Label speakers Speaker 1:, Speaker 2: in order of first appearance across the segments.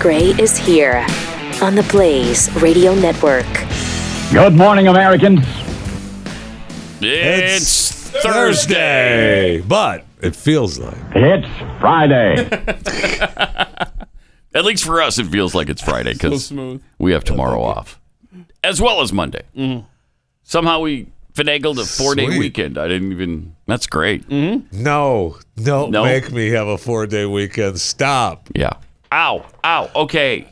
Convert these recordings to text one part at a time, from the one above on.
Speaker 1: Gray is here on the Blaze Radio Network.
Speaker 2: Good morning, Americans.
Speaker 3: It's Thursday.
Speaker 4: but it feels like
Speaker 2: It's Friday.
Speaker 3: At least for us, it feels like it's Friday because
Speaker 5: smooth.
Speaker 3: we have tomorrow off, as well as Monday.
Speaker 5: Mm-hmm.
Speaker 3: Somehow we finagled a four-day
Speaker 4: Sweet.
Speaker 3: weekend. I didn't even. That's great.
Speaker 4: Mm-hmm. no, don't
Speaker 3: No.
Speaker 4: make me have a four day weekend. Stop.
Speaker 3: Yeah. Ow! Ow! Okay.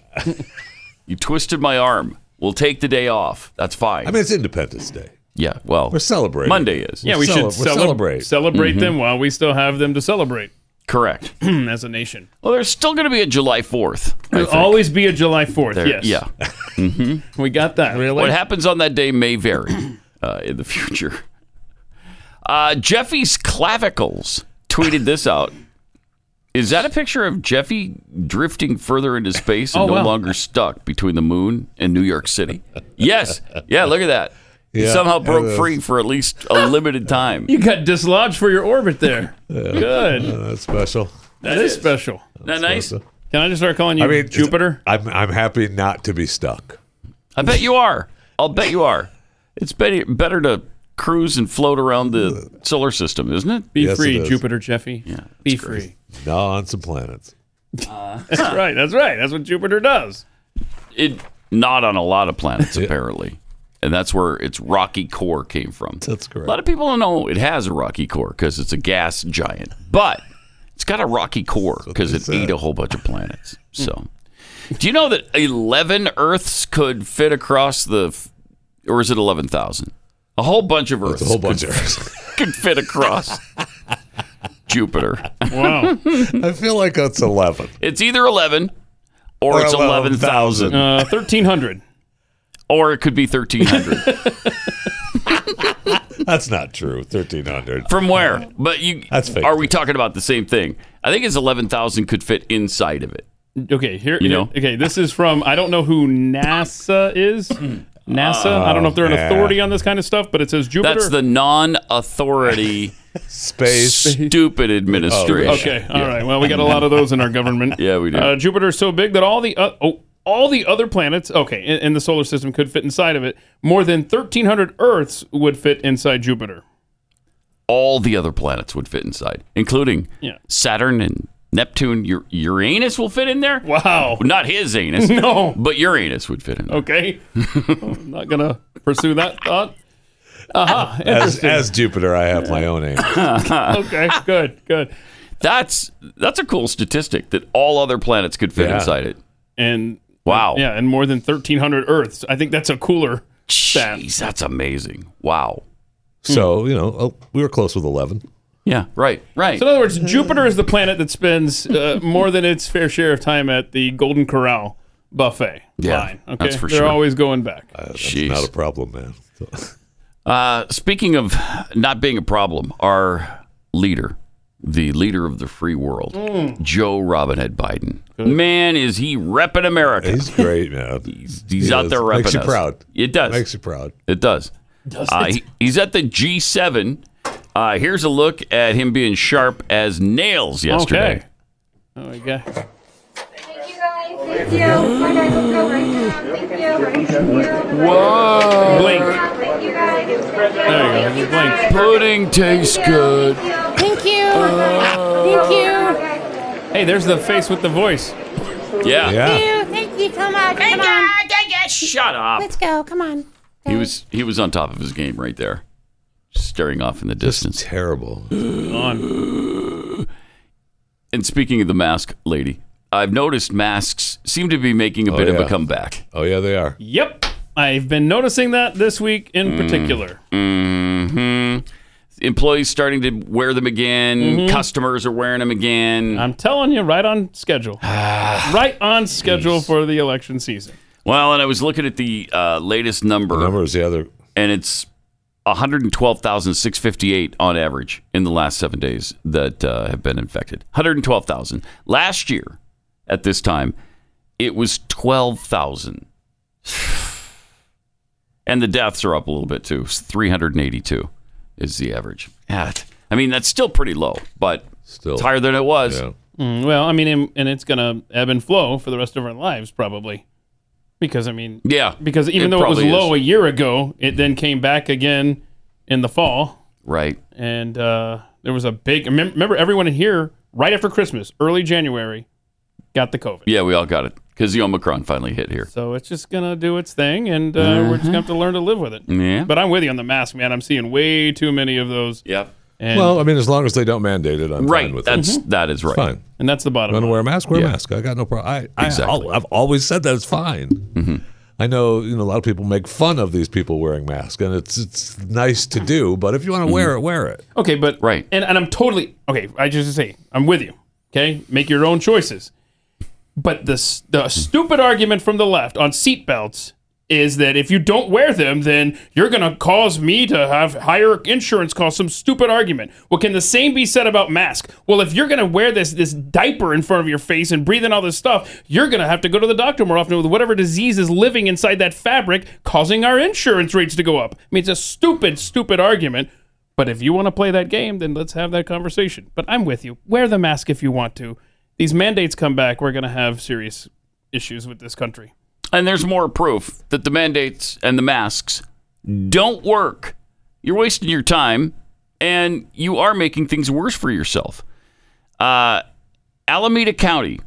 Speaker 3: you twisted my arm. We'll take the day off. That's fine.
Speaker 4: I mean, it's Independence Day.
Speaker 3: yeah. Well,
Speaker 4: We're celebrating.
Speaker 3: Monday is.
Speaker 5: Yeah, we
Speaker 4: Cele-
Speaker 5: should
Speaker 4: we're
Speaker 5: celeb-
Speaker 4: celebrate.
Speaker 5: celebrate
Speaker 3: Mm-hmm.
Speaker 5: them while we still have them to celebrate
Speaker 3: correct.
Speaker 5: as a nation.
Speaker 3: Well, there's still going to be a July Fourth.
Speaker 5: There'll always be a July 4th.
Speaker 3: There-
Speaker 5: yes.
Speaker 3: Yeah. Mm-hmm.
Speaker 5: We got that. Really?
Speaker 3: What happens on that day may vary uh, in the future. Uh, Jeffy's clavicles tweeted this out. Is that a picture of Jeffy drifting further into space and
Speaker 5: Oh,
Speaker 3: no
Speaker 5: wow.
Speaker 3: longer stuck between the moon and New York City? Yes. Yeah, look at that. he
Speaker 4: Yeah,
Speaker 3: somehow
Speaker 4: it
Speaker 3: broke
Speaker 4: is.
Speaker 3: free for at least a limited time.
Speaker 5: You got dislodged for your orbit there. Good.
Speaker 4: Uh, that's special.
Speaker 5: That is special.
Speaker 3: Isn't that nice?
Speaker 4: Special.
Speaker 5: Can I just start calling you
Speaker 4: I mean,
Speaker 5: Jupiter?
Speaker 4: I'm I'm happy not to be stuck.
Speaker 3: I bet you are. I'll bet you are. It's better better to cruise and float around the solar system, isn't it?
Speaker 5: Be
Speaker 4: Yes,
Speaker 5: free,
Speaker 4: it is.
Speaker 5: Jupiter Jeffy. Yeah. Be free.
Speaker 4: No, on some planets.
Speaker 3: Uh,
Speaker 5: That's right. That's right. That's what Jupiter does.
Speaker 3: it not on a lot of planets
Speaker 4: Yeah.
Speaker 3: apparently and that's where its rocky core came from
Speaker 4: That's
Speaker 3: a lot
Speaker 4: correct.
Speaker 3: of people don't know it has a rocky core because it's a gas giant but it's got a rocky core because it
Speaker 4: said. Hmm.
Speaker 3: ate a whole bunch of planets so do you know that 11 earths could fit across the f- or is it 11,000 a whole bunch of earths
Speaker 4: It's a whole bunch
Speaker 3: could,
Speaker 4: of.
Speaker 3: could fit across jupiter
Speaker 5: Wow.
Speaker 4: I feel like that's eleven.
Speaker 3: it's either 11
Speaker 4: Or
Speaker 3: or, it's
Speaker 4: 11,000.
Speaker 3: 11,000
Speaker 5: Uh, 1300.
Speaker 3: or it could be 1300
Speaker 4: That's not true. Thirteen hundred.
Speaker 3: From where? But you
Speaker 4: That's fake
Speaker 3: are we talking about the same thing? I think it's eleven thousand could fit inside of it.
Speaker 5: Okay, here
Speaker 3: You know?
Speaker 5: Okay, this is from I don't know who NASA is. NASA. I don't know if they're an
Speaker 4: yeah.
Speaker 5: authority on this kind of stuff, but it says Jupiter.
Speaker 3: That's the non-authority
Speaker 4: Space.
Speaker 3: stupid administration.
Speaker 5: Okay. all right. Well, we got a lot of those in our government.
Speaker 3: Yeah, we do.
Speaker 5: Uh, Jupiter is so big that all the uh, oh, all the other planets, okay, in, in the solar system could fit inside of it. More than 1300 Earths would fit inside Jupiter.
Speaker 3: All the other planets would fit inside, including
Speaker 5: Yeah.
Speaker 3: Saturn and Neptune. Ur- Uranus will fit in there.
Speaker 5: Wow.
Speaker 3: Not his anus.
Speaker 5: No.
Speaker 3: But Uranus would fit in. there.
Speaker 5: Okay. I'm not going to pursue that thought. Aha.
Speaker 4: As,
Speaker 5: Interesting.
Speaker 4: as Jupiter, I have my own aim.
Speaker 5: okay. Good. Good.
Speaker 3: That's that's a cool statistic that all other planets could fit
Speaker 4: Yeah.
Speaker 3: inside it.
Speaker 5: And
Speaker 3: Wow.
Speaker 5: yeah, and more than 1300 Earths. I think that's a cooler stat.
Speaker 3: Jeez, that's amazing. Wow.
Speaker 5: Hmm.
Speaker 4: So you know, oh, we were close with eleven.
Speaker 3: Yeah. Right. Right.
Speaker 5: So in other words, Jupiter is the planet that spends uh, more than its fair share of time at the Golden Corral buffet
Speaker 3: Yeah,
Speaker 5: line. Okay,
Speaker 3: that's for
Speaker 5: they're
Speaker 3: sure.
Speaker 5: always going back.
Speaker 3: Jeez.
Speaker 4: Not a problem, man.
Speaker 3: Uh, speaking of not being a problem, our leader, the leader of the free world, Joe Robinette Biden. Man, is he repping America. He's,
Speaker 4: He's great, man. He's,
Speaker 3: out there repping
Speaker 4: Makes you
Speaker 3: us.
Speaker 4: proud.
Speaker 3: It does.
Speaker 4: Makes you proud.
Speaker 3: it does. Uh, he- he's at the G7. Uh, here's a look at him being sharp as nails yesterday.
Speaker 5: Okay. Oh my god.
Speaker 6: Thank you guys. Thank you. Bye guys. Let's go right now. Thank you.
Speaker 3: Whoa.
Speaker 5: Blink.
Speaker 6: Thank you guys.
Speaker 5: There you go. Blink.
Speaker 3: Pudding tastes good.
Speaker 7: Thank you. Thank you.
Speaker 5: Hey, there's the face with the voice.
Speaker 3: Yeah.
Speaker 4: Yeah.
Speaker 7: Thank you. Thank you. Come on. Come on.
Speaker 3: Shut up.
Speaker 7: Let's go. Come on.
Speaker 3: He was he was on top of his game right there, staring off in the distance.
Speaker 4: Terrible.
Speaker 5: On.
Speaker 3: And speaking of the mask lady, I've noticed masks seem to be making a bit of
Speaker 4: yeah.
Speaker 3: a comeback.
Speaker 4: Oh yeah, they are.
Speaker 5: Yep. I've been noticing that this week in
Speaker 3: Mm-hmm. Mm.
Speaker 5: particular.
Speaker 3: hmm Employees starting to wear them again.
Speaker 5: Mm-hmm.
Speaker 3: Customers are wearing them again.
Speaker 5: I'm telling you, right on schedule. right on schedule for the election season.
Speaker 3: well, and I was looking at the uh, latest number,
Speaker 4: Numbers the other.
Speaker 3: and it's 112,658 on average in the last seven days that uh, have been infected. 112,000. Last year, at this time, it was 12,000. And the deaths are up a little bit too. It's 382 is the average. Yeah, it- I mean, that's still pretty low, but
Speaker 4: Still.
Speaker 3: it's higher than it was.
Speaker 4: Yeah.
Speaker 5: Mm, well, I mean, and, and it's gonna ebb and flow for the rest of our lives, probably, because I mean,
Speaker 3: Yeah.
Speaker 5: because even though it was
Speaker 3: probably is.
Speaker 5: low a year ago, it then came back again in the fall.
Speaker 3: Right.
Speaker 5: and uh, there was a big. remem- Remember, everyone in here right after Christmas, early January, got the COVID.
Speaker 3: Yeah, we all got it because the Omicron finally hit here.
Speaker 5: So it's just gonna do its thing, and uh, we're just gonna have to learn to live with it.
Speaker 3: Yeah.
Speaker 5: But I'm with you on the mask, man. I'm seeing way too many of those.
Speaker 3: yeah.
Speaker 5: And,
Speaker 4: Well, I mean, as long as they don't mandate it, I'm
Speaker 3: Right.
Speaker 4: fine with
Speaker 3: That's
Speaker 4: it. Mm-hmm.
Speaker 3: that is right.
Speaker 4: It's fine.
Speaker 5: and that's the bottom.
Speaker 4: You want to
Speaker 5: line.
Speaker 4: wear a mask? Wear
Speaker 3: Yeah.
Speaker 4: a mask. I got no problem. I, I,
Speaker 3: Exactly.
Speaker 4: exactly. I've always said that it's fine. I know you know a lot of people make fun of these people wearing masks, and it's it's nice to do. But if you want to wear it, wear it.
Speaker 5: Okay, but
Speaker 3: Right.
Speaker 5: and, and I'm totally okay. I just say I'm with you. Okay, make your own choices. But the s- the stupid argument from the left on seatbelts is that if you don't wear them, then you're gonna cause me to have higher insurance costs. Some stupid argument. Well, can the same be said about masks? Well, if you're gonna wear this this diaper in front of your face and breathe in all this stuff, you're gonna have to go to the doctor more often with whatever disease is living inside that fabric, causing our insurance rates to go up. I mean, it's a stupid, stupid argument. But if you want to play that game, then let's have that conversation. But I'm with you. Wear the mask if you want to. These mandates come back, we're going to have serious issues with this country.
Speaker 3: And there's more proof that the mandates and the masks don't work. You're wasting your time and you are making things worse for yourself. Uh, Alameda County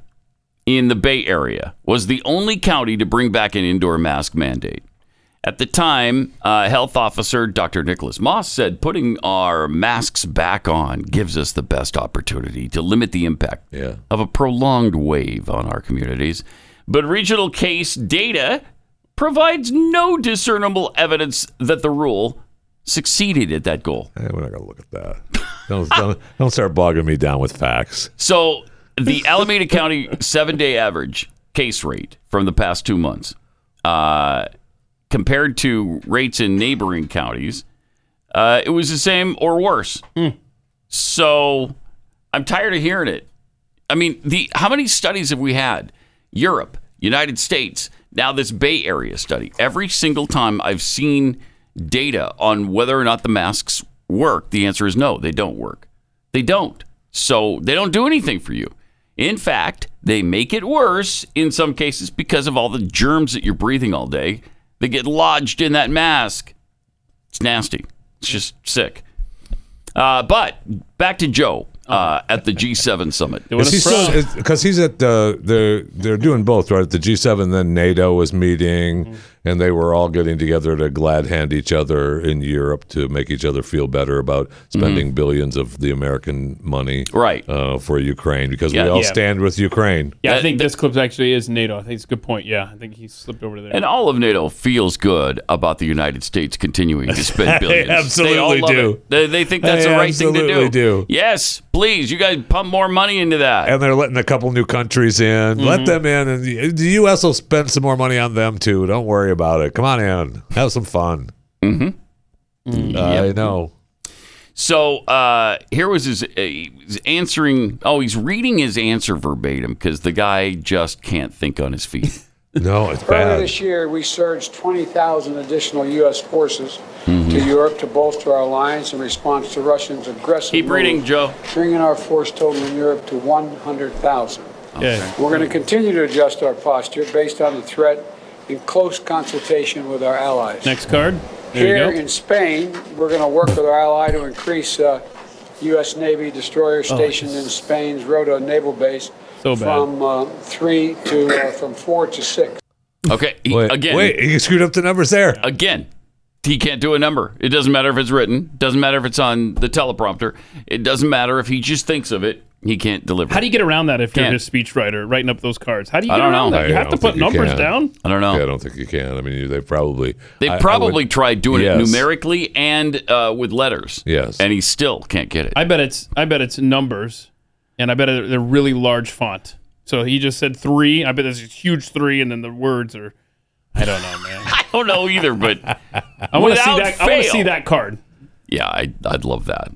Speaker 3: in the Bay Area was the only county to bring back an indoor mask mandate. At the time, uh, health officer Dr. Nicholas Moss said putting our masks back on gives us the best opportunity to limit the impact
Speaker 4: Yeah.
Speaker 3: of a prolonged wave on our communities. But regional case data provides no discernible evidence that the rule succeeded at that goal.
Speaker 4: Eh, we're not gonna look at that. Don't, don't don't start bogging me down with facts.
Speaker 3: So the Alameda County seven day average case rate from the past two months, uh, compared to rates in neighboring counties, uh, it was the same or worse. So I'm tired of hearing it. I mean, the how many studies have we had? Europe, United States, now this Bay Area study. Every single time I've seen data on whether or not the masks work, the answer is no, they don't work. They don't. So they don't do anything for you. In fact, they make it worse in some cases because of all the germs that you're breathing all day that get lodged in that mask. It's nasty. It's just sick. Uh, but back to Joe uh, at the G7 summit.
Speaker 4: Is he still because he's at the they're they're doing both right at the G7 then NATO was meeting
Speaker 3: Mm-hmm.
Speaker 4: and they were all getting together to glad hand each other in Europe to make each other feel better about spending billions of the American money
Speaker 3: Right.
Speaker 4: uh, for Ukraine because
Speaker 3: Yeah.
Speaker 4: we all
Speaker 5: Yeah.
Speaker 4: stand with Ukraine.
Speaker 5: Yeah,
Speaker 3: That-
Speaker 5: I think this clip actually is NATO. I think it's a good point. Yeah, I think he slipped over to there.
Speaker 3: And all of NATO feels good about the United States continuing to spend billions. they all
Speaker 4: absolutely
Speaker 3: love
Speaker 4: do.
Speaker 3: It. They, they think that's
Speaker 4: They
Speaker 3: the right thing to do.
Speaker 4: absolutely do.
Speaker 3: Yes, please, you guys pump more money into that.
Speaker 4: And they're letting a couple new countries in.
Speaker 3: Mm-hmm.
Speaker 4: Let them in, and the, the U.S. will spend some more money on them too. Don't worry about it. Come on in, have some fun.
Speaker 3: Mm,
Speaker 4: Mm-hmm. I know.
Speaker 3: So uh, here was his, uh, he's answering. Oh, he's reading his answer verbatim because the guy just can't think on his feet.
Speaker 4: No, it's
Speaker 8: Earlier
Speaker 4: bad.
Speaker 8: this year, we surged 20,000 additional U.S. forces to Europe to bolster our alliance in response to Russia's aggressive
Speaker 3: Keep reading,
Speaker 8: move,
Speaker 3: Joe.
Speaker 8: bringing our force total in Europe to 100,000.
Speaker 5: yeah.
Speaker 8: We're going to continue to adjust our posture based on the threat in close consultation with our allies.
Speaker 5: Next card.
Speaker 8: Here
Speaker 5: There you
Speaker 8: in Spain, we're going to work with our ally to increase uh, U.S. Navy destroyers stationed in Spain's Rota naval base
Speaker 5: Oh, So bad.
Speaker 8: from uh, three to uh, from four to six.
Speaker 3: Okay, he-
Speaker 4: Wait,
Speaker 3: again,
Speaker 4: wait, you screwed up the numbers there.
Speaker 3: again. He can't do a number. It doesn't matter if it's written. Doesn't matter if it's on the teleprompter. It doesn't matter if he just thinks of it. He can't deliver.
Speaker 5: go. How do you get around that if you're
Speaker 3: Can't.
Speaker 5: a speechwriter writing up those cards? How do you
Speaker 3: I
Speaker 5: get
Speaker 3: don't
Speaker 5: around
Speaker 3: know.
Speaker 5: that? You
Speaker 4: I
Speaker 5: have to
Speaker 4: don't
Speaker 5: put
Speaker 4: think you
Speaker 5: numbers
Speaker 4: can.
Speaker 5: down.
Speaker 3: I don't know.
Speaker 4: Yeah, I don't think you can. I mean, you- they probably
Speaker 3: They
Speaker 4: I- I would-
Speaker 3: probably tried doing it
Speaker 4: Yes.
Speaker 3: numerically and uh, with letters.
Speaker 4: Yes.
Speaker 3: And he still can't get it.
Speaker 5: I bet it's I bet it's numbers, and I bet they're, they're really large font. So he just said three. I bet there's a huge three, and then the words are. I don't know, man.
Speaker 3: I don't know either, but
Speaker 5: I want to see
Speaker 3: Without
Speaker 5: that. I want to
Speaker 3: fail.
Speaker 5: see that card.
Speaker 3: yeah, I, I'd love that.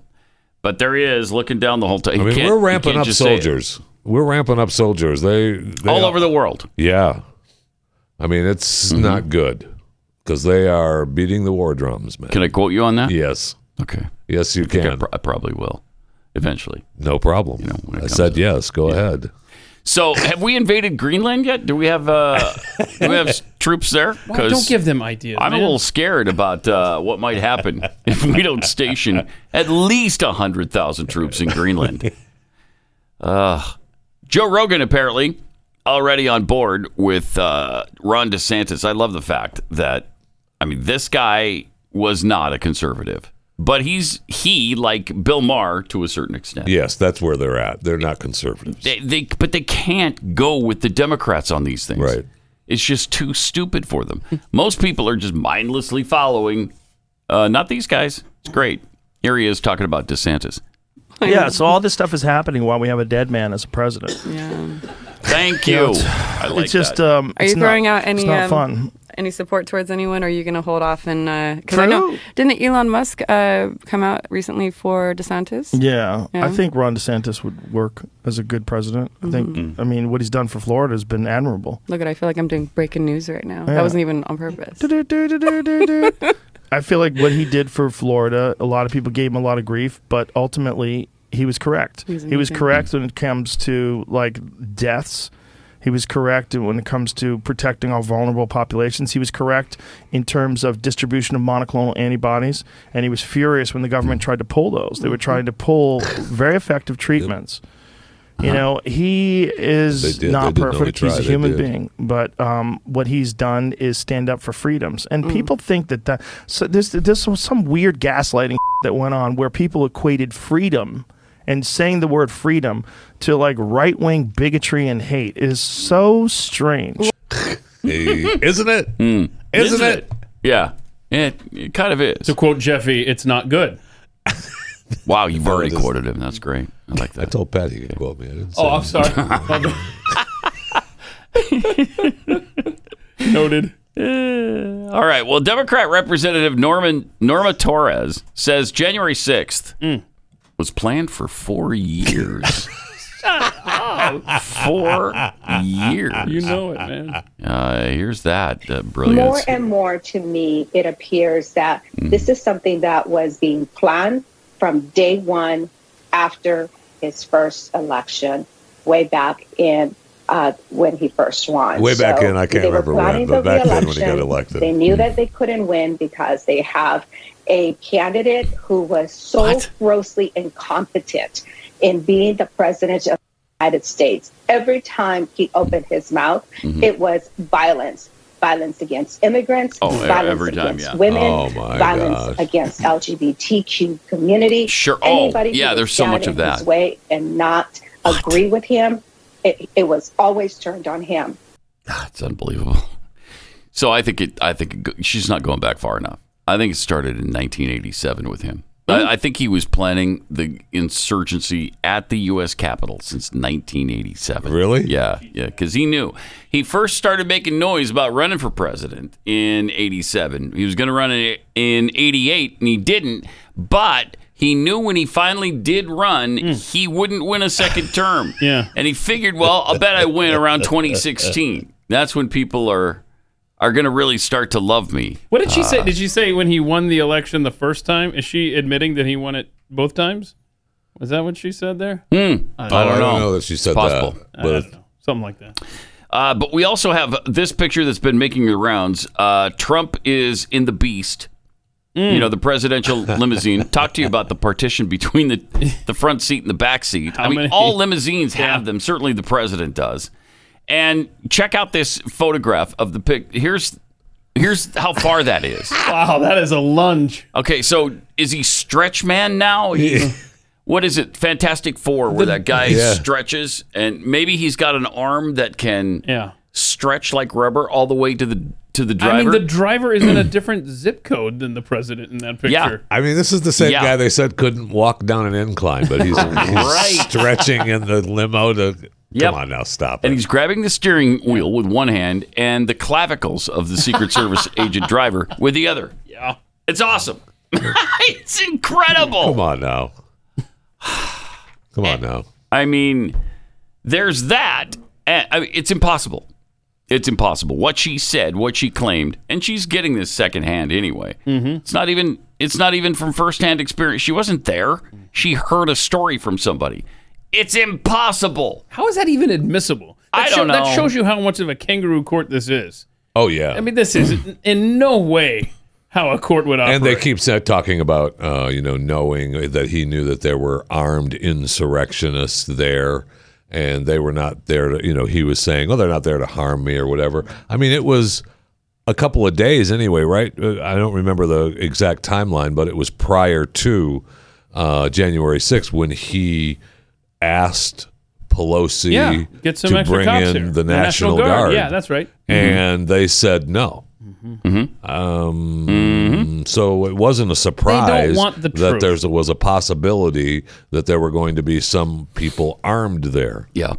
Speaker 3: But there he is looking down the whole time.
Speaker 4: I mean, we're ramping up soldiers. We're ramping up soldiers. They, they
Speaker 3: all over the world. Mm-hmm.
Speaker 4: yeah. I mean, it's not good because they are beating the war drums, man.
Speaker 3: Can I quote you on that?
Speaker 4: yes,
Speaker 3: Okay.
Speaker 4: yes, you
Speaker 3: I,
Speaker 4: can.
Speaker 3: pro- I probably will. eventually.
Speaker 4: No problem.
Speaker 3: know, when it
Speaker 4: I
Speaker 3: comes
Speaker 4: said
Speaker 3: up.
Speaker 4: yes. Go ahead.
Speaker 3: So, have we invaded Greenland yet? Do we have uh, do we have s- troops there?
Speaker 5: Why, don't give them ideas.
Speaker 3: I'm
Speaker 5: man.
Speaker 3: a little scared about uh, what might happen if we don't station at least 100,000 troops in Greenland. Uh, Joe Rogan apparently already on board with uh, Ron DeSantis. I love the fact that, I mean, this guy was not a conservative, but he's he, like Bill Maher to a certain extent.
Speaker 4: Yes, that's where they're at. They're not conservatives.
Speaker 3: They, they, but they can't go with the Democrats on these things.
Speaker 4: Right.
Speaker 3: It's just too stupid for them. Most people are just mindlessly following. Uh, not these guys. It's great. Here he is talking about DeSantis.
Speaker 9: Yeah, so all this stuff is happening while we have a dead man as a president.
Speaker 3: Thank you. I like
Speaker 9: it's just
Speaker 3: that.
Speaker 9: um
Speaker 10: Are
Speaker 9: it's
Speaker 10: you throwing
Speaker 9: not,
Speaker 10: out any
Speaker 9: it's not
Speaker 10: um,
Speaker 9: fun.
Speaker 10: any support towards anyone? Or are you going to hold off and because I know didn't Elon Musk uh, come out recently for DeSantis?
Speaker 9: Yeah,
Speaker 10: Yeah.
Speaker 9: I think Ron DeSantis would work as a good president. I think
Speaker 10: Mm-hmm.
Speaker 9: I mean what he's done for Florida has been admirable.
Speaker 10: Look at I feel like I'm doing breaking news right now.
Speaker 9: Yeah.
Speaker 10: That wasn't even on purpose.
Speaker 9: Do-do-do-do-do-do-do. I feel like what he did for Florida, a lot of people gave him a lot of grief, but ultimately he was correct.
Speaker 10: He was
Speaker 9: He was
Speaker 10: amazing.
Speaker 9: correct when it comes to like deaths. He was correct when it comes to protecting our vulnerable populations. He was correct in terms of distribution of monoclonal antibodies, and he was furious when the government tried to pull those. They were
Speaker 10: Mm-hmm.
Speaker 9: trying to pull very effective treatments. You know, he
Speaker 4: Uh-huh. They
Speaker 9: is
Speaker 4: did.
Speaker 9: not
Speaker 4: They did know he
Speaker 9: perfect. He's a
Speaker 4: tried. They
Speaker 9: human
Speaker 4: did.
Speaker 9: being, but um, what he's done is stand up for freedoms, and people think that that so there's there's some- some weird gaslighting that went on where people equated freedom and saying the word freedom to like right wing bigotry and hate It is so strange.
Speaker 4: Hey, isn't it? Isn't,
Speaker 3: Hmm. Isn't
Speaker 4: it?
Speaker 3: it? Yeah. It, it kind of is.
Speaker 5: to quote Jeffy, it's not good.
Speaker 3: Wow, you've already
Speaker 4: it isn't.
Speaker 3: quoted him. That's great. I like
Speaker 4: I
Speaker 3: that.
Speaker 4: told Pat he could quote me. I didn't say
Speaker 5: Oh, I'm sorry. Noted.
Speaker 3: Uh, All right. Well, Democrat Representative Norman Norma Torres says January 6th
Speaker 5: Mm.
Speaker 3: was planned for four years. four years.
Speaker 5: You know it, man.
Speaker 3: Uh, here's that uh, brilliance.
Speaker 7: and more to me, it appears that
Speaker 4: Mm.
Speaker 7: this is something that was being planned from day one after his first election, way back in uh, when he first won.
Speaker 4: Way back in, I can't
Speaker 7: they were
Speaker 4: remember when,
Speaker 7: planning
Speaker 4: but
Speaker 7: the
Speaker 4: back then when he got
Speaker 7: re-election.
Speaker 4: elected.
Speaker 7: they knew that they couldn't win because they have a candidate who was so grossly incompetent in being the president of the United States. Every time he opened his mouth,
Speaker 3: Mm-hmm.
Speaker 7: it was violence. Violence against immigrants,
Speaker 3: Oh, e-
Speaker 7: violence
Speaker 3: every time,
Speaker 7: against
Speaker 3: yeah.
Speaker 7: women,
Speaker 4: Oh, my
Speaker 7: violence
Speaker 4: gosh.
Speaker 7: against LGBTQ community.
Speaker 3: Sure. Oh,
Speaker 7: Anybody who
Speaker 3: yeah,
Speaker 7: would
Speaker 3: there's so
Speaker 7: stand
Speaker 3: much of
Speaker 7: in
Speaker 3: that.
Speaker 7: His way and not agree with him. It, it was always turned on him.
Speaker 3: That's unbelievable. So I think it. I think it, go- she's not going back far enough. I think it started in 1987 with him. I, I think he was planning the insurgency at the U.S. Capitol since 1987.
Speaker 4: Really?
Speaker 3: Yeah, yeah. Because he knew he first started making noise about running for president in '87. He was going to run in in '88, and he didn't. But he knew when he finally did run, he wouldn't win a second term.
Speaker 5: Yeah.
Speaker 3: And he figured, well, I'll bet I win around 2016. That's when people are are going to really start to love me.
Speaker 5: What did she
Speaker 3: Uh,
Speaker 5: say? Did she say when he won the election the first time? Is she admitting that he won it both times? Was that what she said there?
Speaker 3: Hmm. I
Speaker 4: Oh, I
Speaker 3: don't
Speaker 4: don't know
Speaker 3: know.
Speaker 4: that she said
Speaker 3: possible.
Speaker 4: that.
Speaker 5: I
Speaker 4: But
Speaker 5: don't know. Something like that.
Speaker 3: Uh, but we also have this picture that's been making the rounds. Uh, Trump is in the beast.
Speaker 5: Hmm.
Speaker 3: You know the presidential limousine. Talk to you about the partition between the the front seat and the back seat. I mean,
Speaker 5: many-
Speaker 3: all limousines have them. Certainly, the president does. And check out this photograph of the pic. Here's here's how far that is.
Speaker 5: Wow, that is a lunge.
Speaker 3: Okay, so is he stretch man now? He- what is it? Fantastic Four, where that guy
Speaker 4: Yeah.
Speaker 3: stretches, and maybe he's got an arm that can
Speaker 5: Yeah.
Speaker 3: stretch like rubber all the way to the to the driver.
Speaker 5: I mean, the driver is in a different zip code than the president in that picture.
Speaker 3: Yeah.
Speaker 4: I mean, this is the same
Speaker 3: Yeah.
Speaker 4: guy they said couldn't walk down an incline, but he's, he's
Speaker 3: Right.
Speaker 4: stretching in the limo to.
Speaker 3: Yep.
Speaker 4: Come on now, stop.
Speaker 3: and
Speaker 4: it.
Speaker 3: he's grabbing the steering wheel with one hand and the clavicles of the Secret Service agent driver with the other.
Speaker 5: yeah.
Speaker 3: It's awesome. it's incredible.
Speaker 4: Come on now. Come on now.
Speaker 3: I mean, there's that. And, I mean, it's impossible. It's impossible. What she said, what she claimed, and she's getting this secondhand anyway. Mm-hmm. It's not even. It's not even from firsthand experience. She wasn't there. she heard a story from somebody. It's impossible.
Speaker 5: How is that even admissible? That
Speaker 3: I don't
Speaker 5: show-
Speaker 3: know.
Speaker 5: That shows you how much of a kangaroo court this is.
Speaker 4: Oh yeah.
Speaker 5: I mean, this is in no way how a court would operate.
Speaker 4: and they keep sa- talking about uh, you know knowing that he knew that there were armed insurrectionists there and they were not there to you know he was saying oh they're not there to harm me or whatever i mean it was a couple of days anyway right Uh, i don't remember the exact timeline but it was prior to uh, january 6th when he asked pelosi
Speaker 5: yeah, get some
Speaker 4: to
Speaker 5: extra
Speaker 4: bring
Speaker 5: cops
Speaker 4: in
Speaker 5: here.
Speaker 4: the national, guard,
Speaker 5: Yeah, that's right. Mm-hmm.
Speaker 4: and they said no um,
Speaker 3: Mm-hmm.
Speaker 4: So it wasn't a surprise
Speaker 5: want the
Speaker 4: that
Speaker 5: truth.
Speaker 4: there was a possibility that there were going to be some people armed there.
Speaker 3: Yeah.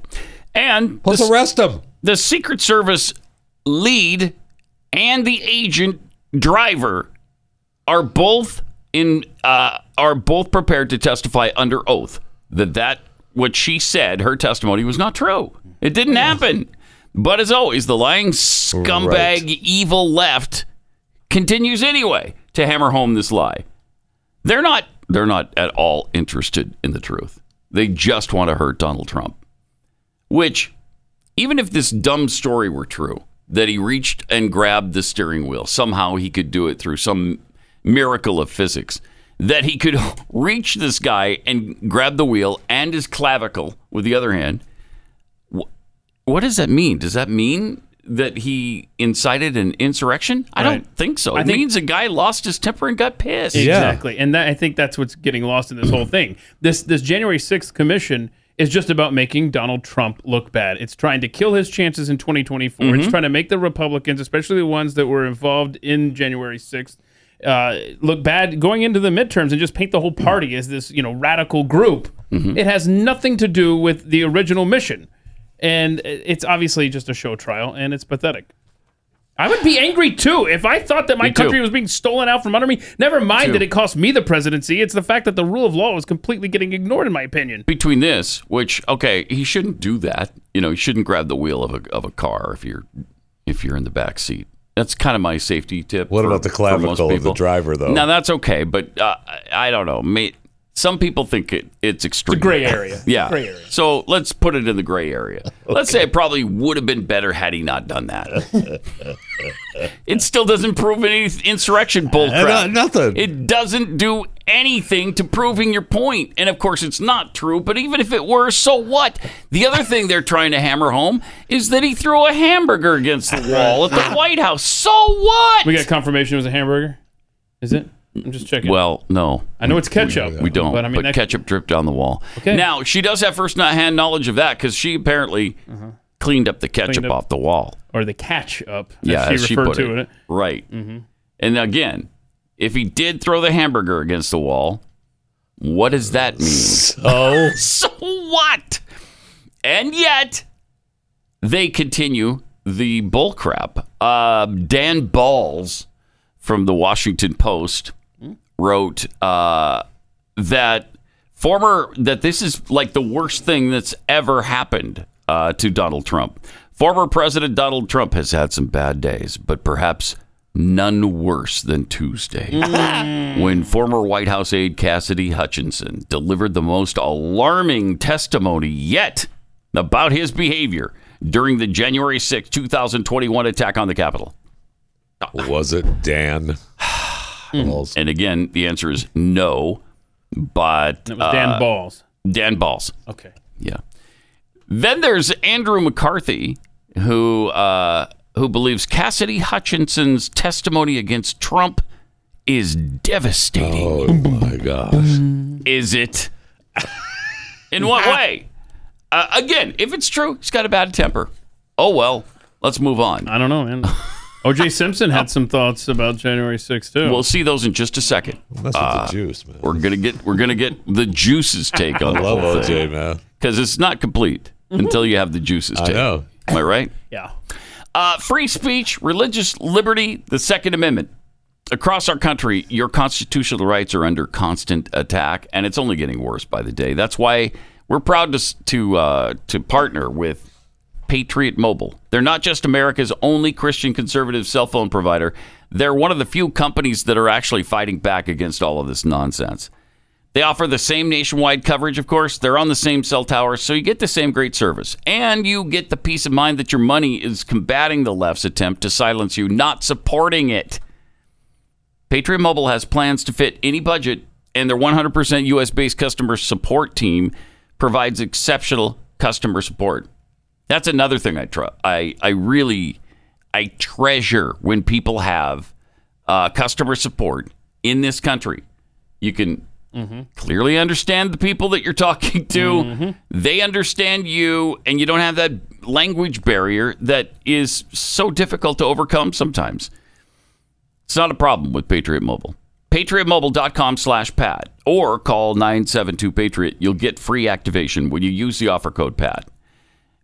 Speaker 3: And
Speaker 4: Let's
Speaker 3: the,
Speaker 4: arrest them.
Speaker 3: the Secret Service lead and the agent driver are both in uh, are both prepared to testify under oath that that what she said, her testimony was not true. It didn't happen. But as always, the lying scumbag
Speaker 4: Right.
Speaker 3: evil left continues anyway to hammer home this lie. They're not they're not at all interested in the truth. They just want to hurt Donald Trump. Which even if this dumb story were true, that he reached and grabbed the steering wheel, somehow he could do it through some miracle of physics, that he could reach this guy and grab the wheel and his clavicle with the other hand. Wh- What does that mean? Does that mean that he incited an insurrection? I
Speaker 5: Right.
Speaker 3: don't think so.
Speaker 5: I
Speaker 3: it
Speaker 5: think-
Speaker 3: means a guy lost his temper and got pissed.
Speaker 5: Exactly. And that I think that's what's getting lost in this whole thing. This this January 6th commission is just about making Donald Trump look bad. It's trying to kill his chances in 2024. It's trying to make the Republicans, especially the ones that were involved in January 6th, uh, look bad going into the midterms and just paint the whole party as this, you know, radical group.
Speaker 3: Hmm. Mm-hmm.
Speaker 5: It has nothing to do with the original mission. And it's obviously just a show trial and it's pathetic. I would be angry too if I thought that my
Speaker 3: too.
Speaker 5: country was being stolen out from under me. Never mind
Speaker 3: Too.
Speaker 5: that it cost me the presidency. It's the fact that the rule of law was completely getting ignored, in my opinion.
Speaker 3: between this, which okay, he shouldn't do that. You know, he shouldn't grab the wheel of a of a car if you're if you're in the back seat. That's kind of my safety tip.
Speaker 4: What
Speaker 3: for-
Speaker 4: about the
Speaker 3: for most
Speaker 4: clavicle of the
Speaker 3: people.
Speaker 4: driver, though?
Speaker 3: Now that's okay, but uh, I- I don't know. May- Some people think it, it's extreme.
Speaker 5: Gray area.
Speaker 3: Yeah.
Speaker 5: Gray area.
Speaker 3: So let's put it in the gray area. Let's say it probably would have been better had he not done that. it still doesn't prove any insurrection bullcrap.
Speaker 4: Uh, no- nothing.
Speaker 3: It doesn't do anything to proving your point. And of course, it's not true, but even if it were, so what? The other thing they're trying to hammer home is that he threw a hamburger against the wall at the White House. So what?
Speaker 5: We got confirmation it was a hamburger. Is it? I'm just checking.
Speaker 3: well, no.
Speaker 5: I know it's ketchup.
Speaker 3: We don't. But,
Speaker 5: But I mean, that-
Speaker 3: ketchup dripped down the wall.
Speaker 5: Okay.
Speaker 3: Now she does have first hand knowledge of that because she apparently cleaned up the ketchup
Speaker 5: Uh-huh. Cleaned up.
Speaker 3: off the wall.
Speaker 5: or the catch up. as
Speaker 3: Yeah,
Speaker 5: she
Speaker 3: as she
Speaker 5: referred
Speaker 3: put
Speaker 5: to
Speaker 3: it.
Speaker 5: it. Mm-hmm.
Speaker 3: Right. And again, if he did throw the hamburger against the wall, what does that mean?
Speaker 4: Oh,
Speaker 3: so what? And yet, they continue the bull crap. Uh, Dan Balls from the Washington Post wrote uh, that former that this is like the worst thing that's ever happened uh, to Donald Trump. Former President Donald Trump has had some bad days, but perhaps none worse than Tuesday when former White House aide Cassidy Hutchinson delivered the most alarming testimony yet about his behavior during the January 6, 2021 attack on the Capitol.
Speaker 4: was it Dan? Well,
Speaker 3: Hmm. And again, the answer is no, but uh,
Speaker 5: It was Dan Balls.
Speaker 3: Dan Balls.
Speaker 5: Okay.
Speaker 3: Yeah. Then there's Andrew McCarthy, who uh, who believes Cassidy Hutchinson's testimony against Trump is devastating. Mm.
Speaker 4: Oh my gosh!
Speaker 3: Is it? In what way? Uh, again, if it's true, he's got a bad temper. Oh well, let's move on.
Speaker 5: I don't know, man. OJ Simpson had some thoughts about January 6th, too.
Speaker 3: We'll see those in just a second. Uh,
Speaker 4: That's with the juice, man.
Speaker 3: We're gonna get we're gonna get the juices take on
Speaker 4: I love
Speaker 3: the
Speaker 4: OJ, man. Mm-hmm.
Speaker 3: because it's not complete until you have the juices
Speaker 4: I
Speaker 3: take.
Speaker 4: know.
Speaker 3: Am I right?
Speaker 5: yeah.
Speaker 3: Uh, free speech, religious liberty, the Second Amendment. Across our country, your constitutional rights are under constant attack, and it's only getting worse by the day. That's why we're proud to s- to uh, to partner with Patriot Mobile. They're not just America's only Christian conservative cell phone provider. They're one of the few companies that are actually fighting back against all of this nonsense. They offer the same nationwide coverage, of course. They're on the same cell tower, so you get the same great service. And you get the peace of mind that your money is combating the left's attempt to silence you, not supporting it. Patriot Mobile has plans to fit any budget, and their 100% US based customer support team provides exceptional customer support. That's another thing I try. I, I really I treasure when people have uh, customer support in this country. You can
Speaker 5: Mm-hmm.
Speaker 3: clearly understand the people that you're talking to. They understand you, and you don't have that language barrier that is so difficult to overcome sometimes. It's not a problem with Patriot Mobile. PatriotMobile.com slash Pat or call 972 Patriot. You'll get free activation when you use the offer code PAT.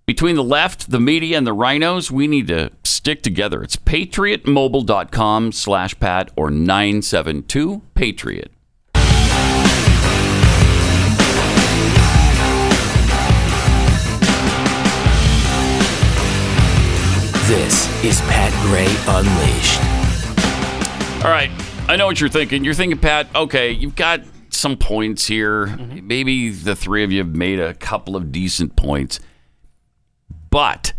Speaker 3: Between the left, the media, and the rhinos, we need to stick together. It's patriotmobile.com slash Pat or 972 Patriot.
Speaker 11: This is Pat Gray Unleashed.
Speaker 3: All right. I know what you're thinking. You're thinking, Pat, okay, you've got some points here.
Speaker 5: Mm-hmm.
Speaker 3: Maybe the three of you have made a couple of decent points. But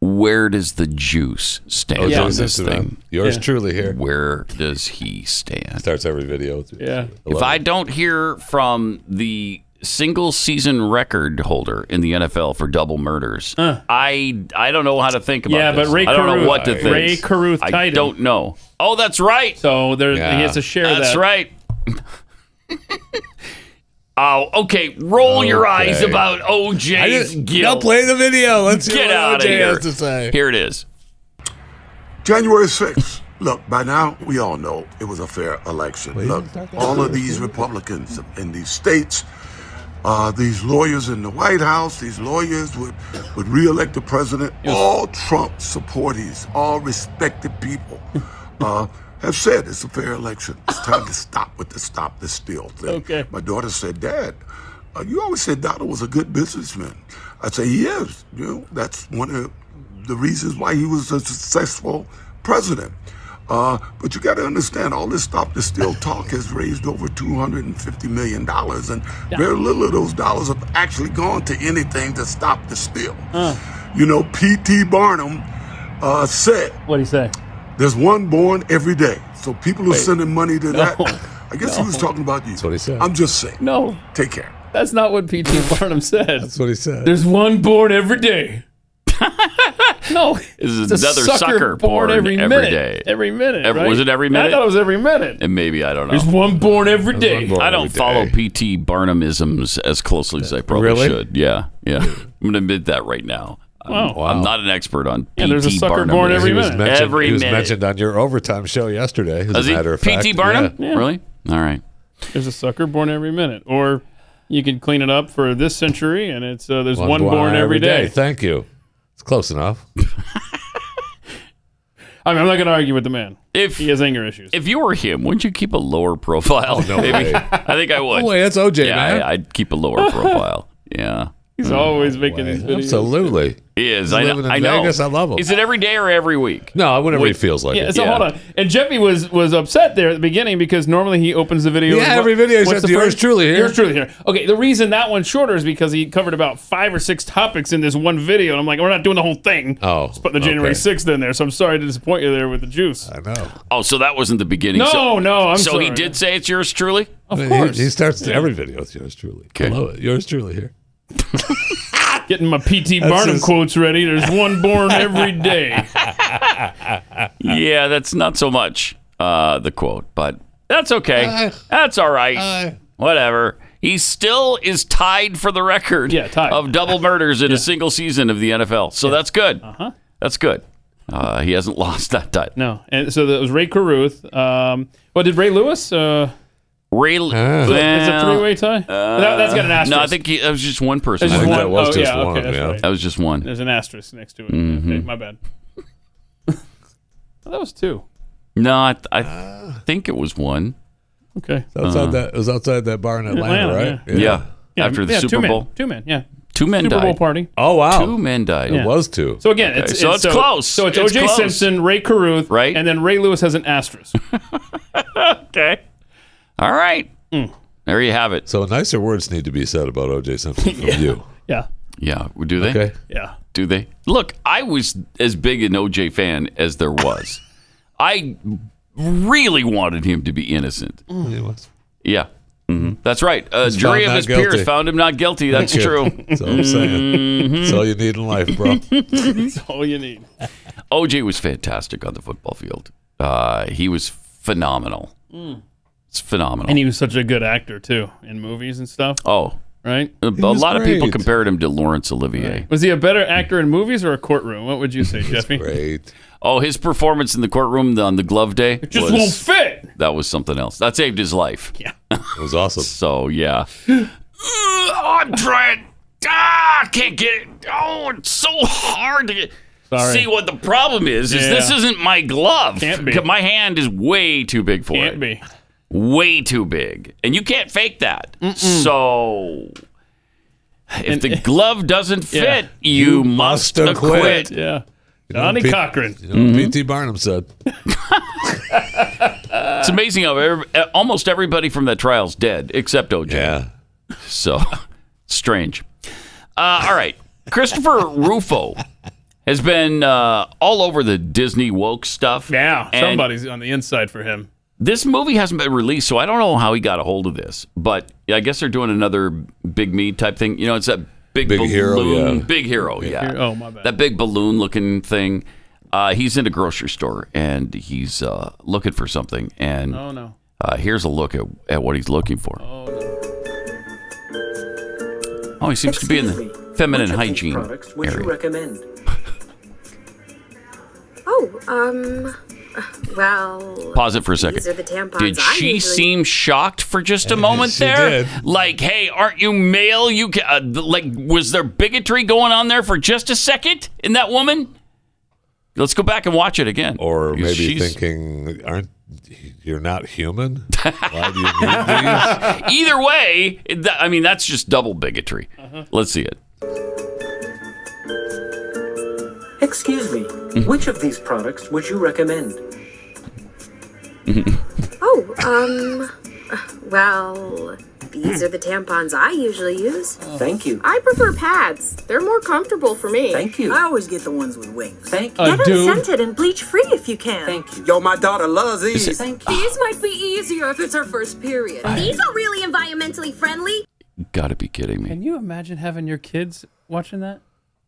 Speaker 3: where does the juice stand
Speaker 4: Yeah.
Speaker 3: on
Speaker 4: Juice
Speaker 3: this
Speaker 4: is around.
Speaker 3: thing?
Speaker 4: Yours Yeah. truly here.
Speaker 3: Where does he stand?
Speaker 4: Starts every video. with-
Speaker 5: Yeah.
Speaker 3: If I don't hear from the single season record holder in the NFL for double murders, I I don't know how to think about
Speaker 5: Yeah, but
Speaker 3: this.
Speaker 5: Ray
Speaker 3: I don't know
Speaker 5: Caruth-
Speaker 3: what to think.
Speaker 5: Ray Caruth
Speaker 3: I
Speaker 5: Titan.
Speaker 3: don't know. Oh, that's right.
Speaker 5: So there,
Speaker 4: Yeah.
Speaker 5: he has to share
Speaker 3: That's
Speaker 5: that.
Speaker 3: right. oh, okay. Roll your eyes
Speaker 4: Okay.
Speaker 3: about
Speaker 4: I
Speaker 3: OJ's
Speaker 4: just
Speaker 3: guilt.
Speaker 4: now play the video. Let's hear
Speaker 3: Get
Speaker 4: what
Speaker 3: out of
Speaker 4: OJ
Speaker 3: here.
Speaker 4: has to say.
Speaker 3: Here it is.
Speaker 12: January 6th. Look, by now, we all know it was a fair election. Look, all of these Republicans in these states, uh, these lawyers in the White House, these lawyers would, would reelect the president, all Trump supporters, all respected people, uh, have said it's a fair election. It's time to stop with the stop the steal thing.
Speaker 5: Okay.
Speaker 12: My daughter said, Dad, uh, you always said Donald was a good businessman. I say, he is. You know, that's one of the reasons why he was a successful president. Uh, but you got to understand, all this stop the steal talk has raised over $250 million, and very little of those dollars have actually gone to anything to stop the steal. You know, P.T. Barnum uh, said,
Speaker 5: What'd he say?
Speaker 12: there's one born every day. So people are sending money to that. I guess he was talking about you. That's
Speaker 4: what he said.
Speaker 12: I'm just saying.
Speaker 5: No,
Speaker 12: Take care.
Speaker 5: that's not what P.T. Barnum said.
Speaker 4: That's what he said.
Speaker 5: There's one born every day. no,
Speaker 3: This is
Speaker 5: it's a
Speaker 3: another sucker born every
Speaker 5: minute,
Speaker 3: day.
Speaker 5: Every minute.
Speaker 3: Every-
Speaker 5: right?
Speaker 3: was it every minute?
Speaker 5: I thought it was every minute.
Speaker 3: And maybe I don't know.
Speaker 5: There's one born every day.
Speaker 4: one born.
Speaker 3: I don't
Speaker 4: every
Speaker 3: follow
Speaker 4: day.
Speaker 3: P.T. Barnumisms as closely as I probably
Speaker 4: Really?
Speaker 3: should. Yeah, yeah. I'm going to admit that right now. I'm,
Speaker 5: Wow.
Speaker 3: I'm not an expert on P.T.
Speaker 5: Yeah, there's a sucker born
Speaker 3: Barnumisms.
Speaker 5: every
Speaker 4: He was
Speaker 5: minute.
Speaker 4: mentioned,
Speaker 3: Every
Speaker 4: he was
Speaker 3: minute.
Speaker 4: mentioned on your overtime show yesterday. As
Speaker 3: Does
Speaker 4: a
Speaker 3: he?
Speaker 4: matter of fact,
Speaker 3: P.T. Barnum?
Speaker 4: Yeah.
Speaker 3: Really? All right.
Speaker 5: There's a sucker born every minute. Or you can clean it up for this century, and it's uh, there's one, born every day.
Speaker 4: Thank you. It's close enough.
Speaker 5: I mean, I'm not going to argue with the man.
Speaker 3: If
Speaker 5: He has anger issues.
Speaker 3: if you were him, wouldn't you keep a lower profile?
Speaker 4: No way.
Speaker 3: I think I would.
Speaker 4: No way. That's OJ,
Speaker 3: yeah,
Speaker 4: man.
Speaker 3: I, I'd keep a lower profile. Yeah.
Speaker 5: He's always making these videos.
Speaker 4: Absolutely.
Speaker 3: He is. I, know-
Speaker 4: living in
Speaker 3: I know.
Speaker 4: Vegas, I love him.
Speaker 3: Is it every day or every week?
Speaker 4: No, whenever he feels like
Speaker 5: Yeah,
Speaker 4: it.
Speaker 5: so
Speaker 3: Yeah.
Speaker 5: hold on. And Jeffy was was upset there at the beginning because normally he opens the video.
Speaker 4: Yeah,
Speaker 5: with what-
Speaker 4: every video
Speaker 5: what's
Speaker 4: says,
Speaker 5: the
Speaker 4: "Yours
Speaker 5: first-
Speaker 4: truly here."
Speaker 5: Yours truly here. Okay, the reason that one's shorter is because he covered about five or six topics in this one video, and I'm like, we're not doing the whole thing.
Speaker 4: Oh,
Speaker 5: Let's put the January
Speaker 4: okay.
Speaker 5: 6th in there. So I'm sorry to disappoint you there with the juice.
Speaker 4: I know.
Speaker 3: Oh, so that wasn't the beginning.
Speaker 5: No,
Speaker 3: so,
Speaker 5: no, I'm
Speaker 3: so he
Speaker 5: sorry.
Speaker 3: did say it's yours truly.
Speaker 5: Of
Speaker 4: He-
Speaker 5: course,
Speaker 4: He, starts every video with yours truly. I
Speaker 3: Okay.
Speaker 4: love it. Yours truly here.
Speaker 5: getting my PT Barnum
Speaker 4: his-
Speaker 5: quotes ready. There's one born every day.
Speaker 3: Yeah, that's not so much uh, the quote, but that's okay.
Speaker 4: Uh,
Speaker 3: that's all right.
Speaker 4: uh,
Speaker 3: Whatever. He still is tied for the record
Speaker 5: Yeah, tied.
Speaker 3: of double murders in a single season of the NFL. So that's good. Uh-huh. That's good. Uh, he hasn't lost that title.
Speaker 5: No, and so that was Ray Caruth. Um, what did Ray Lewis? Uh,
Speaker 3: Ray, uh,
Speaker 5: it's a three-way tie. that, has got an asterisk.
Speaker 3: No, I think he, that was just one person.
Speaker 5: It's
Speaker 4: I
Speaker 5: just
Speaker 4: think
Speaker 5: one.
Speaker 4: that was
Speaker 5: oh,
Speaker 4: just
Speaker 5: yeah,
Speaker 4: one,
Speaker 5: Okay, that's
Speaker 4: yeah.
Speaker 5: right.
Speaker 3: That was just one. Mm-hmm.
Speaker 5: There's an asterisk next to it. Okay, my bad. Well, that was two.
Speaker 3: No, I, th- I th- think it was one. Uh,
Speaker 5: Okay.
Speaker 4: Uh. It's outside that, it was outside that bar in Atlanta,
Speaker 5: Atlanta,
Speaker 4: right?
Speaker 3: Uh-huh. Yeah. After the
Speaker 5: yeah,
Speaker 3: Super
Speaker 5: two men.
Speaker 3: Bowl,
Speaker 5: Two men, yeah.
Speaker 3: two men
Speaker 5: Super
Speaker 3: died.
Speaker 5: Bowl party.
Speaker 4: Oh, wow.
Speaker 3: Two men died.
Speaker 4: It was two.
Speaker 5: So again, it's,
Speaker 3: so it's close.
Speaker 5: So it's,
Speaker 3: It's
Speaker 5: O.J.
Speaker 3: close.
Speaker 5: Simpson, Ray Caruth,
Speaker 3: Right.
Speaker 5: and then Ray Lewis has an asterisk. Mm.
Speaker 3: Okay. All right. There you have it.
Speaker 4: So nicer words need to be said about O.J. Simpson from you.
Speaker 5: Yeah.
Speaker 3: Yeah. Do they?
Speaker 4: Okay.
Speaker 5: Yeah.
Speaker 3: Do they? Look, I was as big an OJ fan as there was. I really wanted him to be innocent.
Speaker 5: Mm.
Speaker 4: He was.
Speaker 3: Yeah. hmm That's right. A
Speaker 4: Mm-hmm. He's found not
Speaker 3: jury of his
Speaker 4: guilty.
Speaker 3: peers found him not guilty. That's
Speaker 4: Thank you.
Speaker 3: true. Mm-hmm.
Speaker 4: That's all I'm saying. That's all you need in life, bro.
Speaker 5: That's all you need.
Speaker 3: OJ was fantastic on the football field. Uh, he was phenomenal. It's phenomenal.
Speaker 5: Mm. And he was such a good actor too in movies and stuff.
Speaker 3: oh,
Speaker 5: right.
Speaker 3: A, a
Speaker 5: He was
Speaker 3: lot of people
Speaker 5: great.
Speaker 3: compared him to Laurence Olivier.
Speaker 5: Was he a better actor in movies or a courtroom? What would you say, Jeffy?
Speaker 4: Great.
Speaker 3: Oh, his performance in the courtroom on the glove day
Speaker 5: Just
Speaker 3: was
Speaker 5: won't fit.
Speaker 3: that was something else. That saved his life.
Speaker 5: Yeah,
Speaker 3: it
Speaker 4: was awesome.
Speaker 3: So yeah, I'm trying. Ah, I can't get it. Oh, it's so hard to get.
Speaker 5: Sorry.
Speaker 3: See what the problem is? Is
Speaker 5: Yeah.
Speaker 3: this isn't my glove?
Speaker 5: Can't be.
Speaker 3: My hand is way too big for
Speaker 5: Can't
Speaker 3: it.
Speaker 5: be.
Speaker 3: Way too big, and you can't fake that. So. If
Speaker 5: And-
Speaker 3: the glove doesn't
Speaker 5: Yeah.
Speaker 3: fit, you, must acquit.
Speaker 5: Yeah.
Speaker 4: know,
Speaker 5: Johnny
Speaker 4: Pete-
Speaker 5: Cochran.
Speaker 4: You know
Speaker 3: Mm-hmm.
Speaker 4: what P.T. Barnum said.
Speaker 3: It's amazing how every, almost everybody from that trial's dead except OJ.
Speaker 4: Yeah.
Speaker 3: So strange. Uh, all right. Christopher Rufo has been uh, all over the Disney woke stuff.
Speaker 5: Yeah.
Speaker 3: And
Speaker 5: Somebody's on the inside for him.
Speaker 3: This movie hasn't been released, so I don't know how he got a hold of this, but I guess they're doing another Big Me type thing. You know, it's that big,
Speaker 4: Big
Speaker 3: balloon,
Speaker 4: Hero, yeah.
Speaker 3: big hero, yeah.
Speaker 5: Hero- oh, my bad.
Speaker 3: That big balloon looking thing. Uh, he's in a grocery store and he's uh, looking for something. And
Speaker 5: Oh, no.
Speaker 3: uh, here's a look at, at what he's looking for. Oh, he seems to be in
Speaker 13: Excuse
Speaker 3: the feminine
Speaker 13: Which of these
Speaker 3: hygiene
Speaker 13: products would you
Speaker 3: area.
Speaker 13: recommend? oh, um, well.
Speaker 3: Pause it for a second.
Speaker 13: These are the tampons
Speaker 3: Did
Speaker 13: I
Speaker 3: she
Speaker 13: usually-
Speaker 3: seem shocked for just a moment
Speaker 13: she
Speaker 3: there?
Speaker 13: did.
Speaker 3: Like, hey, aren't you male? You ca- uh, th- like, was there bigotry going on there for just a second in that woman? Let's go back and watch it again.
Speaker 4: Or maybe
Speaker 3: She's-
Speaker 4: thinking, aren't you're not human? Why do you need these?
Speaker 3: Either way, th- I mean, that's just double bigotry.
Speaker 13: Uh-huh.
Speaker 3: Let's see it.
Speaker 13: Excuse me. Which of these products would you recommend? Oh, um, well, these are the tampons I usually use.
Speaker 14: Thank you.
Speaker 13: I prefer pads. They're more comfortable for me.
Speaker 14: Thank you. I always get the ones with wings. Thank
Speaker 13: you.
Speaker 14: you.
Speaker 13: Get 'em scented and bleach free if you can.
Speaker 14: Thank you. Yo, my daughter loves these.
Speaker 15: These might be easier if it's her first period. These are really environmentally friendly.
Speaker 3: Got to be kidding me.
Speaker 5: Can you imagine having your kids watching that?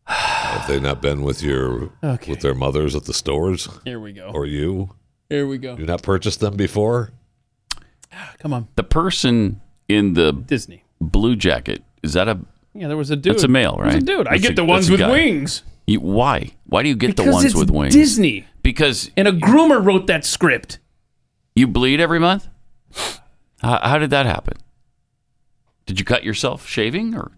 Speaker 4: Have they not been with your with their mothers at the stores?
Speaker 5: Here we go.
Speaker 4: Or you?
Speaker 5: Here we go.
Speaker 4: You not purchased them before?
Speaker 5: Ah, Come on.
Speaker 3: The person in the
Speaker 5: Disney
Speaker 3: blue jacket is that a?
Speaker 5: Yeah, there was a dude.
Speaker 3: It's a male, right?
Speaker 5: There's a dude. I
Speaker 3: That's
Speaker 5: get
Speaker 3: a-
Speaker 5: the
Speaker 3: that's
Speaker 5: ones
Speaker 3: a
Speaker 5: with
Speaker 3: guy.
Speaker 5: wings.
Speaker 3: You, why? Why do you get the
Speaker 5: Because
Speaker 3: ones
Speaker 5: it's
Speaker 3: with wings?
Speaker 5: Disney.
Speaker 3: Because
Speaker 5: And a groomer wrote that script.
Speaker 3: You bleed every month? How, how did that happen? Did you cut yourself shaving or?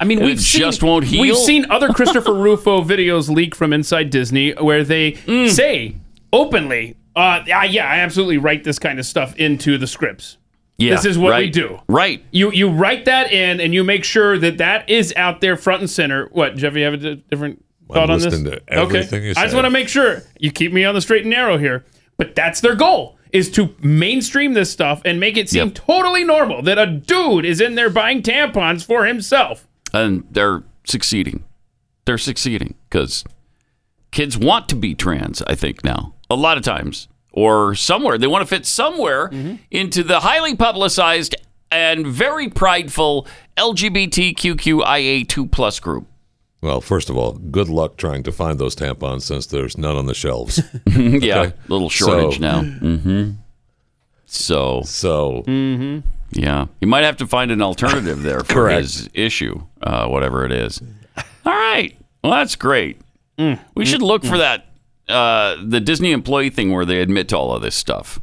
Speaker 5: I mean,
Speaker 3: And
Speaker 5: we've
Speaker 3: it
Speaker 5: seen,
Speaker 3: just won't heal?
Speaker 5: We've seen other Christopher Rufo videos leak from Inside Disney where they
Speaker 3: Mm.
Speaker 5: say openly, uh, "Ah, "Yeah, I absolutely write this kind of stuff into the scripts.
Speaker 3: Yeah,
Speaker 5: this is what we
Speaker 3: right,
Speaker 5: do.
Speaker 3: Right?
Speaker 5: You you write that in, and you make sure that that is out there front and center. What, Jeff? You have a di- different
Speaker 4: I'm
Speaker 5: thought on this?
Speaker 4: listening to everything
Speaker 5: okay,
Speaker 4: you
Speaker 5: I just
Speaker 4: say.
Speaker 5: want to make sure you keep me on the straight and narrow here. But that's their goal is to mainstream this stuff and make it seem
Speaker 3: Yep.
Speaker 5: totally normal that a dude is in there buying tampons for himself.
Speaker 3: And they're succeeding. They're succeeding because kids want to be trans. I think now a lot of times or somewhere they want to fit somewhere
Speaker 4: Mm-hmm.
Speaker 3: into the highly publicized and very prideful LGBTQIA2 plus group.
Speaker 4: Well, first of all, good luck trying to find those tampons since there's none on the shelves.
Speaker 3: yeah,
Speaker 4: Okay?
Speaker 3: little shortage
Speaker 4: So-
Speaker 3: now.
Speaker 16: Hmm.
Speaker 3: Mm-hmm. So mm-hmm.
Speaker 4: so
Speaker 3: yeah, you might have to find an alternative there for
Speaker 4: Mm-hmm. Correct.
Speaker 3: his issue, uh, whatever it is. All right, well that's great. We should look for that uh, the Disney employee thing where they admit to all of this stuff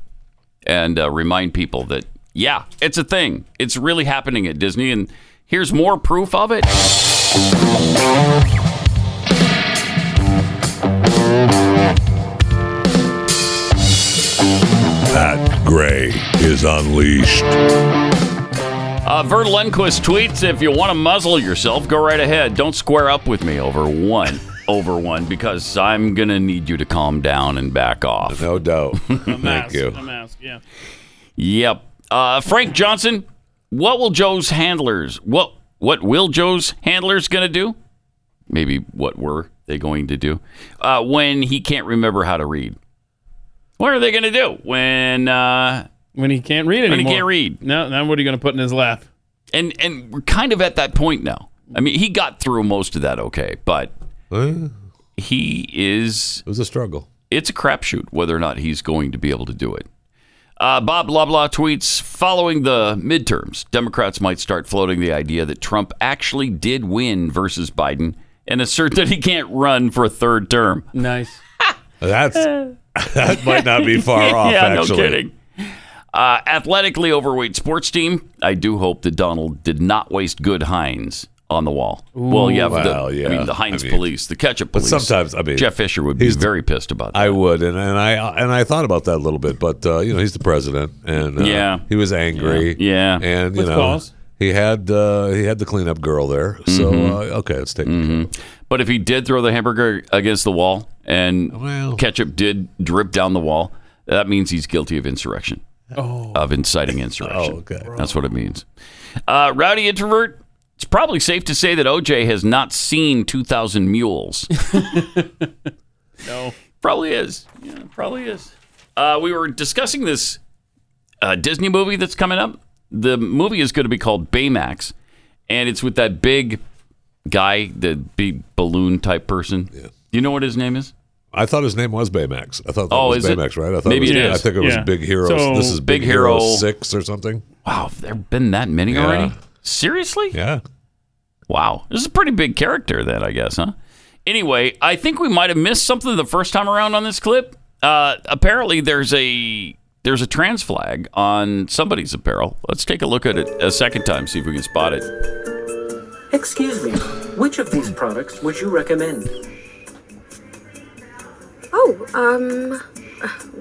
Speaker 3: and uh, remind people that yeah, it's a thing. It's really happening at Disney, and here's more proof of it.
Speaker 4: Pat Gray is unleashed.
Speaker 3: Uh, Vern Lundquist tweets: If you want to muzzle yourself, go right ahead. Don't square up with me over one, over one, because I'm gonna need you to calm down and back off.
Speaker 4: No doubt.
Speaker 5: Mask,
Speaker 3: Thank
Speaker 5: A mask, yeah.
Speaker 3: Yep. Uh, Frank Johnson, what will Joe's handlers? What what will Joe's handlers going to do? Maybe what were they going to do uh, when he can't remember how to read? What are they going to do when uh,
Speaker 5: when he can't read
Speaker 3: When he
Speaker 5: anymore.
Speaker 3: can't read?
Speaker 5: No, now what are you going to put in his lap?
Speaker 3: And and we're kind of at that point now. I mean, he got through most of that okay, but he is. It
Speaker 4: was a struggle.
Speaker 3: It's a crapshoot whether or not he's going to be able to do it. Uh, Bob Loblaw tweets Following the midterms, Democrats might start floating the idea that Trump actually did win versus Biden and assert that he can't run for a third term.
Speaker 5: Nice.
Speaker 4: That's that might not be far off.
Speaker 3: yeah,
Speaker 4: actually.
Speaker 3: no kidding. Uh, athletically overweight sports team. I do hope that Donald did not waste good Heinz on the wall. well, yeah, for the,
Speaker 4: Well, yeah.
Speaker 3: I mean the Heinz
Speaker 4: I mean-
Speaker 3: police, the ketchup
Speaker 4: But
Speaker 3: police.
Speaker 4: sometimes, I mean,
Speaker 3: Jeff Fisher would be
Speaker 4: he's the-
Speaker 3: very pissed about.
Speaker 4: I would, and, and I and I thought about that a little bit, but uh, you know he's the president, and uh,
Speaker 3: Yeah.
Speaker 4: he was angry,
Speaker 3: Yeah. Yeah.
Speaker 4: and you
Speaker 3: With
Speaker 4: know
Speaker 3: cause.
Speaker 4: he had uh, he had the cleanup girl there, so
Speaker 3: Mhm.
Speaker 4: uh, okay, let's take.
Speaker 3: Mhm. But if he did throw the hamburger against the wall and ketchup did drip down the wall, that means he's guilty of insurrection,
Speaker 5: Oh.
Speaker 3: of inciting insurrection.
Speaker 4: Oh, okay.
Speaker 3: That's what it means. Uh, rowdy introvert. It's probably safe to say that OJ has not seen 2,000 mules.
Speaker 5: No.
Speaker 3: Probably is. Yeah, probably is. Uh, we were discussing this uh, Disney movie that's coming up. The movie is going to be called Baymax, and it's with that big guy, the big balloon type person. You know what his name is?
Speaker 4: I thought his name was Baymax. I thought that
Speaker 3: Oh,
Speaker 4: was
Speaker 3: is it?
Speaker 4: Baymax, right? I thought
Speaker 3: Maybe
Speaker 4: it was,
Speaker 3: it is.
Speaker 4: I think it was
Speaker 3: Yeah.
Speaker 4: Big Hero.
Speaker 3: So-
Speaker 4: this is
Speaker 3: Big
Speaker 4: Big, Hero
Speaker 3: Hero-
Speaker 4: Six or something.
Speaker 3: Wow, have there been that many
Speaker 4: Yeah.
Speaker 3: already? Seriously?
Speaker 4: Yeah.
Speaker 3: Wow, this is a pretty big character then, I guess, huh? Anyway, I think we might have missed something the first time around on this clip. Uh, apparently, there's a there's a trans flag on somebody's apparel. Let's take a look at it a second time, see if we can spot it.
Speaker 14: Excuse me, which of these products would you recommend?
Speaker 13: Oh, um,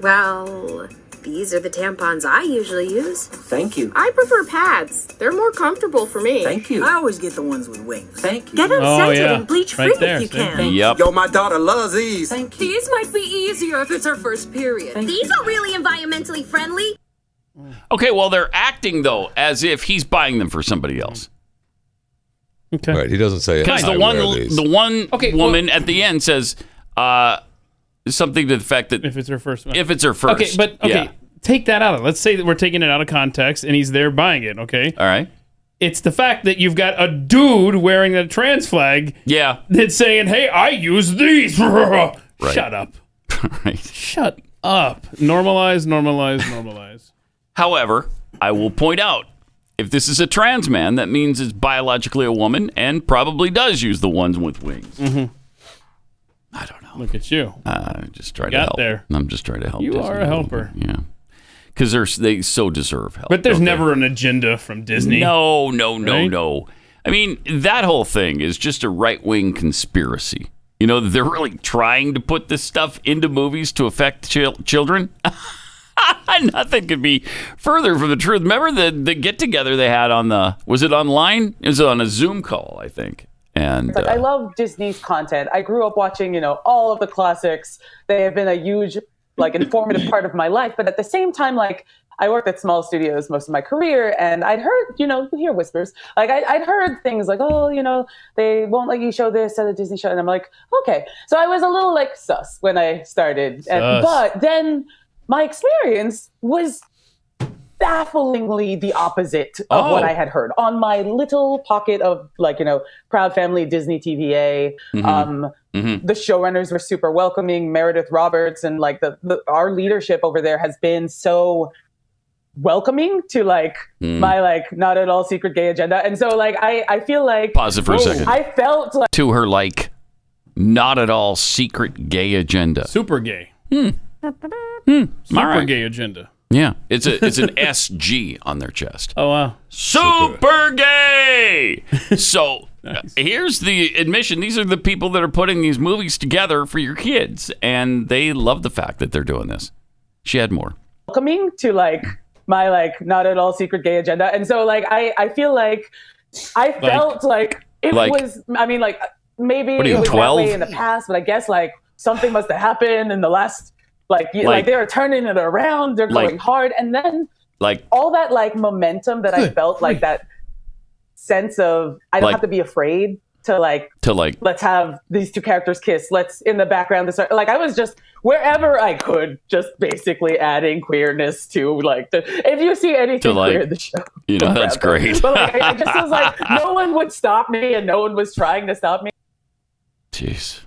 Speaker 13: well, these are the tampons I usually use.
Speaker 14: Thank you.
Speaker 13: I prefer pads. They're more comfortable for me.
Speaker 14: Thank you. I always get the ones with wings. Thank you.
Speaker 13: Get 'em
Speaker 15: Oh,
Speaker 13: scented
Speaker 15: yeah.
Speaker 13: and bleach free
Speaker 15: Right
Speaker 13: if
Speaker 15: there,
Speaker 13: you
Speaker 15: see?
Speaker 13: can.
Speaker 15: Thank
Speaker 3: Yep.
Speaker 14: Yo, my daughter loves these.
Speaker 15: These might be easier if it's her first period. These are really environmentally friendly.
Speaker 3: Okay, well they're acting though as if he's buying them for somebody else.
Speaker 5: Okay.
Speaker 4: Right. He doesn't say
Speaker 3: Because
Speaker 4: "I
Speaker 3: the one
Speaker 4: wear these."
Speaker 3: the one
Speaker 5: Okay, well-
Speaker 3: woman at the end says uh, something to the fact that
Speaker 5: if it's her first one.
Speaker 3: if it's her first.
Speaker 5: Okay, but okay,
Speaker 3: yeah.
Speaker 5: take that out of. Let's say that we're taking it out of context, and he's there buying it. Okay,
Speaker 3: all right.
Speaker 5: It's the fact that you've got a dude wearing a trans flag
Speaker 3: Yeah.
Speaker 5: that's saying, "Hey, I use these." Shut up.
Speaker 3: right.
Speaker 5: Shut up. Normalize. Normalize. Normalize.
Speaker 3: However, I will point out if this is a trans man, that means it's biologically a woman and probably does use the ones with wings.
Speaker 5: mm-hmm. I don't
Speaker 3: know.
Speaker 5: Look at you.
Speaker 3: Uh, just try
Speaker 5: You
Speaker 3: to
Speaker 5: got
Speaker 3: help.
Speaker 5: there.
Speaker 3: I'm just trying to help.
Speaker 5: You
Speaker 3: Disney
Speaker 5: are a
Speaker 3: little
Speaker 5: helper.
Speaker 3: bit, Yeah. Because they're they so deserve help.
Speaker 5: But there's
Speaker 3: don't they?
Speaker 5: never an agenda from Disney.
Speaker 3: No, no, no,
Speaker 5: Right?
Speaker 3: no. I mean, that whole thing is just a right wing conspiracy. You know, they're really trying to put this stuff into movies to affect chil- children. Nothing could be further from the truth. Remember the, the get together they had on the, was it online? It was on a Zoom call, I think. And
Speaker 17: It's like I love Disney's content. I grew up watching, you know, all of the classics. They have been a huge, like, informative part of my life. But at the same time, like, I worked at small studios most of my career, and I'd heard, you know, you hear whispers. Like I, I'd heard things like, "Oh, you know, they won't let you show this at a Disney show," and I'm like, "Okay." So I was a little like sus when I started,
Speaker 16: Sus.
Speaker 17: and, but then my experience was bafflingly the opposite of
Speaker 16: Oh.
Speaker 17: what I had heard on my little pocket of like you know proud family Disney TVA.
Speaker 3: Mm-hmm.
Speaker 16: Mhm.
Speaker 17: Um,
Speaker 16: Mhm.
Speaker 17: The showrunners were super welcoming. Meredith Roberts and like the, the our leadership over there has been so welcoming to like
Speaker 3: Mm.
Speaker 17: my like not at all secret gay agenda. And so like I I feel like
Speaker 3: Pause it for a
Speaker 17: Whoa.
Speaker 3: second.
Speaker 17: I felt like
Speaker 3: uh, to her, like, not at all secret gay agenda.
Speaker 5: Super gay.
Speaker 3: Hmm.
Speaker 5: Super
Speaker 3: All right.
Speaker 5: gay agenda.
Speaker 3: Yeah. It's, a, it's an SG on their chest.
Speaker 5: Oh wow.
Speaker 3: super gay. So uh, here's the admission. These are the people that are putting these movies together for your kids, and they love the fact that they're doing this. She had more.
Speaker 17: welcoming to like my like not at all secret gay agenda and so like i i feel like i felt like, it
Speaker 3: Like-
Speaker 17: was i mean like maybe
Speaker 3: What are
Speaker 17: it
Speaker 3: you,
Speaker 17: was
Speaker 3: 12?
Speaker 17: that way in the past but i guess like something must have happened in the last like you, like,
Speaker 3: Like-
Speaker 17: they're turning it around they're going
Speaker 3: like-
Speaker 17: hard and then
Speaker 3: Like
Speaker 17: all that like momentum that I felt, like that sense of I don't
Speaker 3: Like-
Speaker 17: have to be afraid to like
Speaker 3: to like
Speaker 17: let's have these two characters kiss. Let's in the background this like I was just wherever I could, just basically adding queerness to like the if you see anything
Speaker 3: like-
Speaker 17: queer in the show.
Speaker 3: you know that's great.
Speaker 17: But like I, I just was like no one would stop me and no one was trying to stop me.
Speaker 3: Jeez.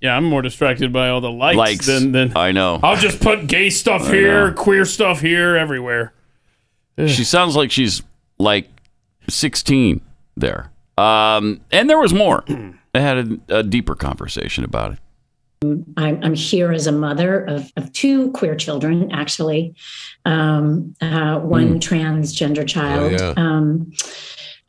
Speaker 5: Yeah, I'm more distracted by all the likes,
Speaker 3: Likes.
Speaker 5: than than
Speaker 3: I know.
Speaker 5: I'll just put gay stuff
Speaker 3: I
Speaker 5: here,
Speaker 3: know.
Speaker 5: queer stuff here, everywhere.
Speaker 3: She sounds like she's like 16 there. Um, and there was more. I had a, a deeper conversation about it.
Speaker 16: I'm, I'm here as a mother of, of two queer children, actually, um, uh, one transgender child
Speaker 3: Mm. yeah. Mm,
Speaker 16: um,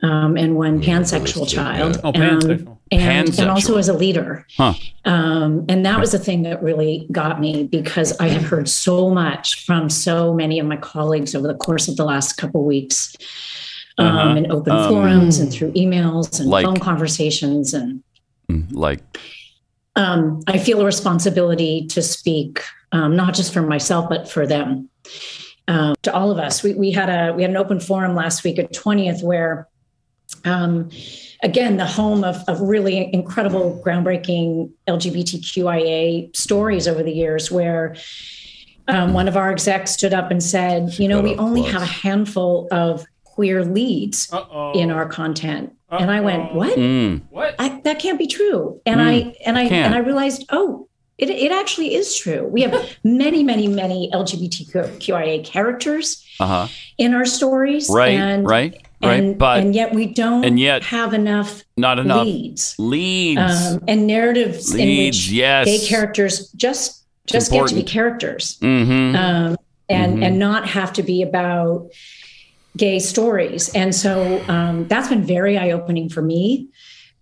Speaker 16: um, and one pansexual child.
Speaker 3: Oh,
Speaker 16: Um,
Speaker 3: pansexual.
Speaker 16: and, and also
Speaker 3: Pansexual.
Speaker 16: as a leader.
Speaker 3: Huh.
Speaker 16: Um, and that was the thing that really got me because I have heard so much from so many of my colleagues over the course of the last couple weeks um,
Speaker 3: Uh-huh.
Speaker 16: in open
Speaker 3: Um,
Speaker 16: forums and through emails and
Speaker 3: like-
Speaker 16: phone conversations and
Speaker 3: Mm, Like,
Speaker 16: um, I feel a responsibility to speak, um, not just for myself, but for them, um, to all of us. We, we had a we had an open forum last week at twentieth where. Um, again, the home of, of really incredible, groundbreaking LGBTQIA stories over the years, where um, one of our execs stood up and said, "You know, we only have a handful of queer leads in our content," and I went, "What?
Speaker 3: Mm.
Speaker 16: I, that can't be true. And
Speaker 3: Mm,
Speaker 16: I and I
Speaker 3: can't.
Speaker 16: and I realized, oh, it, it actually is true. We have many, many, many LGBTQIA characters
Speaker 3: uh huh.
Speaker 16: in our stories,
Speaker 3: Right,
Speaker 16: And,
Speaker 3: right, right.
Speaker 16: and,
Speaker 3: but
Speaker 16: and yet we don't
Speaker 3: and yet-
Speaker 16: have enough
Speaker 3: not enough
Speaker 16: leads,
Speaker 3: leads.
Speaker 16: um, and narratives
Speaker 3: Leads,
Speaker 16: in which
Speaker 3: yes.
Speaker 16: gay characters just just get to be
Speaker 3: important.
Speaker 16: characters
Speaker 3: mm-hmm.
Speaker 17: uh,
Speaker 16: um, and
Speaker 3: Mhm.
Speaker 16: and not have to be about gay stories. And so um, that's been very eye opening for me.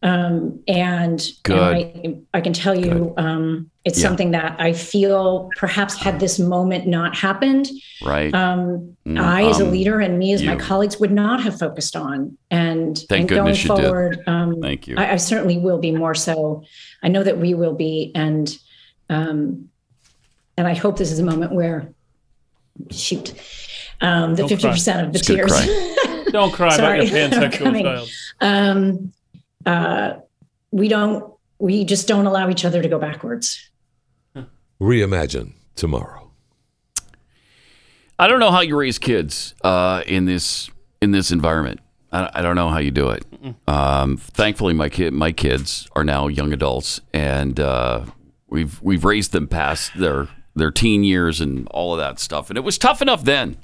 Speaker 16: Um, and
Speaker 3: Good.
Speaker 16: and I, I can tell you, um, it's
Speaker 3: Yeah.
Speaker 16: something that I feel perhaps had this moment not happened,
Speaker 3: right.
Speaker 16: um,
Speaker 3: Mm,
Speaker 16: I as a
Speaker 3: um,
Speaker 16: leader and me as my
Speaker 3: you.
Speaker 16: colleagues would not have focused on. And,
Speaker 3: Thank
Speaker 16: and going
Speaker 3: goodness you did.
Speaker 16: forward, um,
Speaker 3: Thank you.
Speaker 16: I, I certainly will be more so. I know that we will be, and um, and I hope this is a moment where, shoot, um, the
Speaker 5: Don't cry.
Speaker 16: fifty percent of the
Speaker 5: She's gonna
Speaker 16: tears.
Speaker 5: Don't cry about your
Speaker 16: they're
Speaker 5: pansexual
Speaker 16: coming.
Speaker 5: child.
Speaker 16: Um, uh, we don't. We just don't allow each other to go backwards.
Speaker 4: Reimagine tomorrow.
Speaker 3: I don't know how you raise kids uh, in this in this environment. I, I don't know how you do it. Um, thankfully, my kid my kids are now young adults, and uh, we've we've raised them past their their teen years and all of that stuff. And it was tough enough then.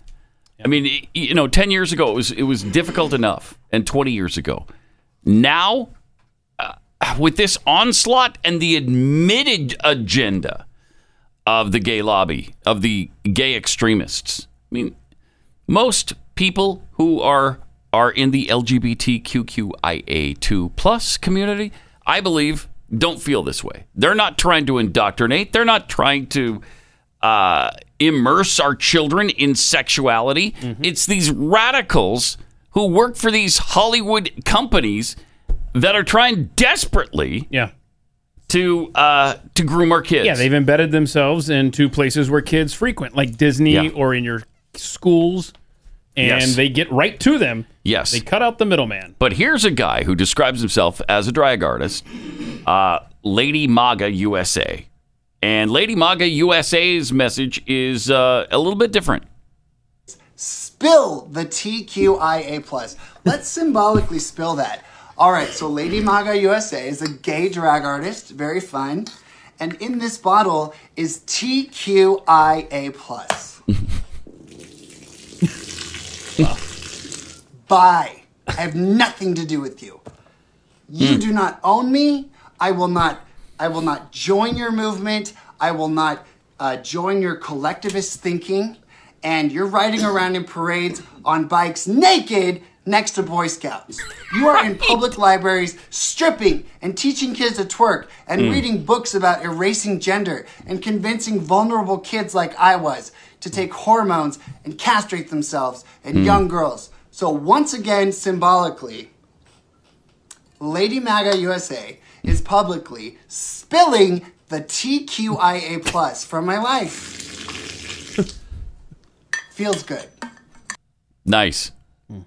Speaker 3: I mean, y- you know, ten years ago it was it was difficult enough, and twenty years ago. Now, uh, with this onslaught and the admitted agenda of the gay lobby, of the gay extremists. I mean, most people who are are in the LGBTQIA2 plus community, I believe, don't feel this way. They're not trying to indoctrinate. They're not trying to uh, immerse our children in sexuality.
Speaker 5: Mm-hmm.
Speaker 3: It's these radicals who work for these Hollywood companies that are trying desperately
Speaker 5: yeah.
Speaker 3: to uh, to groom our kids.
Speaker 5: Yeah, they've embedded themselves into places where kids frequent, like Disney
Speaker 3: Yeah.
Speaker 5: or in your schools, and
Speaker 3: Yes.
Speaker 5: they get right to them.
Speaker 3: Yes.
Speaker 5: They cut out the middleman.
Speaker 3: But here's a guy who describes himself as a drag artist, uh, Lady MAGA USA. And Lady MAGA USA's message is uh, a little bit different.
Speaker 18: spill the TQIA plus. Let's symbolically spill that. All right, so Lady Maga USA is a gay drag artist, very fun, and in this bottle is TQIA plus. Bye. I have nothing to do with you. You
Speaker 19: Hmm.
Speaker 18: do not own me. I will not. I will not join your movement. I will not uh, join your collectivist thinking. And you're riding around in parades on bikes naked next to Boy Scouts. You are in public libraries stripping and teaching kids to twerk and
Speaker 19: Mm.
Speaker 18: reading books about erasing gender and convincing vulnerable kids like I was to take hormones and castrate themselves and
Speaker 19: Mm.
Speaker 18: young girls. So, once again, symbolically, Lady MAGA USA is publicly spilling the TQIA plus from my life. Feels good.
Speaker 3: Nice.
Speaker 5: Hmm.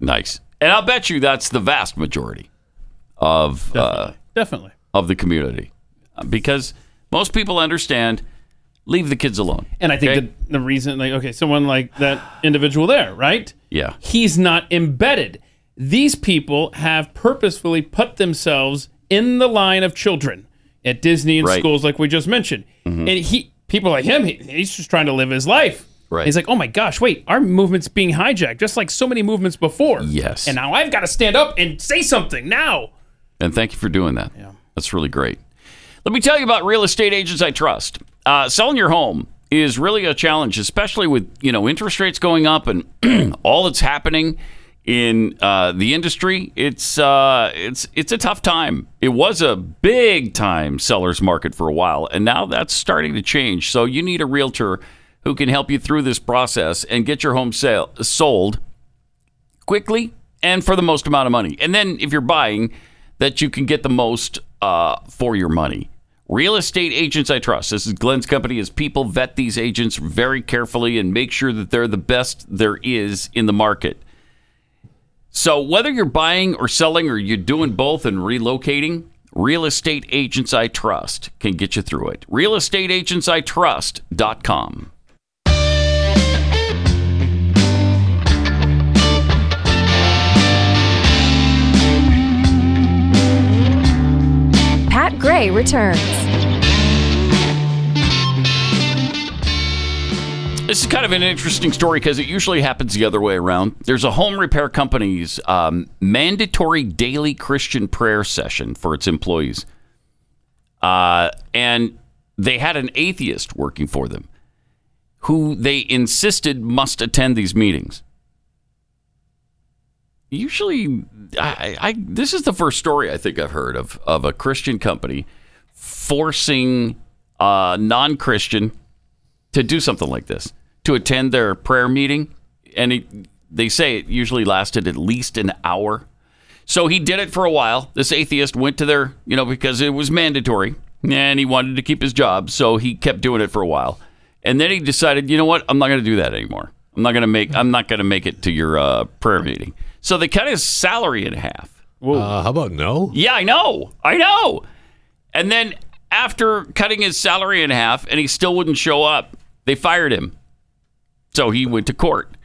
Speaker 3: Nice. And I'll bet you that's the vast majority of uh,
Speaker 5: Definitely.
Speaker 3: of the community because most people understand leave the kids alone.
Speaker 5: And I think that the reason, like, okay, someone like that individual there, right?
Speaker 3: Yeah.
Speaker 5: He's not embedded. These people have purposefully put themselves in the line of children at Disney and
Speaker 3: Right.
Speaker 5: schools, like we just mentioned.
Speaker 3: Mhm.
Speaker 5: And he, people like him, he, he's just trying to live his life.
Speaker 3: Right.
Speaker 5: He's like, oh my gosh, wait, our movement's being hijacked, just like so many movements before.
Speaker 3: Yes.
Speaker 5: And now I've got to stand up and say something now.
Speaker 3: And thank you for doing that. Yeah. That's really great. Let me tell you about real estate agents I trust. Uh, selling your home is really a challenge, especially with you know interest rates going up and all that's happening in uh, the industry. It's uh, it's it's a tough time. It was a big time seller's market for a while, and now that's starting to change. So you need a realtor who can help you through this process and get your home sale sold quickly and for the most amount of money. And then if you're buying, that you can get the most uh, for your money. Real estate agents I trust. This is Glenn's company. As people vet these agents very carefully and make sure that they're the best there is in the market. So whether you're buying or selling or you're doing both and relocating, Real Estate Agents I Trust can get you through it. RealEstateAgentsITrust.com.
Speaker 1: Pat Gray returns.
Speaker 3: This is kind of an interesting story because it usually happens the other way around. There's a home repair company's um, mandatory daily Christian prayer session for its employees. Uh, and they had an atheist working for them who they insisted must attend these meetings. Usually, I, I, this is the first story I think I've heard of, of a Christian company forcing uh, a non Christian to do something like this, to attend their prayer meeting. And it, they say it usually lasted at least an hour. So he did it for a while. This atheist went to their, you know, because it was mandatory and he wanted to keep his job. So he kept doing it for a while. And then he decided, you know what? I'm not going to do that anymore. I'm not going to make I'm not going to make it to your uh, prayer meeting. So they cut his salary in half.
Speaker 4: Uh, how about no?
Speaker 3: Yeah, I know. I know. And then after cutting his salary in half and he still wouldn't show up, they fired him. So he went to court.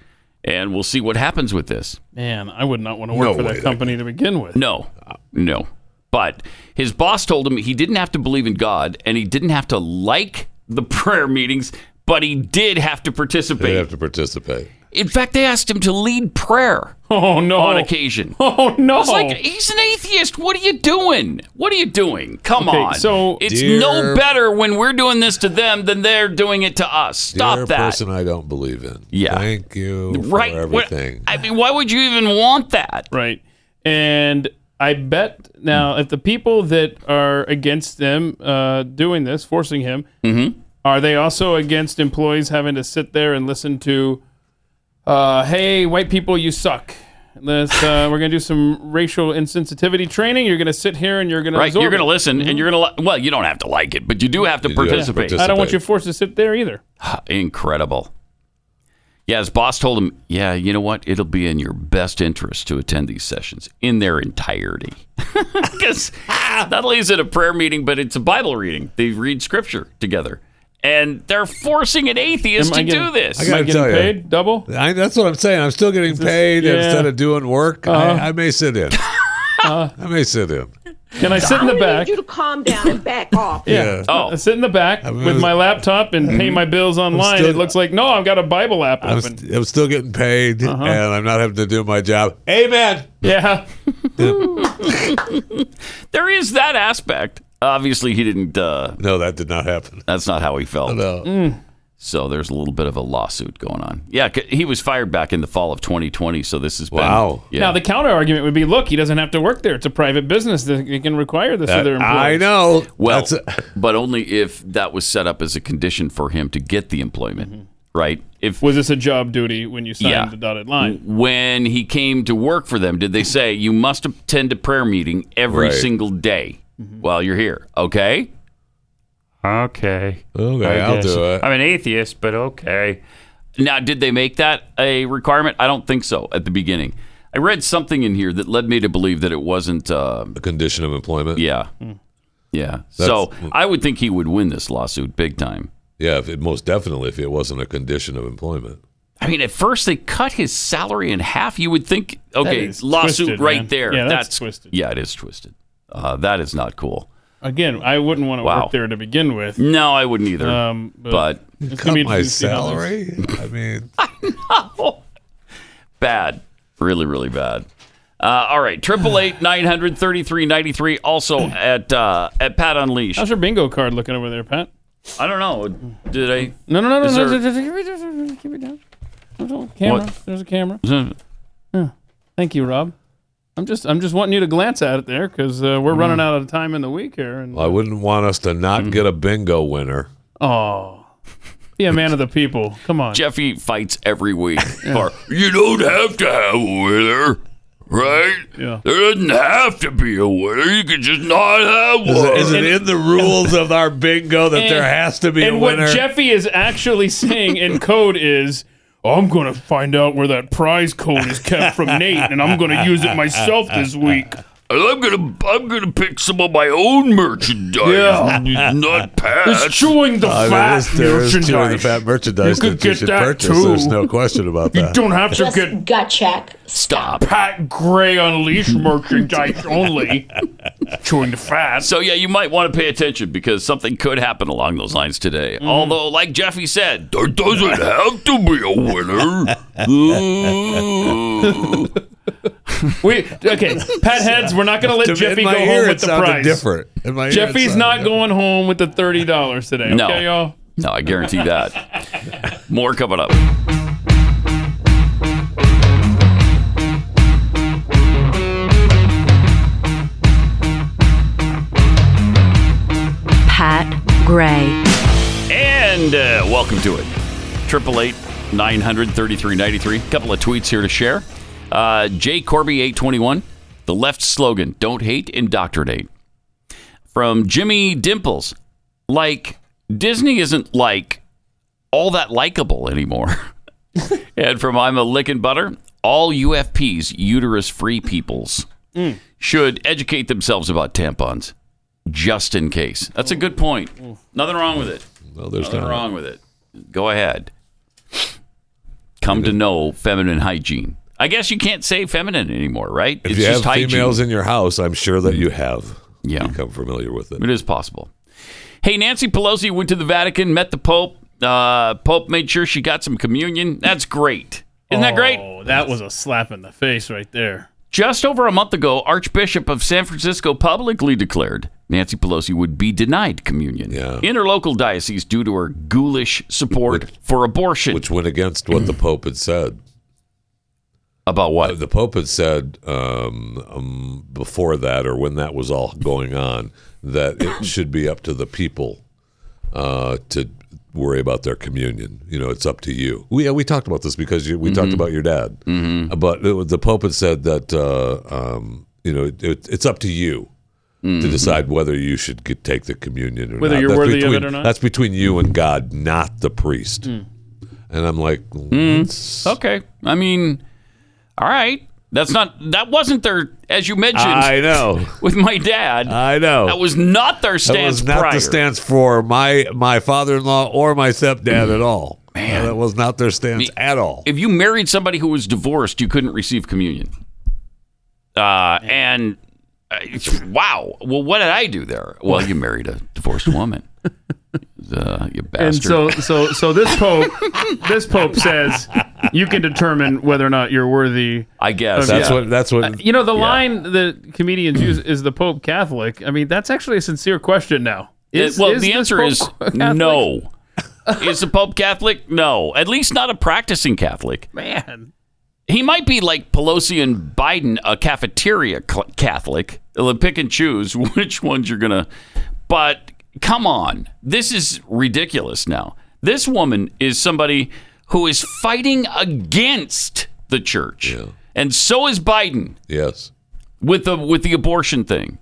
Speaker 3: And we'll see what happens with this.
Speaker 5: Man, I would not want to work
Speaker 3: No
Speaker 5: for
Speaker 3: way.
Speaker 5: that company to begin with.
Speaker 3: No, no. But his boss told him he didn't have to believe in God and he didn't have to like the prayer meetings, but he did have to participate.
Speaker 4: They have to participate.
Speaker 3: In fact, they asked him to lead prayer.
Speaker 5: Oh no!
Speaker 3: On occasion.
Speaker 5: Oh no!
Speaker 3: It's like he's an atheist. What are you doing? What are you doing? Come
Speaker 5: Okay,
Speaker 3: on.
Speaker 5: so-
Speaker 3: it's
Speaker 5: Dear-
Speaker 3: no better when we're doing this to them than they're doing it to us. Stop
Speaker 4: Dear
Speaker 3: that.
Speaker 4: person I don't believe in.
Speaker 3: Yeah.
Speaker 4: Thank you
Speaker 3: Right,
Speaker 4: for
Speaker 3: what-
Speaker 4: everything.
Speaker 3: I mean, why would you even want that?
Speaker 5: Right. And I bet now if the people that are against them uh, doing this, forcing him,
Speaker 3: Mhm.
Speaker 5: are they also against employees having to sit there and listen to, uh, "Hey, white people, you suck." Let's, uh, we're gonna do some racial insensitivity training. You're gonna sit here and you're gonna
Speaker 3: Right,
Speaker 5: absorb
Speaker 3: you're going to
Speaker 5: it.
Speaker 3: listen, and you're going to. Li- well, you don't have to like it, but you do have to
Speaker 5: You do have to
Speaker 3: participate.
Speaker 5: I don't want you forced to sit there either.
Speaker 3: Incredible. Yeah, his boss told him, "Yeah, you know what? It'll be in your best interest to attend these sessions in their entirety, because not only is it a prayer meeting, but it's a Bible reading. They read Scripture together, and they're forcing an atheist
Speaker 5: Am
Speaker 3: to
Speaker 5: I getting-
Speaker 3: do this.
Speaker 4: I gotta tell you,
Speaker 5: double.
Speaker 4: I, that's what I'm saying. I'm still getting paid
Speaker 5: yeah.
Speaker 4: instead of doing work.
Speaker 5: Uh-huh.
Speaker 4: I, I may sit in. I may sit in.
Speaker 5: Can I sit in the back?
Speaker 7: you to calm down and back off.
Speaker 5: Yeah. Oh. I sit in the back with my laptop and pay my bills online.
Speaker 4: still-
Speaker 5: it looks like no, I've got a Bible app
Speaker 4: I'm,
Speaker 5: open.
Speaker 4: st- I'm still getting paid, and I'm not having to do my job. Amen.
Speaker 5: Uh-huh. Yeah.
Speaker 3: there is that aspect. Obviously, he didn't. Uh,
Speaker 4: no, that did not happen.
Speaker 3: That's not how he felt. Mm.
Speaker 4: No.
Speaker 3: So there's a little bit of a lawsuit going on. Yeah, c- he was fired back in the fall of 2020. So this has been wow. Yeah,
Speaker 5: Now the counter argument would be, look, he doesn't have to work there. It's a private business. They they can require this of their employees.
Speaker 4: know.
Speaker 3: Well, but only if that was set up as a condition for him to get the employment,
Speaker 5: Mm-hmm.
Speaker 3: right? If
Speaker 5: was this a job duty when you signed
Speaker 3: Yeah.
Speaker 5: the dotted line?
Speaker 3: when he came to work for them, did they say you must attend a prayer meeting every
Speaker 5: Right.
Speaker 3: single day
Speaker 5: Mm-hmm.
Speaker 3: while you're here? Okay. Okay.
Speaker 4: Okay, I'll do it.
Speaker 3: I'm an atheist, but okay. Now, did they make that a requirement? I don't think so at the beginning. I read something in here that led me to believe that it wasn't uh,
Speaker 4: a condition of employment.
Speaker 3: Yeah. Yeah. so I would think he would win this lawsuit big time.
Speaker 4: Yeah, if it, most definitely if it wasn't a condition of employment.
Speaker 3: I mean, at first they cut his salary in half. You would think, okay,
Speaker 5: is
Speaker 3: lawsuit
Speaker 5: twisted,
Speaker 3: right
Speaker 5: man.
Speaker 3: there.
Speaker 5: Yeah, that's twisted.
Speaker 3: Yeah, it is twisted. Uh, that is not cool.
Speaker 5: Again, I wouldn't want to
Speaker 3: Wow.
Speaker 5: work there to begin with. Um,
Speaker 3: No, I wouldn't either. but
Speaker 5: it's gonna be interesting to see how this-
Speaker 4: I mean,
Speaker 3: bad, really, really bad. Uh, all right, triple eight nine hundred thirty three ninety three. Also at uh, at Pat Unleashed.
Speaker 5: How's your bingo card looking over there, Pat?
Speaker 3: I don't know. Did I?
Speaker 5: No, no, no, no,
Speaker 3: Is
Speaker 5: no.
Speaker 3: there-
Speaker 5: just- just- Keep it down. There's a camera.
Speaker 3: What?
Speaker 5: There's a camera.
Speaker 3: Is it-
Speaker 5: Yeah. Thank you, Rob. I'm just, I'm just wanting you to glance at it there because uh, we're running out of time in the week here. And
Speaker 4: I wouldn't want us to not
Speaker 3: Mm-hmm.
Speaker 4: get a bingo winner.
Speaker 5: oh, be a man of the people. Come on.
Speaker 3: Jeffy fights every week. for, you don't have to have a winner, right?
Speaker 5: Yeah.
Speaker 3: There doesn't have to be a winner. You could just not have
Speaker 4: Is
Speaker 3: one.
Speaker 4: it, is it in the rules of our bingo that there
Speaker 5: And-
Speaker 4: has to be
Speaker 5: and
Speaker 4: a winner?
Speaker 5: what Jeffy is actually saying in code is, I'm going to find out where that prize code is kept from Nate, and I'm going to use it myself this week.
Speaker 3: And I'm gonna I'm gonna pick some of my own merchandise.
Speaker 5: Yeah.
Speaker 3: not Pat.
Speaker 5: It's chewing the
Speaker 4: I mean,
Speaker 5: fat
Speaker 4: it's- Uh, there Oh, is
Speaker 5: merchandise.
Speaker 4: two of the fat merchandise
Speaker 5: You could
Speaker 4: that you
Speaker 5: get
Speaker 4: should
Speaker 5: that
Speaker 4: purchase.
Speaker 5: too.
Speaker 4: There's no question about that.
Speaker 5: You don't have to
Speaker 19: Just
Speaker 5: get
Speaker 19: gut check.
Speaker 3: Stop.
Speaker 5: Pat Gray Unleash merchandise only. Chewing the fat.
Speaker 3: So yeah, you might want to pay attention because something could happen along those lines today.
Speaker 5: Mm.
Speaker 3: Although, like Jeffy said, there doesn't have to be a winner. Ooh.
Speaker 5: We okay, Pat heads. We're not going to
Speaker 4: To-
Speaker 5: let
Speaker 4: in
Speaker 5: Jeffy go
Speaker 4: my ear,
Speaker 5: home
Speaker 4: it
Speaker 5: with the
Speaker 4: sounded
Speaker 5: prize.
Speaker 4: different. In my ear, it
Speaker 5: Jeffy's
Speaker 4: sounded
Speaker 5: not going home with the thirty dollars today.
Speaker 3: No.
Speaker 5: Okay, y'all.
Speaker 3: no, I guarantee that. More coming up.
Speaker 1: Pat Gray.
Speaker 3: And uh, welcome to it. 888 933 Couple of tweets here to share. Uh, Jay Corby 821, the left slogan, don't hate, indoctrinate. From Jimmy Dimples, like Disney isn't like all that likable anymore. and from I'm a Lickin' Butter, all UFPs, uterus free peoples,
Speaker 5: Mm.
Speaker 3: should educate themselves about tampons just in case. That's a good point. Nothing wrong with it.
Speaker 4: No, there's
Speaker 3: Nothing
Speaker 4: not.
Speaker 3: wrong with it. Go ahead. Come to know feminine hygiene. I guess you can't say feminine anymore, right?
Speaker 4: If you have females in your house, I'm sure that you have
Speaker 3: Yeah.
Speaker 4: become familiar with it.
Speaker 3: It is possible. Hey, Nancy Pelosi went to the Vatican, met the Pope. Uh, Pope made sure she got some communion. That's great. Isn't that great?
Speaker 5: Oh, that was a slap in the face right there.
Speaker 3: Just over a month ago, Archbishop of San Francisco publicly declared Nancy Pelosi would be denied communion in her local diocese due to her ghoulish support for abortion.
Speaker 4: Which went against what the Pope had said.
Speaker 3: About what?
Speaker 4: Uh, The Pope had said um, um, before that, or when that was all going on, that it should be up to the people uh, to worry about their communion. You know, it's up to you. We, yeah, we talked about this because you, we talked
Speaker 3: Mm-hmm.
Speaker 4: about your dad. Uh, But it, was- the Pope had said that, uh, um, you know, it, it, it's up to you.
Speaker 3: Mm-hmm.
Speaker 4: To decide whether you should get, take the communion or
Speaker 5: Whether
Speaker 4: not.
Speaker 5: you're
Speaker 4: That's
Speaker 5: worthy of it
Speaker 4: between-
Speaker 5: or not?
Speaker 4: That's between you and God, not the priest.
Speaker 5: Mm.
Speaker 4: And I'm like,
Speaker 3: Mm.
Speaker 4: Mm-hmm.
Speaker 3: Okay. I mean, all right. That's not. That wasn't their. As you mentioned,
Speaker 4: I know.
Speaker 3: With my dad,
Speaker 4: I know.
Speaker 3: that was not their
Speaker 4: That
Speaker 3: stance
Speaker 4: was not
Speaker 3: prior.
Speaker 4: the stance for my my father-in-law or my stepdad at all. Man, that was not their stance at all.
Speaker 3: If you married somebody who was divorced, you couldn't receive communion. Uh, and uh, wow. Well, what did I do there? Well, you married a divorced woman. Uh, you bastard.
Speaker 5: And so, so, so this pope, this pope says you can determine whether or not you're worthy.
Speaker 3: I guess Uh,
Speaker 5: of-
Speaker 4: that's
Speaker 5: yeah.
Speaker 4: what that's what
Speaker 5: Uh, You know, the line that comedians use is the Pope Catholic. I mean, that's actually a sincere question now. Is,
Speaker 3: It- well,
Speaker 5: is
Speaker 3: the
Speaker 5: this
Speaker 3: answer
Speaker 5: Pope
Speaker 3: is
Speaker 5: Catholic?
Speaker 3: no. is the Pope Catholic? No. At least not a practicing Catholic.
Speaker 5: Man.
Speaker 3: He might be like Pelosi and Biden, a cafeteria cl- Catholic. They'll pick and choose which ones you're going to. But come on. This is ridiculous now. This woman is somebody who is fighting against the church. And so is Biden.
Speaker 4: Yes.
Speaker 3: With the with the abortion thing.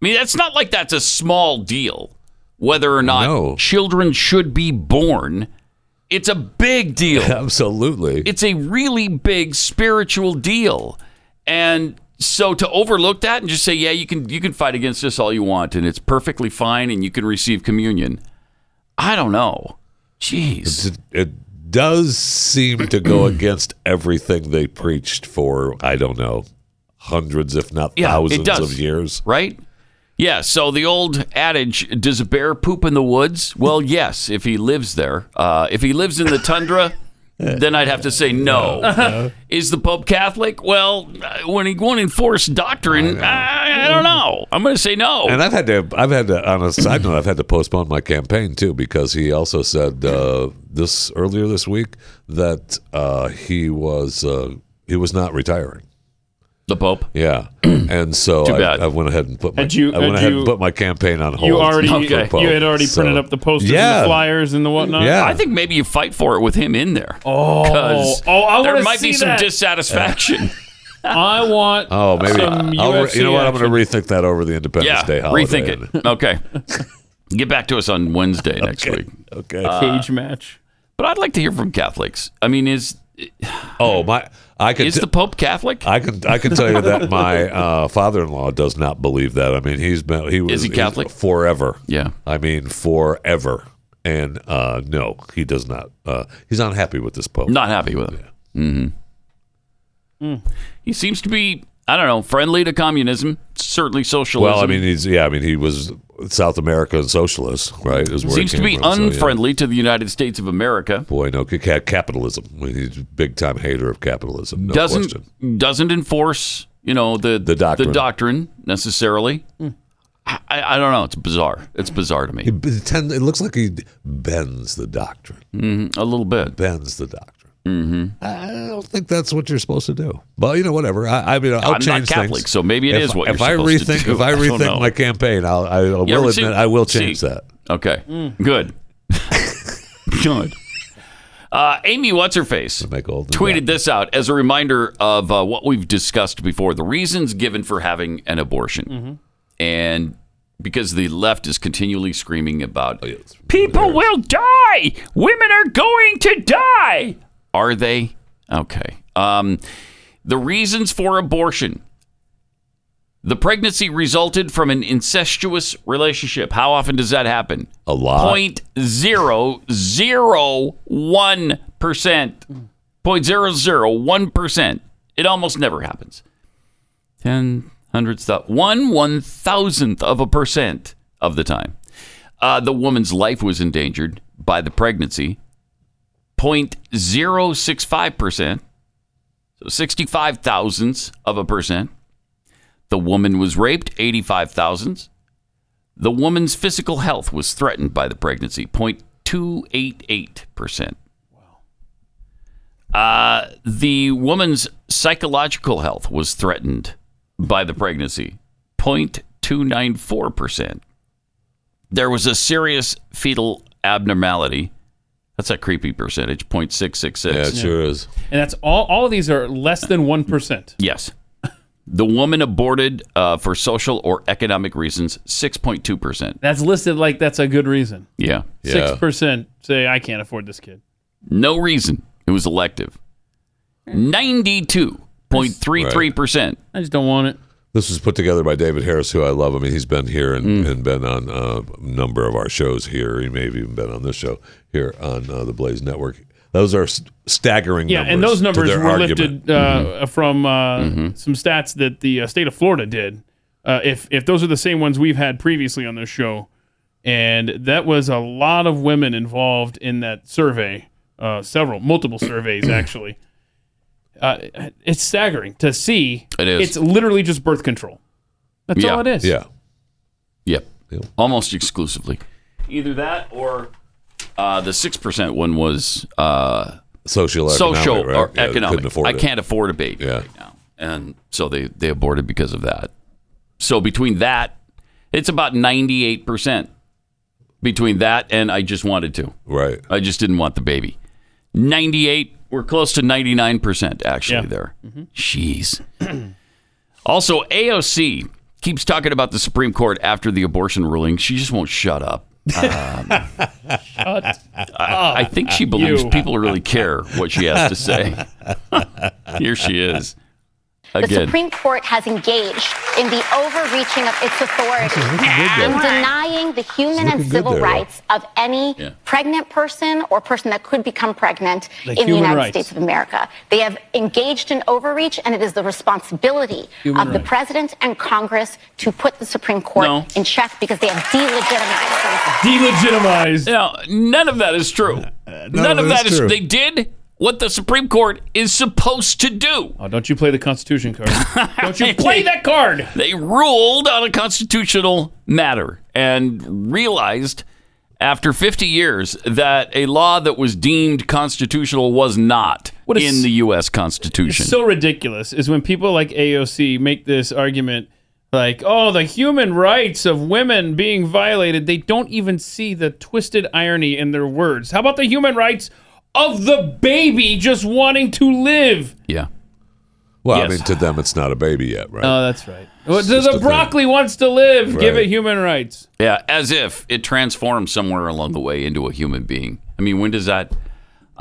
Speaker 3: I mean, that's not like that's a small deal whether or not children should be born It's a big deal.
Speaker 4: Absolutely.
Speaker 3: It's a really big spiritual deal. And so to overlook that and just say, yeah, you can you can fight against this all you want and it's perfectly fine and you can receive communion. I don't know. Jeez.
Speaker 4: It, it does seem to go against everything they preached for, I don't know, hundreds, if not
Speaker 3: Yeah, it
Speaker 4: thousands
Speaker 3: does.
Speaker 4: of years.
Speaker 3: Right? Yeah, so the old adage, does a bear poop in the woods? Well, yes, if he lives there. Uh, if he lives in the tundra, then I'd have to say no.
Speaker 5: No.
Speaker 3: Is the Pope Catholic? Well, uh, when he won't enforce doctrine, I, I don't know. I'm going to say no.
Speaker 4: And I've had to, I've had to, on a side note, I've had to postpone my campaign too because he also said uh, this earlier this week that uh, he was uh, he was not retiring.
Speaker 3: The Pope.
Speaker 4: Yeah, and so
Speaker 3: Too
Speaker 4: I,
Speaker 3: bad.
Speaker 4: I went ahead and put my
Speaker 5: Had you-
Speaker 4: I went
Speaker 5: had
Speaker 4: ahead
Speaker 5: you-
Speaker 4: and put my campaign on hold.
Speaker 5: You already,
Speaker 4: for Pope,
Speaker 5: you had already
Speaker 4: so-
Speaker 5: printed up the posters, and
Speaker 4: Yeah.
Speaker 5: the flyers, and the whatnot.
Speaker 3: Uh, I think maybe you fight for it with him in there.
Speaker 5: Oh,
Speaker 3: 'Cause
Speaker 5: oh, I
Speaker 3: there
Speaker 5: wanna
Speaker 3: might be
Speaker 5: see
Speaker 3: some
Speaker 5: that.
Speaker 3: dissatisfaction.
Speaker 5: I want.
Speaker 4: Oh, maybe
Speaker 5: some
Speaker 4: I'll re-
Speaker 5: UFC
Speaker 4: you know what? I'm
Speaker 5: action.
Speaker 4: going to rethink that over the Independence
Speaker 3: yeah,
Speaker 4: Day holiday.
Speaker 3: rethink it. Okay, get back to us on Wednesday next week. Uh,
Speaker 4: Okay,
Speaker 5: Cage match.
Speaker 3: But I'd like to hear from Catholics. I mean, is
Speaker 4: oh my, I could
Speaker 3: is
Speaker 4: t-
Speaker 3: the Pope Catholic?
Speaker 4: I can I can tell you that my uh, father-in-law does not believe that. I mean, he's been he was
Speaker 3: Is he
Speaker 4: he's
Speaker 3: Catholic?
Speaker 4: forever.
Speaker 3: Yeah,
Speaker 4: I mean forever. And uh, no, he does not. Uh, he's not happy with this pope.
Speaker 3: Not happy with him. Mm-hmm. He seems to be, I don't know, friendly to communism, certainly socialism.
Speaker 4: Well, I mean, he's yeah. I mean, he was South American socialist, right? Is where he
Speaker 3: seems to
Speaker 4: came
Speaker 3: be
Speaker 4: from, so, yeah.
Speaker 3: unfriendly to the United States of America.
Speaker 4: Boy, no, ca- ca- capitalism. I mean, he's a big time hater of capitalism. No
Speaker 3: doesn't
Speaker 4: question.
Speaker 3: doesn't enforce, you know, the the
Speaker 4: doctrine.
Speaker 3: doctrine necessarily. I, I don't know. It's bizarre. It's bizarre to me.
Speaker 4: He b- tend- it looks like he bends the doctrine.
Speaker 3: Mm-hmm, a little bit.
Speaker 4: Bends the doctrine.
Speaker 3: Mm-hmm.
Speaker 4: I don't think that's what you're supposed to do. But you know, whatever. I, I mean, I'll
Speaker 3: I'm not
Speaker 4: change
Speaker 3: Catholic,
Speaker 4: things.
Speaker 3: so maybe it
Speaker 4: it is
Speaker 3: is what
Speaker 4: if
Speaker 3: you're
Speaker 4: I
Speaker 3: supposed to
Speaker 4: rethink,
Speaker 3: do.
Speaker 4: If I
Speaker 3: I don't
Speaker 4: rethink
Speaker 3: know.
Speaker 4: my campaign, I'll, I will
Speaker 3: You ever
Speaker 4: admit
Speaker 3: seen-
Speaker 4: I will change
Speaker 3: see.
Speaker 4: that.
Speaker 3: Okay.
Speaker 5: Mm.
Speaker 3: Good. Good. Uh, Amy, what's her face? Tweeted this out as a reminder of uh, what we've discussed before the reasons given for having an abortion.
Speaker 5: Hmm. Mm-hmm.
Speaker 3: And because the left is continually screaming
Speaker 4: Oh,
Speaker 3: about people will die, women are going to die. Are they? Okay. Um, the reasons for abortion. The pregnancy resulted from an incestuous relationship. How often does that happen?
Speaker 4: A lot.
Speaker 3: Point zero zero one percent. Point zero zero one percent. It almost never happens. Ten hundredths, thou- one one thousandth of a percent of the time. Uh, the woman's life was endangered by the pregnancy. Point zero six five percent. So sixty-five thousandths of a percent. The woman was raped, 85 thousandths. The woman's physical health was threatened by the pregnancy, 0.288%. Uh, the woman's psychological health was threatened by the pregnancy, 0.294%. There was a serious fetal abnormality. That's a creepy percentage, 0.666.
Speaker 4: Yeah, it sure is.
Speaker 5: And that's all. All of these are less than one percent.
Speaker 3: Yes. The woman aborted uh, for social or economic reasons, 6.2%.
Speaker 5: That's listed like that's a good reason.
Speaker 3: Yeah.
Speaker 5: Six percent say I can't afford this kid.
Speaker 3: No reason. It was elective. 92.33%.
Speaker 5: I just don't want it.
Speaker 4: This was put together by David Harris, who I love. I mean, he's been here and,
Speaker 3: Mm.
Speaker 4: and been on uh, a number of our shows here. He may have even been on this show here on uh, the Blaze Network. Those are st- staggering
Speaker 5: Yeah,
Speaker 4: numbers.
Speaker 5: and those
Speaker 4: to
Speaker 5: numbers
Speaker 4: their
Speaker 5: were
Speaker 4: argument.
Speaker 5: lifted uh,
Speaker 3: Mm-hmm.
Speaker 5: from uh, some stats that the uh, state of Florida did. Uh, if if those are the same ones we've had previously on this show, and that was a lot of women involved in that survey, uh, several multiple surveys actually. Uh, it's staggering to see.
Speaker 3: It is.
Speaker 5: It's literally just birth control. That's
Speaker 3: Yeah.
Speaker 5: all it is.
Speaker 3: Yeah. Yep. Almost exclusively. Either that or uh, the 6% one was uh,
Speaker 4: social,
Speaker 3: social
Speaker 4: economic,
Speaker 3: or
Speaker 4: right? Yeah, couldn't
Speaker 3: economic.
Speaker 4: afford
Speaker 3: I
Speaker 4: it.
Speaker 3: can't afford a baby right now. And so they, they aborted because of that. So between that, it's about 98%. Between that and I just wanted to.
Speaker 4: Right.
Speaker 3: I just didn't want the baby. 98, we're close to 99% actually there.
Speaker 5: Mm-hmm.
Speaker 3: Jeez. Also, AOC keeps talking about the Supreme Court after the abortion ruling. She just won't shut up. Um,
Speaker 5: Shut
Speaker 3: I, I think she believes
Speaker 5: You.
Speaker 3: people really care what she has to say. Here she is
Speaker 19: The
Speaker 3: again.
Speaker 19: Supreme Court has engaged in the overreaching of its authority
Speaker 3: looking good there.
Speaker 19: and denying the human
Speaker 3: She's
Speaker 19: and
Speaker 3: looking good
Speaker 19: civil
Speaker 3: there, though.
Speaker 19: rights of any
Speaker 3: Yeah.
Speaker 19: pregnant person or person that could become pregnant
Speaker 20: Like
Speaker 19: in the
Speaker 20: human
Speaker 19: United
Speaker 20: rights.
Speaker 19: States of America. They have engaged in overreach, and it is the responsibility
Speaker 20: Human
Speaker 19: of the
Speaker 20: rights.
Speaker 19: President and Congress to put the Supreme Court
Speaker 3: No.
Speaker 19: in check because they have delegitimized themselves.
Speaker 5: Delegitimized. Uh,
Speaker 3: Now, none of that is true. none,
Speaker 5: of
Speaker 3: of
Speaker 5: it is
Speaker 3: that is.
Speaker 5: true.
Speaker 3: They did what the Supreme Court is supposed to do.
Speaker 5: Oh, don't you play the Constitution card. don't you play that card.
Speaker 3: They ruled on a constitutional matter and realized after 50 years that a law that was deemed constitutional was not
Speaker 5: What a
Speaker 3: in
Speaker 5: s-
Speaker 3: the U.S. Constitution.
Speaker 5: so ridiculous is when people like AOC make this argument like, oh, the human rights of women being violated. They don't even see the twisted irony in their words. How about the human rights of the baby just wanting to live?
Speaker 3: yeah.
Speaker 4: Well,
Speaker 5: Yes.
Speaker 4: I mean, to them, it's not a baby yet, right?
Speaker 5: Oh, that's right. Well,
Speaker 4: It's
Speaker 5: the
Speaker 4: just a thing.
Speaker 5: broccoli wants to live. Give
Speaker 4: Right.
Speaker 5: it human rights.
Speaker 3: Yeah, as if it transforms somewhere along the way into a human being. I mean, when does that?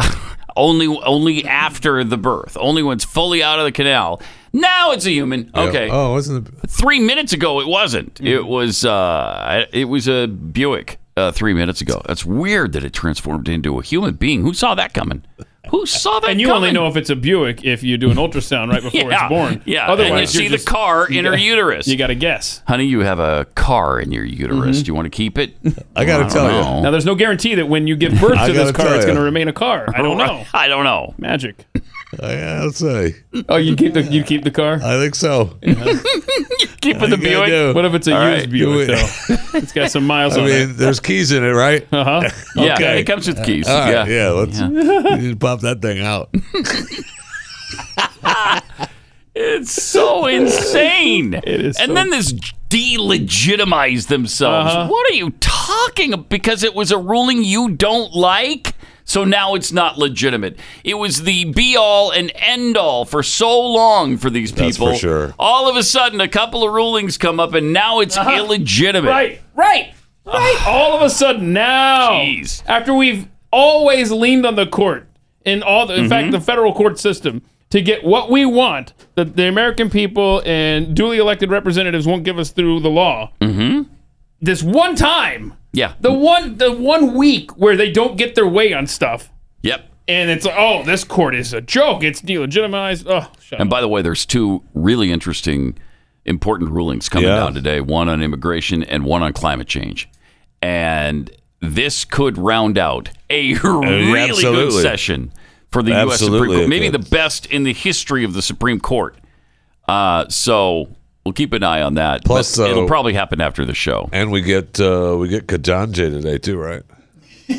Speaker 3: only, only after the birth. Only when it's fully out of the canal. Now it's a human.
Speaker 4: Yeah.
Speaker 3: Okay.
Speaker 4: Oh, wasn't Mm. it?
Speaker 3: Three minutes ago, it wasn't. It was. Uh, it was a Buick. Uh, three minutes ago. That's weird that it transformed into a human being. Who saw that coming? Who saw that?
Speaker 5: And you only
Speaker 3: coming?
Speaker 5: know if it's a Buick if you do an ultrasound right before
Speaker 3: Yeah,
Speaker 5: it's born.
Speaker 3: yeah. And
Speaker 5: Otherwise,
Speaker 3: you
Speaker 5: you're
Speaker 3: see the
Speaker 5: just-
Speaker 3: car
Speaker 5: you
Speaker 3: in her
Speaker 5: gotta-
Speaker 3: uterus.
Speaker 5: You got to guess.
Speaker 3: Honey, you have a car in your uterus. Do you want to keep it?
Speaker 4: Mm-hmm. I gotta
Speaker 3: don't
Speaker 4: tell you.
Speaker 3: know.
Speaker 5: Now, there's no guarantee that when you give birth
Speaker 3: I
Speaker 5: to this
Speaker 3: gotta
Speaker 5: car,
Speaker 3: tell
Speaker 5: it's
Speaker 3: ya.
Speaker 5: going to remain a car. I don't know.
Speaker 3: I don't know.
Speaker 5: Magic.
Speaker 4: I'll say.
Speaker 5: Oh, you keep the you keep the car. I
Speaker 4: think so.
Speaker 3: Keep
Speaker 5: it
Speaker 4: I do.
Speaker 5: the Buick. What if it's a
Speaker 4: All
Speaker 5: used
Speaker 4: right.
Speaker 5: Buick
Speaker 4: Do it.
Speaker 5: though? It's got some miles
Speaker 4: I
Speaker 5: on
Speaker 4: mean,
Speaker 5: it.
Speaker 4: there's keys in it, right?
Speaker 5: Uh huh.
Speaker 3: Yeah, it comes with keys.
Speaker 4: yeah,
Speaker 3: Yeah.
Speaker 4: yeah. Let's
Speaker 5: Yeah.
Speaker 4: you pop that thing out.
Speaker 3: It's so insane. it is. And then this delegitimize themselves.
Speaker 5: Uh-huh.
Speaker 3: What are you talking about? Because it was a ruling you don't like. So now it's not legitimate. It was the be all and end all for so long for these
Speaker 4: That's
Speaker 3: people.
Speaker 4: for sure.
Speaker 3: All of a sudden, a couple of rulings come up, and now it's
Speaker 5: Uh-huh.
Speaker 3: illegitimate.
Speaker 5: Right. Right. Right.
Speaker 3: Ah.
Speaker 5: All of a sudden now, after we've always leaned on the court in all the, in
Speaker 3: Mm-hmm.
Speaker 5: fact, the federal court system to get what we want that the American people and duly elected representatives won't give us through the law.
Speaker 3: Mm-hmm.
Speaker 5: This one time,
Speaker 3: Yeah.
Speaker 5: the one the one week where they don't get their way on stuff,
Speaker 3: Yep.
Speaker 5: and it's like, oh, this court is a joke. It's delegitimized. Oh, shut
Speaker 3: And by the way, there's two really interesting, important rulings coming
Speaker 4: Yeah.
Speaker 3: down today one on immigration and one on climate change. And this could round out a really
Speaker 4: absolutely.
Speaker 3: good session for the U.S. Supreme
Speaker 4: Absolutely
Speaker 3: Court.
Speaker 4: it
Speaker 3: Maybe
Speaker 4: could.
Speaker 3: the best in the history of the Supreme Court. Uh, so we'll keep an eye on that.
Speaker 4: Plus,
Speaker 3: But it'll
Speaker 4: uh,
Speaker 3: probably happen after the show.
Speaker 4: And we get uh, we get Kajanje today too, right?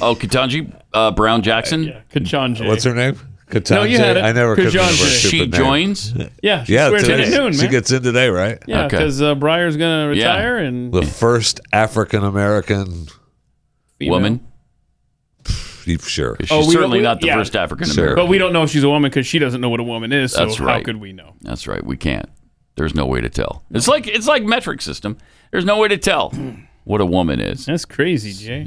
Speaker 3: Oh, Katanji uh, Brown Jackson.
Speaker 5: Kajanje.
Speaker 4: What's her name? Katanje.
Speaker 3: No, you had it.
Speaker 4: I never could remember her
Speaker 3: Kajanje.
Speaker 4: stupid
Speaker 3: She
Speaker 4: name.
Speaker 3: joins?
Speaker 5: Yeah, she
Speaker 4: yeah.
Speaker 5: swears in
Speaker 4: Today.
Speaker 5: at noon,
Speaker 4: she
Speaker 5: man.
Speaker 4: gets in today, right?
Speaker 5: Yeah, because uh, Breyer's gonna
Speaker 4: Yeah.
Speaker 5: retire and
Speaker 4: The first African American
Speaker 3: woman.
Speaker 4: Sure.
Speaker 5: Oh, we- we- yeah.
Speaker 4: American.
Speaker 5: But we don't know if she's a woman because she doesn't know what a woman is. So
Speaker 3: That's
Speaker 5: how
Speaker 3: right.
Speaker 5: could we know?
Speaker 3: That's right. We can't. There's no way to tell. It's like it's like metric system. There's no way to tell what a woman is.
Speaker 5: That's crazy, Jay.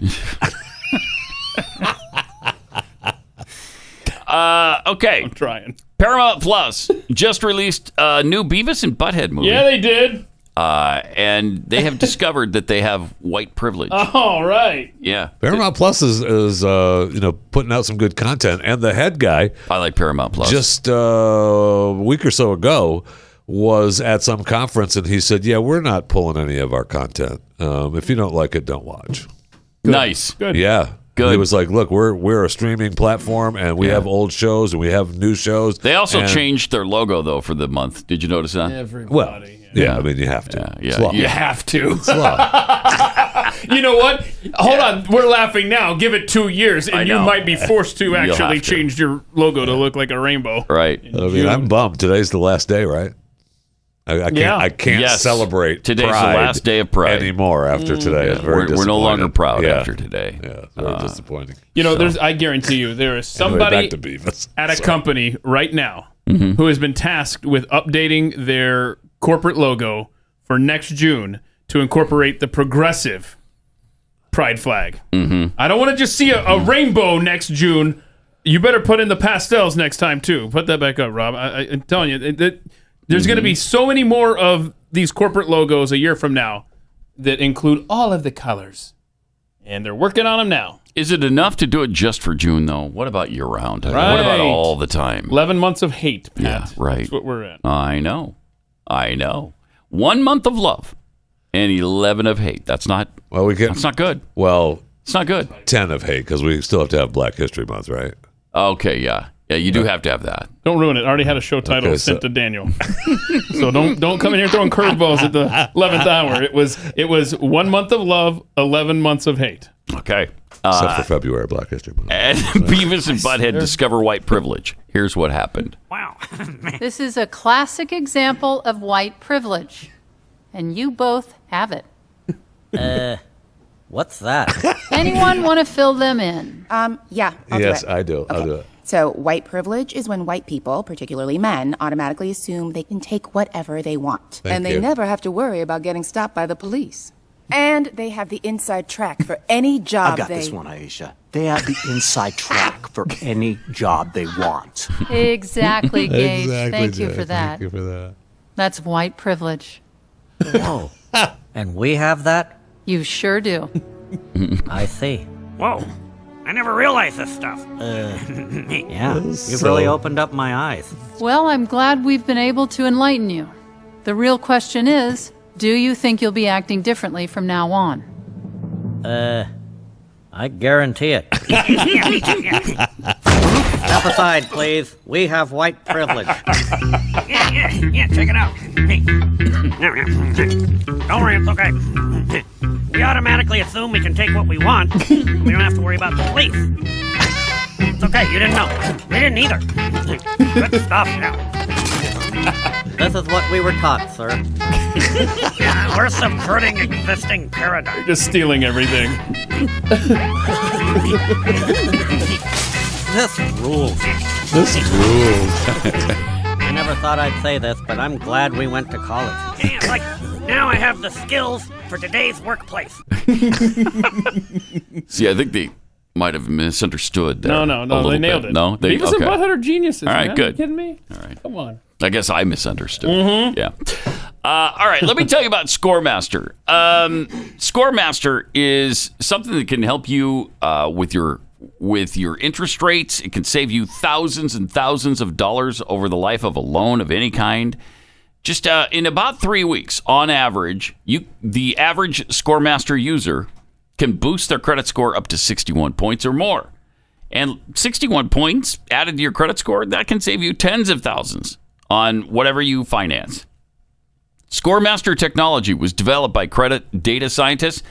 Speaker 3: uh, okay. I'm
Speaker 5: trying.
Speaker 3: Paramount Plus just released a new Beavis and Butthead movie.
Speaker 5: Yeah, they did.
Speaker 3: uh, and they have discovered that they have white
Speaker 5: Oh.
Speaker 3: privilege.
Speaker 5: All right.
Speaker 3: Yeah.
Speaker 4: Paramount Plus is, is uh, you know putting out some good content, and the head guy
Speaker 3: I like Paramount Plus.
Speaker 4: Just uh, a week or so ago was at some conference, and he said, "Yeah, we're not pulling any of our content. Um, if you don't like it, don't watch."
Speaker 3: Nice. Good.
Speaker 4: Yeah. Good. He was like, "Look, we're we're a streaming platform, and we have old shows, and we have new shows."
Speaker 3: They also
Speaker 4: and-
Speaker 3: changed their logo though for the month. Did you notice that?
Speaker 4: Well, yeah. I mean, you have to.
Speaker 3: Yeah,
Speaker 4: It's law.
Speaker 3: you have to.
Speaker 5: You know what? Hold on. We're laughing now. Give it two years,
Speaker 3: I
Speaker 5: and you
Speaker 3: know.
Speaker 5: might be forced to
Speaker 3: You'll
Speaker 5: actually
Speaker 3: have to.
Speaker 5: change your logo to look like a rainbow.
Speaker 3: Right.
Speaker 4: I mean, I'm bummed. Today's the last day, right? I, I can't.
Speaker 5: Yeah.
Speaker 4: I can't
Speaker 3: Yes.
Speaker 4: celebrate.
Speaker 3: Today's the
Speaker 4: Pride
Speaker 3: last day of Pride.
Speaker 4: anymore after
Speaker 3: Mm.
Speaker 4: today.
Speaker 3: Yeah.
Speaker 4: It's very
Speaker 3: We're- we're no longer
Speaker 4: disappointing.
Speaker 3: proud
Speaker 4: Yeah.
Speaker 3: after today.
Speaker 4: Yeah, very
Speaker 3: Uh,
Speaker 4: disappointing.
Speaker 5: You know, there's. I guarantee you, there is
Speaker 4: Anyway,
Speaker 5: somebody
Speaker 4: back to Beavis. Mm-hmm.
Speaker 5: at a
Speaker 4: Sorry.
Speaker 5: company right now who has been tasked with updating their corporate logo for next June to incorporate the progressive pride flag.
Speaker 3: Mm-hmm.
Speaker 5: I don't want to just see a, a
Speaker 4: Mm-hmm.
Speaker 5: rainbow next June. You better put in the pastels next time too. Put that back up, Rob. I, I, I'm telling you, it, it- there's going to
Speaker 4: Mm-hmm.
Speaker 5: be so many more of these corporate logos a year from now that include all of the colors, and they're working on them now.
Speaker 3: Is it enough to do it just for June though? What about year round? I mean, What
Speaker 5: Right.
Speaker 3: about all the time?
Speaker 5: Eleven months of hate, Pat.
Speaker 3: Yeah, right.
Speaker 5: That's what we're at.
Speaker 3: I know. I know. One month of love and 11 of hate. That's not
Speaker 4: Well, we can.
Speaker 3: That's not good.
Speaker 4: Well,
Speaker 3: it's not good.
Speaker 4: Ten of hate because we still have to have Black History Month, right?
Speaker 3: Okay, yeah. Yeah, you do have to have that.
Speaker 5: Don't ruin it. I already had a show title
Speaker 4: Okay,
Speaker 5: sent
Speaker 4: so-
Speaker 5: to Daniel. so don't don't come in here throwing curveballs at the eleventh hour. It was it was one month of love, eleven months of hate.
Speaker 3: Okay.
Speaker 4: Except
Speaker 3: Uh,
Speaker 4: for February Black History Month.
Speaker 3: and Beavis and Butthead discover white privilege. Here's what happened.
Speaker 20: This is a classic example of white privilege, and you both have it.
Speaker 21: Uh, what's that?
Speaker 20: Anyone want to fill them in?
Speaker 22: Um, yeah, I'll
Speaker 4: yes,
Speaker 22: do it.
Speaker 4: I do. I'll do it.
Speaker 22: So, white privilege is when white people, particularly men, automatically assume they can take whatever they want.
Speaker 4: Thank
Speaker 22: and they
Speaker 4: you.
Speaker 22: never have to worry about getting stopped by the police. And they have the inside track for any job
Speaker 11: I've got
Speaker 22: they
Speaker 11: this one, Aisha. They have the inside track for any job they want.
Speaker 20: Exactly, Gage. Thank you for that.
Speaker 11: you for that.
Speaker 20: That's white privilege.
Speaker 11: Whoa. Oh, and we have that?
Speaker 20: You sure do.
Speaker 11: I see.
Speaker 23: Whoa. I never realized this stuff.
Speaker 11: Uh, yeah. You've
Speaker 23: So-
Speaker 11: really opened up my eyes.
Speaker 20: Well, I'm glad we've been able to enlighten you. The real question is do you think you'll be acting differently from now on?
Speaker 11: Uh, I guarantee it. Step aside, please. We have white privilege.
Speaker 23: Yeah, yeah, yeah, check it out. Don't worry, it's okay. We automatically assume we can take what we want. we don't have to worry about the police. It's okay, you didn't know. We didn't either. Good stuff now.
Speaker 11: This is what we were taught, sir.
Speaker 23: Yeah, we're subverting existing paradigms.
Speaker 5: Just stealing everything.
Speaker 11: This rules.
Speaker 4: This rules.
Speaker 11: I never thought I'd say this, but I'm glad we went to college.
Speaker 23: Yeah, it's like, now I have the skills for today's workplace.
Speaker 3: See, I think they might have misunderstood.
Speaker 5: No,
Speaker 3: there
Speaker 5: no,
Speaker 3: a
Speaker 5: no, they
Speaker 3: little
Speaker 5: nailed
Speaker 3: bit.
Speaker 5: it.
Speaker 3: No,
Speaker 5: Beavis and Butthead are geniuses.
Speaker 3: All right,
Speaker 5: man.
Speaker 3: good.
Speaker 5: Are you kidding me?
Speaker 3: All right.
Speaker 5: Come on.
Speaker 3: I guess I misunderstood.
Speaker 5: Mhm.
Speaker 3: Yeah. Uh, all right, let me tell you about Scoremaster. Um, Scoremaster is something that can help you uh, with your with your interest rates. It can save you thousands and thousands of dollars over the life of a loan of any kind. Just uh, in about three weeks, on average, you the average Scoremaster user can boost their credit score up to sixty one points or more. And 61 points added to your credit score, that can save you tens of thousands on whatever you finance. Scoremaster technology was developed by credit data scientists.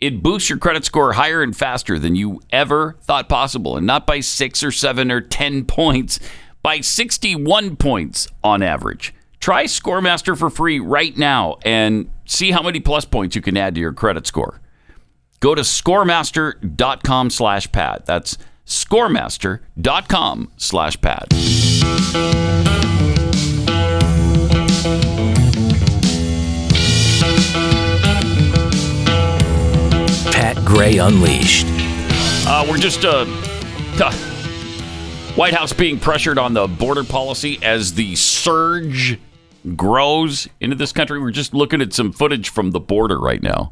Speaker 3: It boosts your credit score higher and faster than you ever thought possible, and not by six or seven or 10 points, by 61 points on average. Try Scoremaster for free right now and see how many plus points you can add to your credit score go to scoremaster.com slash pad that's scoremaster.com slash pad
Speaker 11: Pat Gray Unleashed.
Speaker 3: uh, we're just uh, uh, white house being pressured on the border policy as the surge grows into this country we're just looking at some footage from the border right now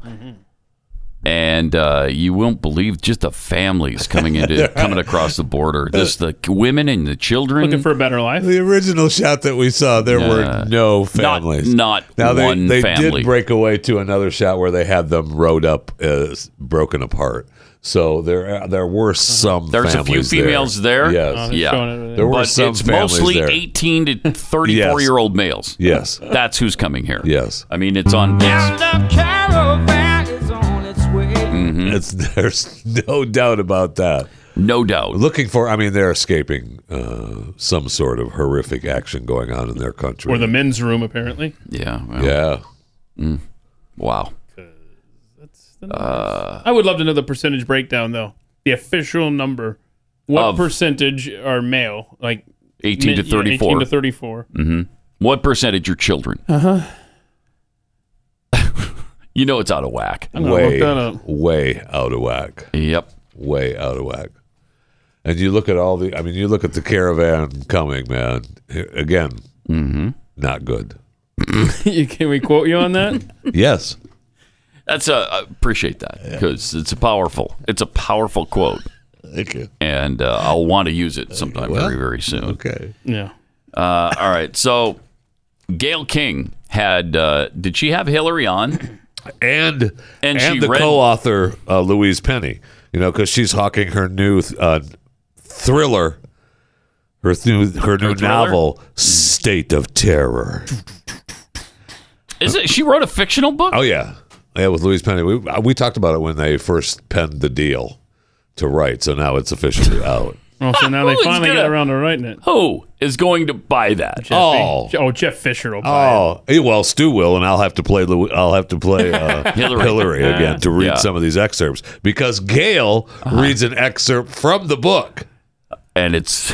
Speaker 3: and uh, you won't believe just the families coming into coming across the border just the women and the children
Speaker 5: Looking for a better life.
Speaker 4: The original shot that we saw, there
Speaker 3: Yeah.
Speaker 4: were no
Speaker 3: Not-
Speaker 4: families.
Speaker 3: not
Speaker 4: now they,
Speaker 3: one
Speaker 4: they
Speaker 3: family.
Speaker 4: did break away to another shot where they had them rode up, uh, broken apart. So there, there were some.
Speaker 3: Uh-huh. There's a few
Speaker 4: families there.
Speaker 3: females there.
Speaker 4: Yes,
Speaker 5: Oh,
Speaker 3: yeah.
Speaker 4: There were
Speaker 3: but
Speaker 4: some
Speaker 3: it's
Speaker 4: families
Speaker 3: mostly
Speaker 4: there.
Speaker 3: 18 to 34
Speaker 4: Yes.
Speaker 3: year old males.
Speaker 4: Yes.
Speaker 3: That's who's coming here.
Speaker 4: Yes.
Speaker 3: I mean, it's on. It's,
Speaker 4: It's, there's no doubt about that.
Speaker 3: Mm-hmm. No doubt.
Speaker 4: Looking for, I mean, they're escaping uh, some sort of horrific action going on in their country.
Speaker 5: Or the men's room apparently.
Speaker 3: yeah.
Speaker 4: yeah.
Speaker 3: Mm. Wow.
Speaker 5: I would love to know the percentage breakdown though. The official number. What
Speaker 3: Of-
Speaker 5: percentage are male? Like
Speaker 3: 18 to Mm-hmm.
Speaker 5: men- yeah,
Speaker 3: 34.
Speaker 5: 18 to 34.
Speaker 3: hmm What percentage are children?
Speaker 5: Uh huh.
Speaker 3: You know it's out of whack.
Speaker 4: I'm gonna look Way. that up. way out of whack.
Speaker 3: Yep.
Speaker 4: Way out of whack. And you look at all the, I mean, you look at the caravan coming, man. Again, mm-hmm. not good.
Speaker 5: You- Can we quote you on that?
Speaker 4: yes.
Speaker 3: That's a I appreciate that because it's a powerful. It's a powerful quote.
Speaker 4: Thank you.
Speaker 3: And uh, I'll want to use it sometime very very soon.
Speaker 4: Okay.
Speaker 5: Yeah.
Speaker 3: Uh, all right. So Gail King had uh, did she have Hillary on?
Speaker 4: And And,
Speaker 3: and, she
Speaker 4: the
Speaker 3: read
Speaker 4: co-author uh, Louise Penny, you know, because she's hawking her new uh, thriller, her new her new novel, State of Terror.
Speaker 3: Is it? She wrote a fictional book.
Speaker 4: Oh yeah, yeah, with Louise Penny. We uh, we talked about it when they first penned the deal to write, so now it's officially out.
Speaker 5: Oh, so now they
Speaker 3: Who is
Speaker 5: finally
Speaker 3: gonna-
Speaker 5: got around to writing it.
Speaker 3: Who is going to buy that?
Speaker 4: Oh.
Speaker 5: Oh, Jeff Fisher will buy it.
Speaker 4: Oh eh, well, Stu will, and I'll have to play. Lou- I'll have to play uh,
Speaker 3: Hillary.
Speaker 4: Hillary. again to read
Speaker 3: Yeah. Uh-huh.
Speaker 4: some of these excerpts because Gail reads an excerpt from the book.
Speaker 3: and it's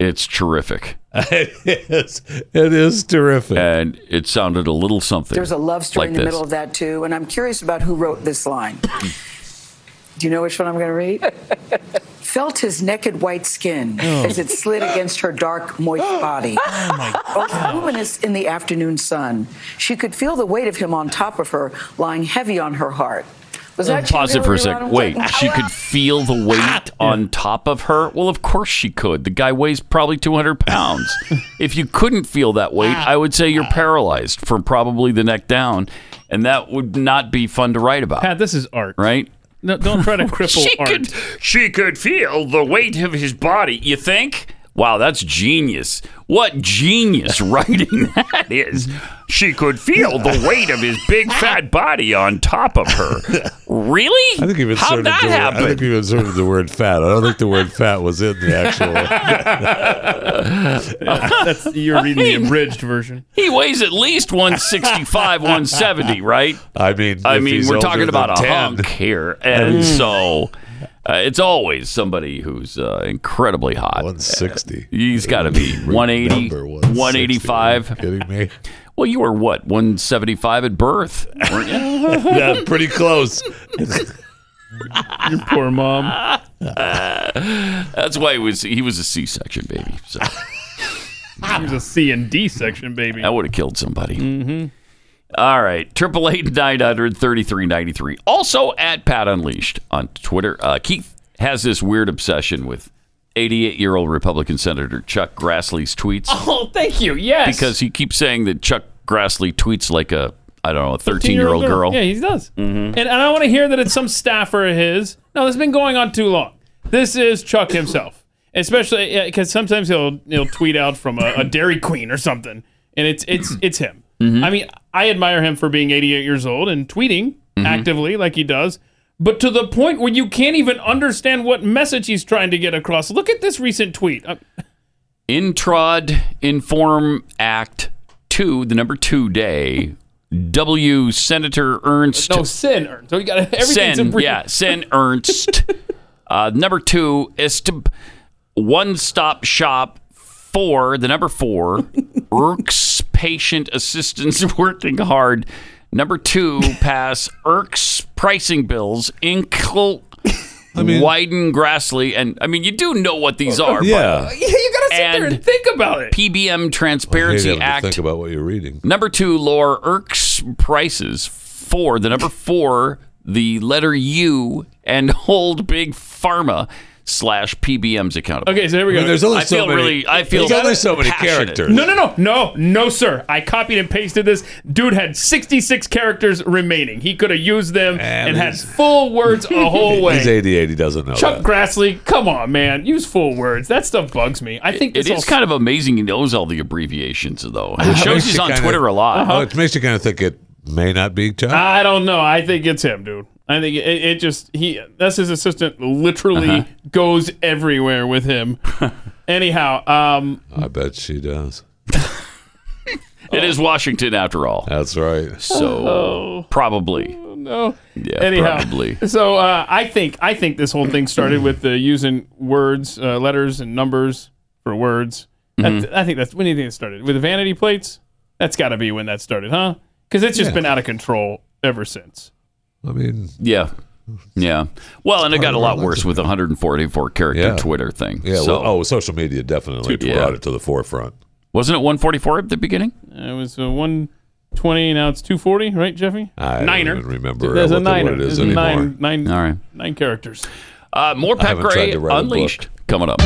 Speaker 3: it's terrific.
Speaker 4: it is. It is terrific.
Speaker 3: And it sounded a little something.
Speaker 2: There's a love story
Speaker 3: like
Speaker 2: in the
Speaker 3: this.
Speaker 2: middle of that, too. And I'm curious about who wrote this line. Do you know which one I'm going to read? Felt his naked white skin
Speaker 6: Oh.
Speaker 2: as it slid against her dark, moist body. Oh, luminous in the afternoon sun. She could feel the weight of him on top of her, lying heavy on her heart. Was that you,
Speaker 3: Pause it for
Speaker 2: Hillary
Speaker 3: a second.
Speaker 2: Rodham
Speaker 3: Wait,
Speaker 2: Clinton?
Speaker 3: she could feel the weight on top of her. Well, of course she could. The guy weighs probably 200 pounds. if you couldn't feel that weight, I would say you're paralyzed from probably the neck down, and that would not be fun to write about.
Speaker 5: Pat, this is art.
Speaker 3: Right?
Speaker 5: No, don't try to cripple
Speaker 3: She
Speaker 5: art.
Speaker 3: could- she could feel the weight of his body. You think? Wow, that's genius. What genius writing that is. She could feel the weight of his big fat body on top of her. Really?
Speaker 4: I think you
Speaker 3: How'd
Speaker 4: inserted
Speaker 3: that
Speaker 4: the, word-
Speaker 3: happen?
Speaker 4: I think you inserted the word fat. I don't think the word fat was in the actual.
Speaker 5: Yeah, that's you're reading the abridged version.
Speaker 3: He weighs at least 165, 170, right?
Speaker 4: I mean,
Speaker 3: I
Speaker 4: if
Speaker 3: mean,
Speaker 4: he's
Speaker 3: we're
Speaker 4: older
Speaker 3: talking about a
Speaker 4: than 10.
Speaker 3: hunk here,
Speaker 5: Mm.
Speaker 3: and so uh, it's always somebody who's uh, incredibly hot.
Speaker 4: 160.
Speaker 3: He's got to be 180,
Speaker 4: Number 160.
Speaker 3: 185.
Speaker 4: Kidding me?
Speaker 3: Well, you were what 175 at birth, weren't you?
Speaker 4: Yeah, pretty close.
Speaker 5: Your poor mom.
Speaker 3: That's why he was he was a C-section baby. So
Speaker 5: He was a C and D section baby.
Speaker 3: that would have killed somebody. Mm-hmm. All right, triple eight nine hundred thirty three ninety three. Also at Pat Unleashed on Twitter. Uh, Keith has this weird obsession with eighty eight year old Republican Senator Chuck Grassley's tweets
Speaker 5: Oh, thank you. Yes.
Speaker 3: because he keeps saying that Chuck Grassley tweets like a I don't know a thirteen year old girl.
Speaker 5: Yeah, he does.
Speaker 3: Mhm.
Speaker 5: And, and I want to hear that it's some staffer of his. No, this has been going on too long. This is Chuck himself, especially because sometimes he'll he'll tweet out from a, a Dairy Queen or something, and it's it's it's him.
Speaker 3: Mm-hmm.
Speaker 8: Mhm.
Speaker 5: I mean, I admire him for being 88 years old and tweeting
Speaker 3: Mm-hmm.
Speaker 8: Mhm.
Speaker 5: actively like he does, but to the point where you can't even understand what message he's trying to get across. Look at this recent tweet. Uh,
Speaker 3: Introd Inform Act 2, the number 2 day, W. Senator Ernst.
Speaker 5: no sin, Ernst. So you got everything's
Speaker 3: Sen,
Speaker 5: in brief.
Speaker 3: yeah, Sen Ernst. uh, number 2 is to one stop shop for the number 4 irks patient assistance working hard. Number 2 pass irks pricing bills inkle Wyden Grassley and I mean you do know what these are but-
Speaker 4: Uh, yeah.
Speaker 5: Yeah, you gotta sit there and think about it.
Speaker 3: PBM Transparency
Speaker 4: Hey,
Speaker 3: Act.
Speaker 4: Think about what you're reading.
Speaker 3: Number two, lower irks prices for the number four, the letter U, and hold big pharma slash PBM's accountable.
Speaker 5: Okay, so there we go.
Speaker 3: I mean, I feel really. I feel passionate.
Speaker 5: No, no, no, no, no, sir. I copied and pasted this. Dude had 66 characters remaining. He could have used them and had full words a whole way.
Speaker 4: He's 88. He doesn't know.
Speaker 5: Chuck Grassley, come on, man. Use full words. That stuff bugs me. I think
Speaker 3: It
Speaker 5: this
Speaker 3: is
Speaker 5: all-
Speaker 3: kind of amazing he knows all the abbreviations though. It shows
Speaker 4: Makes
Speaker 3: he's
Speaker 4: you
Speaker 3: on
Speaker 4: kinda-
Speaker 3: Twitter a lot. Ah.
Speaker 4: Oh, it makes you kind of think it may not be Chuck.
Speaker 5: I don't know. I think it's him, dude. I think it, it just he. That's his assistant. Literally
Speaker 4: Uh-huh.
Speaker 5: goes everywhere with him. Anyhow, um,
Speaker 4: I bet she does.
Speaker 3: It is Washington after all.
Speaker 4: That's right.
Speaker 3: So probably.
Speaker 5: Oh. no.
Speaker 3: Yeah,
Speaker 5: Anyhow,
Speaker 3: probably.
Speaker 5: so uh, I think I think this whole thing started with uh, using words, uh, letters, and numbers for words. That-
Speaker 3: Mhm.
Speaker 5: I think that's when do you think it started with the vanity plates. That's got to be when that started, huh? Because it's just
Speaker 3: Yeah.
Speaker 5: been out of control ever since.
Speaker 4: I mean,
Speaker 3: Yeah. Yeah. Well, and it got a lot worse with the 144 character
Speaker 4: Yeah.
Speaker 3: Twitter thing.
Speaker 4: Yeah,
Speaker 3: So,
Speaker 4: well, oh, social media definitely
Speaker 3: Yeah.
Speaker 4: brought it to the forefront.
Speaker 3: Wasn't it 144 at the beginning?
Speaker 5: It was uh, 120, now it's 240, right, Jeffy?
Speaker 3: I don't
Speaker 5: niner.
Speaker 3: even remember
Speaker 5: There's
Speaker 3: what
Speaker 5: a
Speaker 3: the- what
Speaker 5: niner.
Speaker 3: it is
Speaker 5: There's a
Speaker 3: anymore.
Speaker 5: nine, nine,
Speaker 3: All right.
Speaker 5: nine characters.
Speaker 3: Uh, more
Speaker 5: I
Speaker 3: Pat
Speaker 5: haven't tried
Speaker 3: Gray
Speaker 5: to write a book.
Speaker 3: Unleashed coming up.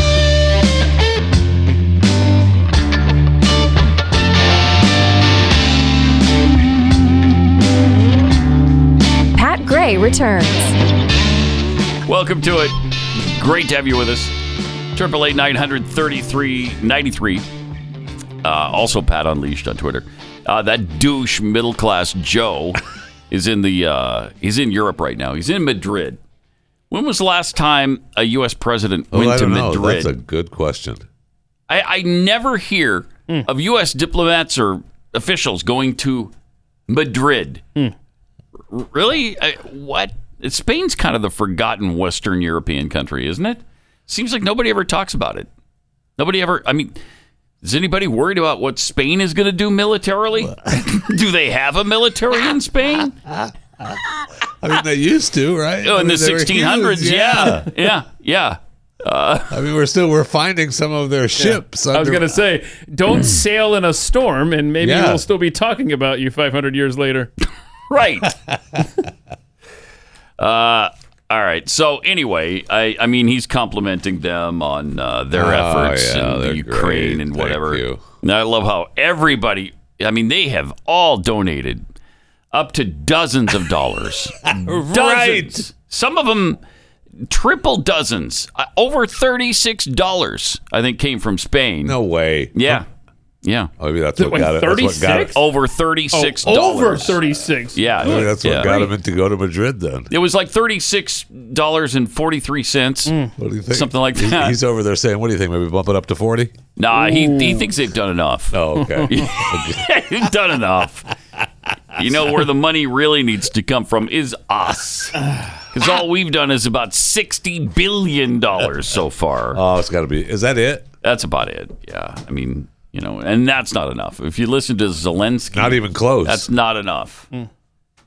Speaker 6: Pat Gray returns.
Speaker 3: Welcome to it. Great to have you with us. Triple eight nine hundred thirty three ninety three. Uh, also, Pat Unleashed on Twitter. Uh, that douche middle class Joe is in the uh, he's in Europe right now. He's in Madrid. When was the last time a U.S. president
Speaker 4: Well,
Speaker 3: went
Speaker 4: Oh, I
Speaker 3: to
Speaker 4: don't know.
Speaker 3: Madrid?
Speaker 4: That's a good question.
Speaker 3: I, I never hear of U.S. diplomats or officials going to Madrid. R- Really? I, what? Spain's kind of the forgotten Western European country, isn't it? Seems like nobody ever talks about it. Nobody ever. I mean, is anybody worried about what Spain is going to do militarily? do they have a military in Spain?
Speaker 4: I mean, they used to, right?
Speaker 3: Oh,
Speaker 4: I
Speaker 3: in
Speaker 4: mean,
Speaker 3: the
Speaker 4: they were huge,
Speaker 3: 1600s, yeah, yeah, yeah. Uh,
Speaker 4: I mean, we're still we're finding some of their ships.
Speaker 5: I was
Speaker 4: under-
Speaker 5: going to say, don't sail in a storm, and maybe
Speaker 4: Yeah.
Speaker 5: we'll still be talking about you 500 years later.
Speaker 3: right. Uh, all right. So anyway, I, I mean, he's complimenting them on uh, their
Speaker 4: Oh,
Speaker 3: efforts
Speaker 4: yeah,
Speaker 3: in
Speaker 4: they're
Speaker 3: the Ukraine
Speaker 4: great.
Speaker 3: and
Speaker 4: Thank
Speaker 3: whatever. And I love how everybody. I mean, they have all donated up to dozens of dollars. dozens.
Speaker 4: Right.
Speaker 3: Some of them triple dozens. Uh, over thirty-six dollars, I think, came from Spain. No
Speaker 4: way.
Speaker 3: Yeah. Yeah.
Speaker 4: Oh, maybe that's what got it. That's what got it.
Speaker 3: Over thirty-six
Speaker 5: Oh,
Speaker 3: dollars.
Speaker 5: over 36.
Speaker 3: Yeah.
Speaker 4: Maybe that's what
Speaker 3: Yeah.
Speaker 4: got him to go to Madrid then.
Speaker 3: It was like thirty-six dollars and forty-three cents,
Speaker 4: What do you think?
Speaker 3: something like
Speaker 4: He-
Speaker 3: that.
Speaker 4: He's over there saying, "What do you think? Maybe bump it up to 40?
Speaker 3: nah, he, he thinks they've done enough.
Speaker 4: Oh, okay.
Speaker 3: You've done enough. You know where the money really needs to come from is us, because all we've done is about sixty billion dollars so far.
Speaker 4: Oh, it's got to be. Is that it?
Speaker 3: That's about it. Yeah, I mean, you know, and that's not enough. If you listen to Zelensky,
Speaker 4: Not even close.
Speaker 3: That's not enough.
Speaker 5: Hmm.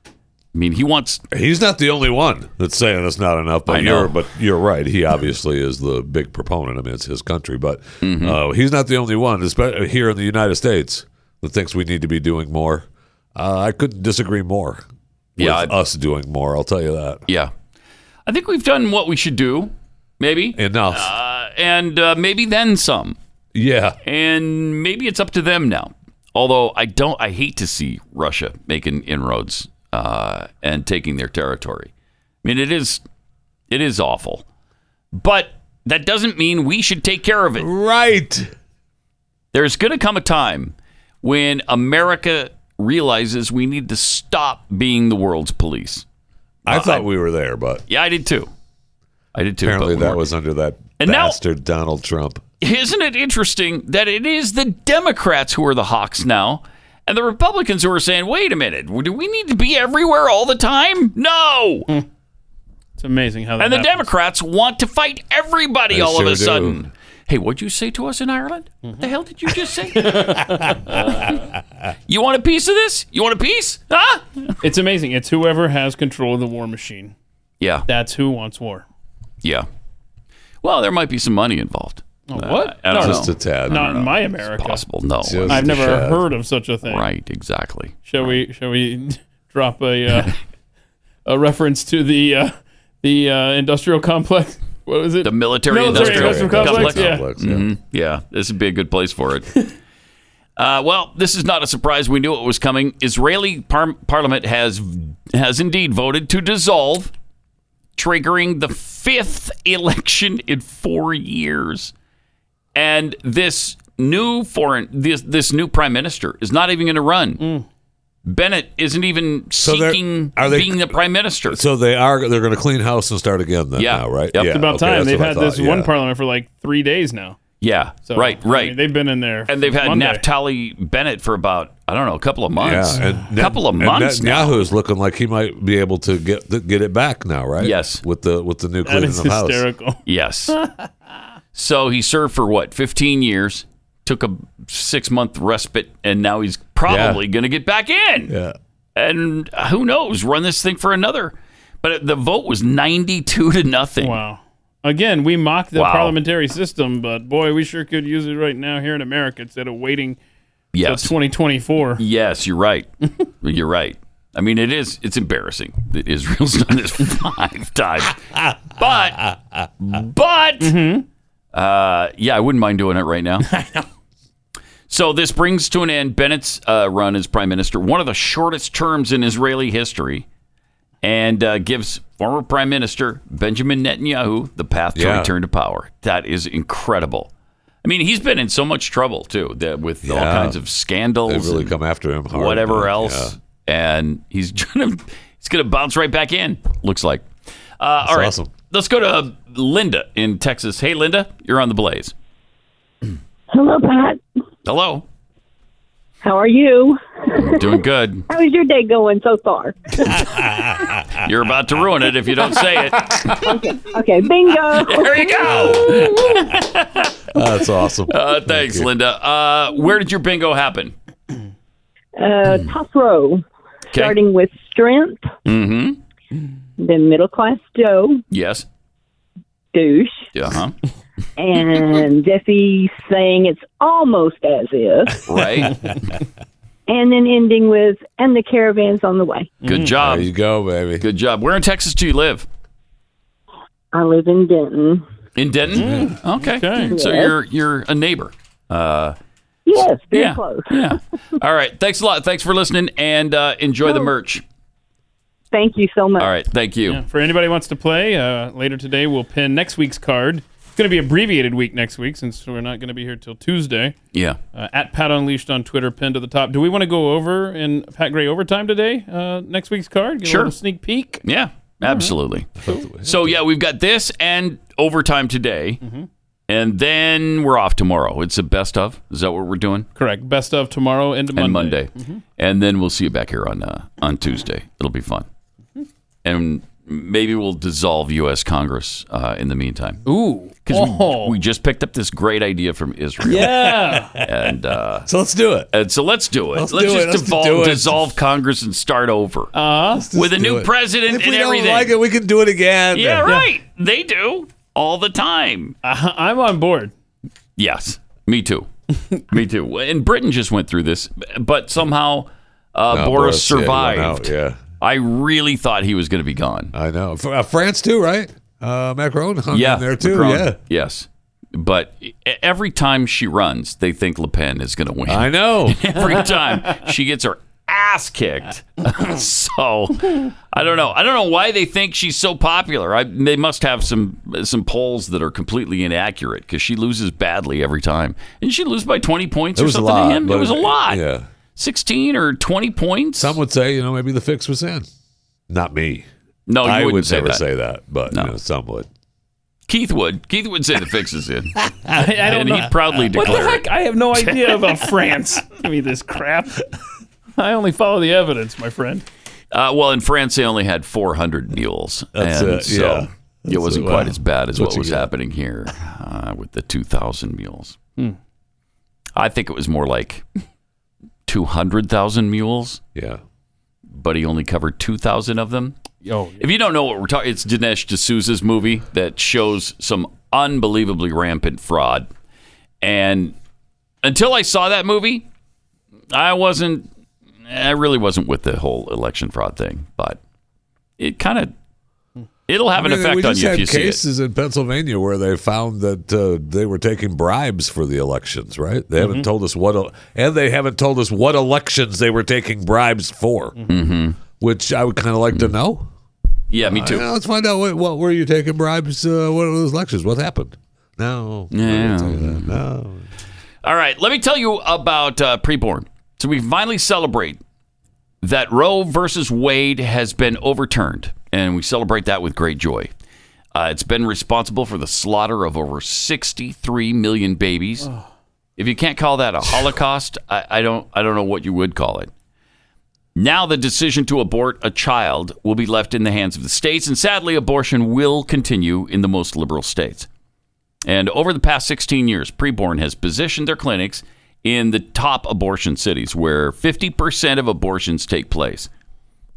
Speaker 3: I mean, he wants.
Speaker 4: He's not the only one that's saying it's not enough. But
Speaker 3: I know.
Speaker 4: you're but you're right. He obviously is the big proponent. I mean, it's his country, but
Speaker 3: Mm-hmm.
Speaker 4: uh, he's not the only one, especially here in the United States, that thinks we need to be doing more. Uh, I couldn't disagree more.
Speaker 3: Yeah,
Speaker 4: with us doing more. I'll tell you that.
Speaker 3: Yeah, I think we've done what we should do, maybe
Speaker 4: enough,
Speaker 3: uh, and uh, maybe then some.
Speaker 4: Yeah,
Speaker 3: and maybe it's up to them now. Although I don't, I hate to see Russia making inroads uh, and taking their territory. I mean, it is, it is awful, but that doesn't mean we should take care of it.
Speaker 4: Right.
Speaker 3: There's going to come a time when America realizes we need to stop being the world's police.
Speaker 4: I thought we were there, but
Speaker 3: yeah, I did too. I did too. but
Speaker 4: Apparently,
Speaker 3: we
Speaker 4: that
Speaker 3: weren't.
Speaker 4: was under that
Speaker 3: And now-
Speaker 4: bastard Donald Trump.
Speaker 3: Isn't it interesting that it is the Democrats who are the hawks now, and the Republicans who are saying, "Wait a minute, do we need to be everywhere all the time?" No.
Speaker 5: It's amazing how Hmm. that
Speaker 3: and the
Speaker 5: happens.
Speaker 3: Democrats want to fight everybody
Speaker 5: They
Speaker 3: all of
Speaker 5: sure
Speaker 3: a
Speaker 5: do.
Speaker 3: sudden. Hey, what'd you say to us in Ireland?
Speaker 5: Hmm.
Speaker 3: What the hell did you just say? you want a piece of this? You want a piece? Huh?
Speaker 5: It's amazing. It's whoever has control of the war machine.
Speaker 3: Yeah.
Speaker 5: That's who wants war.
Speaker 3: Yeah. Well, there might be some money involved.
Speaker 5: Oh, what?
Speaker 3: Uh, I don't
Speaker 5: No,
Speaker 3: know.
Speaker 5: Just a tad.
Speaker 3: I don't
Speaker 5: Not in
Speaker 3: know.
Speaker 5: my
Speaker 3: It's
Speaker 5: America.
Speaker 3: possible. No.
Speaker 5: Just I've a never tad. heard of such a thing.
Speaker 3: Right. Exactly.
Speaker 5: Shall we? Shall we drop a uh, a reference to the uh, the uh, industrial complex? What was it?
Speaker 3: The military,
Speaker 5: Military industrial complex, yeah.
Speaker 3: Mhm. yeah. This would be a good place for it. uh, well, this is not a surprise. We knew it was coming. Israeli par- parliament has has indeed voted to dissolve, triggering the fifth election in four years. And this new foreign this this new prime minister is not even going to run.
Speaker 5: Mm.
Speaker 3: Bennett isn't even
Speaker 4: they're-
Speaker 3: seeking
Speaker 4: are they-
Speaker 3: being the prime minister.
Speaker 4: So they are they're going to clean house and start again then
Speaker 3: Yeah.
Speaker 4: now, right?
Speaker 3: Yep.
Speaker 5: It's about
Speaker 4: okay,
Speaker 5: time.
Speaker 4: that's
Speaker 5: They've
Speaker 4: what I
Speaker 5: had
Speaker 4: thought,
Speaker 5: this
Speaker 4: yeah.
Speaker 5: one parliament for like three days now.
Speaker 3: Yeah.
Speaker 5: So,
Speaker 3: right.
Speaker 5: I
Speaker 3: Right.
Speaker 5: mean, they've been in there,
Speaker 3: and they've had
Speaker 5: Monday.
Speaker 3: Naftali Bennett for about I don't know a couple of months. a couple of
Speaker 4: and
Speaker 3: months now.
Speaker 4: Netanyahu's looking like he might be able to get the, get it back now, right?
Speaker 3: Yes.
Speaker 4: with the with the new cleaning
Speaker 5: is
Speaker 4: of house.
Speaker 5: hysterical.
Speaker 3: Yes. so he served for what 15 years, took a six month respite, and now he's probably going to get back in.
Speaker 4: Yeah.
Speaker 3: and who knows, run this thing for another. But the vote was 92 to nothing.
Speaker 5: Wow. Again, we mock the
Speaker 3: Wow.
Speaker 5: parliamentary system, but boy, we sure could use it right now here in America instead of waiting
Speaker 3: Yes.
Speaker 5: till 2024.
Speaker 3: Yes, you're right. you're right. I mean, it is. It's embarrassing that Israel's done this five times. But, but, uh, yeah, I wouldn't mind doing it right now. Mm-hmm. I know. So this brings to an end Bennett's uh, run as prime minister, one of the shortest terms in Israeli history, and uh, gives former prime minister Benjamin Netanyahu the path to
Speaker 4: Yeah.
Speaker 3: return to power. That is incredible. I mean, he's been in so much trouble too, that with all
Speaker 4: Yeah.
Speaker 3: kinds of scandals,
Speaker 4: They really
Speaker 3: and
Speaker 4: come after him hard,
Speaker 3: whatever
Speaker 4: man.
Speaker 3: else, and he's gonna he's gonna bounce right back in. Looks like. Uh, all right,
Speaker 4: awesome.
Speaker 3: let's go to Linda in Texas. Hey, Linda, you're on the blaze.
Speaker 8: Hello, Pat.
Speaker 3: Hello,
Speaker 8: How are you?
Speaker 3: doing good.
Speaker 8: How is your day going so far?
Speaker 3: You're about to ruin it if you don't say it.
Speaker 8: okay. okay, bingo.
Speaker 3: There you go.
Speaker 4: That's awesome.
Speaker 3: Uh, thanks, Linda. Uh, where did your bingo happen?
Speaker 8: Uh,
Speaker 3: Hmm.
Speaker 8: top row, starting with strength,
Speaker 3: Mm-hmm.
Speaker 8: then middle class Joe,
Speaker 3: Yes.
Speaker 8: douche,
Speaker 3: Uh huh.
Speaker 8: and Jeffy saying it's almost as if,
Speaker 3: Right.
Speaker 8: and then ending with, and the caravan's on the way.
Speaker 3: Good job. There you go, baby. Good job. Where in Texas do you live?
Speaker 8: I live in Denton.
Speaker 3: In Denton. Okay. So
Speaker 8: Yes.
Speaker 3: you're you're a neighbor. Uh,
Speaker 8: Yes, very
Speaker 3: Yeah.
Speaker 8: close.
Speaker 3: Yeah. all right. Thanks a lot. Thanks for listening and uh, enjoy the merch.
Speaker 8: Thank you so much.
Speaker 3: All right. Thank you.
Speaker 5: Yeah, for anybody who wants to play, uh, later today we'll pin next week's card. It's going to be abbreviated week next week since we're not going to be here till Tuesday.
Speaker 3: Yeah.
Speaker 5: Uh, at Pat Unleashed on Twitter, pinned to the top. Do we want to go over in Pat Gray overtime today? Uh, next week's card? Get a
Speaker 3: Sure.
Speaker 5: little sneak peek?
Speaker 3: Yeah. Absolutely. So yeah, we've got this and overtime today, and then we're off tomorrow. It's the best of. Is that what we're doing?
Speaker 5: Correct. Best of tomorrow into Monday. Mm-hmm.
Speaker 3: and Monday, and then we'll see you back here on uh, on Tuesday. It'll be fun, and maybe we'll dissolve U.S. Congress uh, in the meantime.
Speaker 5: Ooh,
Speaker 3: because
Speaker 5: Oh.
Speaker 3: we, we just picked up this great idea from Israel.
Speaker 5: Yeah.
Speaker 3: and uh, so let's do it. And so let's do it.
Speaker 4: Let's
Speaker 3: Let's,
Speaker 4: do it.
Speaker 3: just
Speaker 4: Let's
Speaker 3: devolve,
Speaker 4: do it.
Speaker 3: dissolve Congress and start over
Speaker 5: uh,
Speaker 3: with a new
Speaker 4: it.
Speaker 3: president
Speaker 4: If we
Speaker 3: and
Speaker 4: don't
Speaker 3: everything.
Speaker 4: like it, we can do it again.
Speaker 3: yeah, right. They do all the time.
Speaker 5: Uh, I'm on board.
Speaker 3: Yes, me too. me too. And Britain just went through this, but somehow uh,
Speaker 4: No, Boris,
Speaker 3: Boris,
Speaker 4: yeah, he went
Speaker 3: survived.
Speaker 4: out, yeah.
Speaker 3: I really thought he was going to be gone.
Speaker 4: I know. Fr- uh, France too, right? Uh, Macron hung in there too.
Speaker 3: Macron,
Speaker 4: Yeah.
Speaker 3: Yes. But e- every time she runs, they think Le Pen is going to win. I
Speaker 4: know.
Speaker 3: every time she gets her ass kicked. so I don't know. I don't know why they think she's so popular. I, they must have some some polls that are completely inaccurate because she loses badly every time. And she lose by twenty points
Speaker 4: It
Speaker 3: or
Speaker 4: was a
Speaker 3: something
Speaker 4: lot,
Speaker 3: to him. It
Speaker 4: but-
Speaker 3: was a lot.
Speaker 4: yeah.
Speaker 3: Sixteen or twenty points.
Speaker 4: Some would say, you know, maybe the fix was in. Not me.
Speaker 3: No, you
Speaker 4: I
Speaker 3: wouldn't
Speaker 4: would
Speaker 3: say
Speaker 4: never
Speaker 3: that.
Speaker 4: say that, but you know, some would.
Speaker 3: Keith would. Keith would say the fix is in.
Speaker 5: I, I don't
Speaker 3: and
Speaker 5: know.
Speaker 3: he'd proudly
Speaker 5: What
Speaker 3: declare
Speaker 5: the
Speaker 3: it.
Speaker 5: heck? I have no idea about France. Give me this crap. I only follow the evidence, my friend.
Speaker 3: Uh, well, in France, they only had 400 mules.
Speaker 4: That's
Speaker 3: and
Speaker 4: it,
Speaker 3: So
Speaker 4: yeah.
Speaker 3: it
Speaker 4: That's
Speaker 3: wasn't
Speaker 4: it,
Speaker 3: quite
Speaker 4: wow.
Speaker 3: as bad as
Speaker 4: That's what
Speaker 3: what
Speaker 4: you
Speaker 3: was
Speaker 4: get.
Speaker 3: happening here uh, with the 2,000 mules.
Speaker 5: Hmm.
Speaker 3: I think it was more like 200,000 mules.
Speaker 4: Yeah.
Speaker 3: But he only covered 2,000 of them.
Speaker 5: Yo,
Speaker 3: If you don't know what we're talking, it's Dinesh D'Souza's movie that shows some unbelievably rampant fraud. And until I saw that movie, I wasn't, I Eh, really wasn't with the whole election fraud thing. But it kind of, it'll have
Speaker 4: I
Speaker 3: an
Speaker 4: mean, we
Speaker 3: effect on
Speaker 4: just
Speaker 3: you if
Speaker 4: had
Speaker 3: you see it.
Speaker 4: cases in Pennsylvania where they found that uh, they were taking bribes for the elections, right? They haven't
Speaker 3: Mhm.
Speaker 4: told us what, el- and they haven't told us what elections they were taking bribes for, which I would kind of like to know.
Speaker 3: Mm-hmm. Mm. Yeah, me
Speaker 4: Uh,
Speaker 3: too.
Speaker 4: yeah, let's find out what, what were you taking bribes? Uh, what were those elections? What happened? No, I
Speaker 3: Yeah.
Speaker 4: wouldn't say that. no.
Speaker 3: All right, let me tell you about uh, preborn. So we finally celebrate that Roe versus Wade has been overturned, and we celebrate that with great joy. Uh, it's been responsible for the slaughter of over 63 million babies. If you can't call that a Holocaust, I, I don't. I don't know what you would call it. Now the decision to abort a child will be left in the hands of the states, and sadly, abortion will continue in the most liberal states. And over the past 16 years, Preborn has positioned their clinics in the top abortion cities where 50% of abortions take place.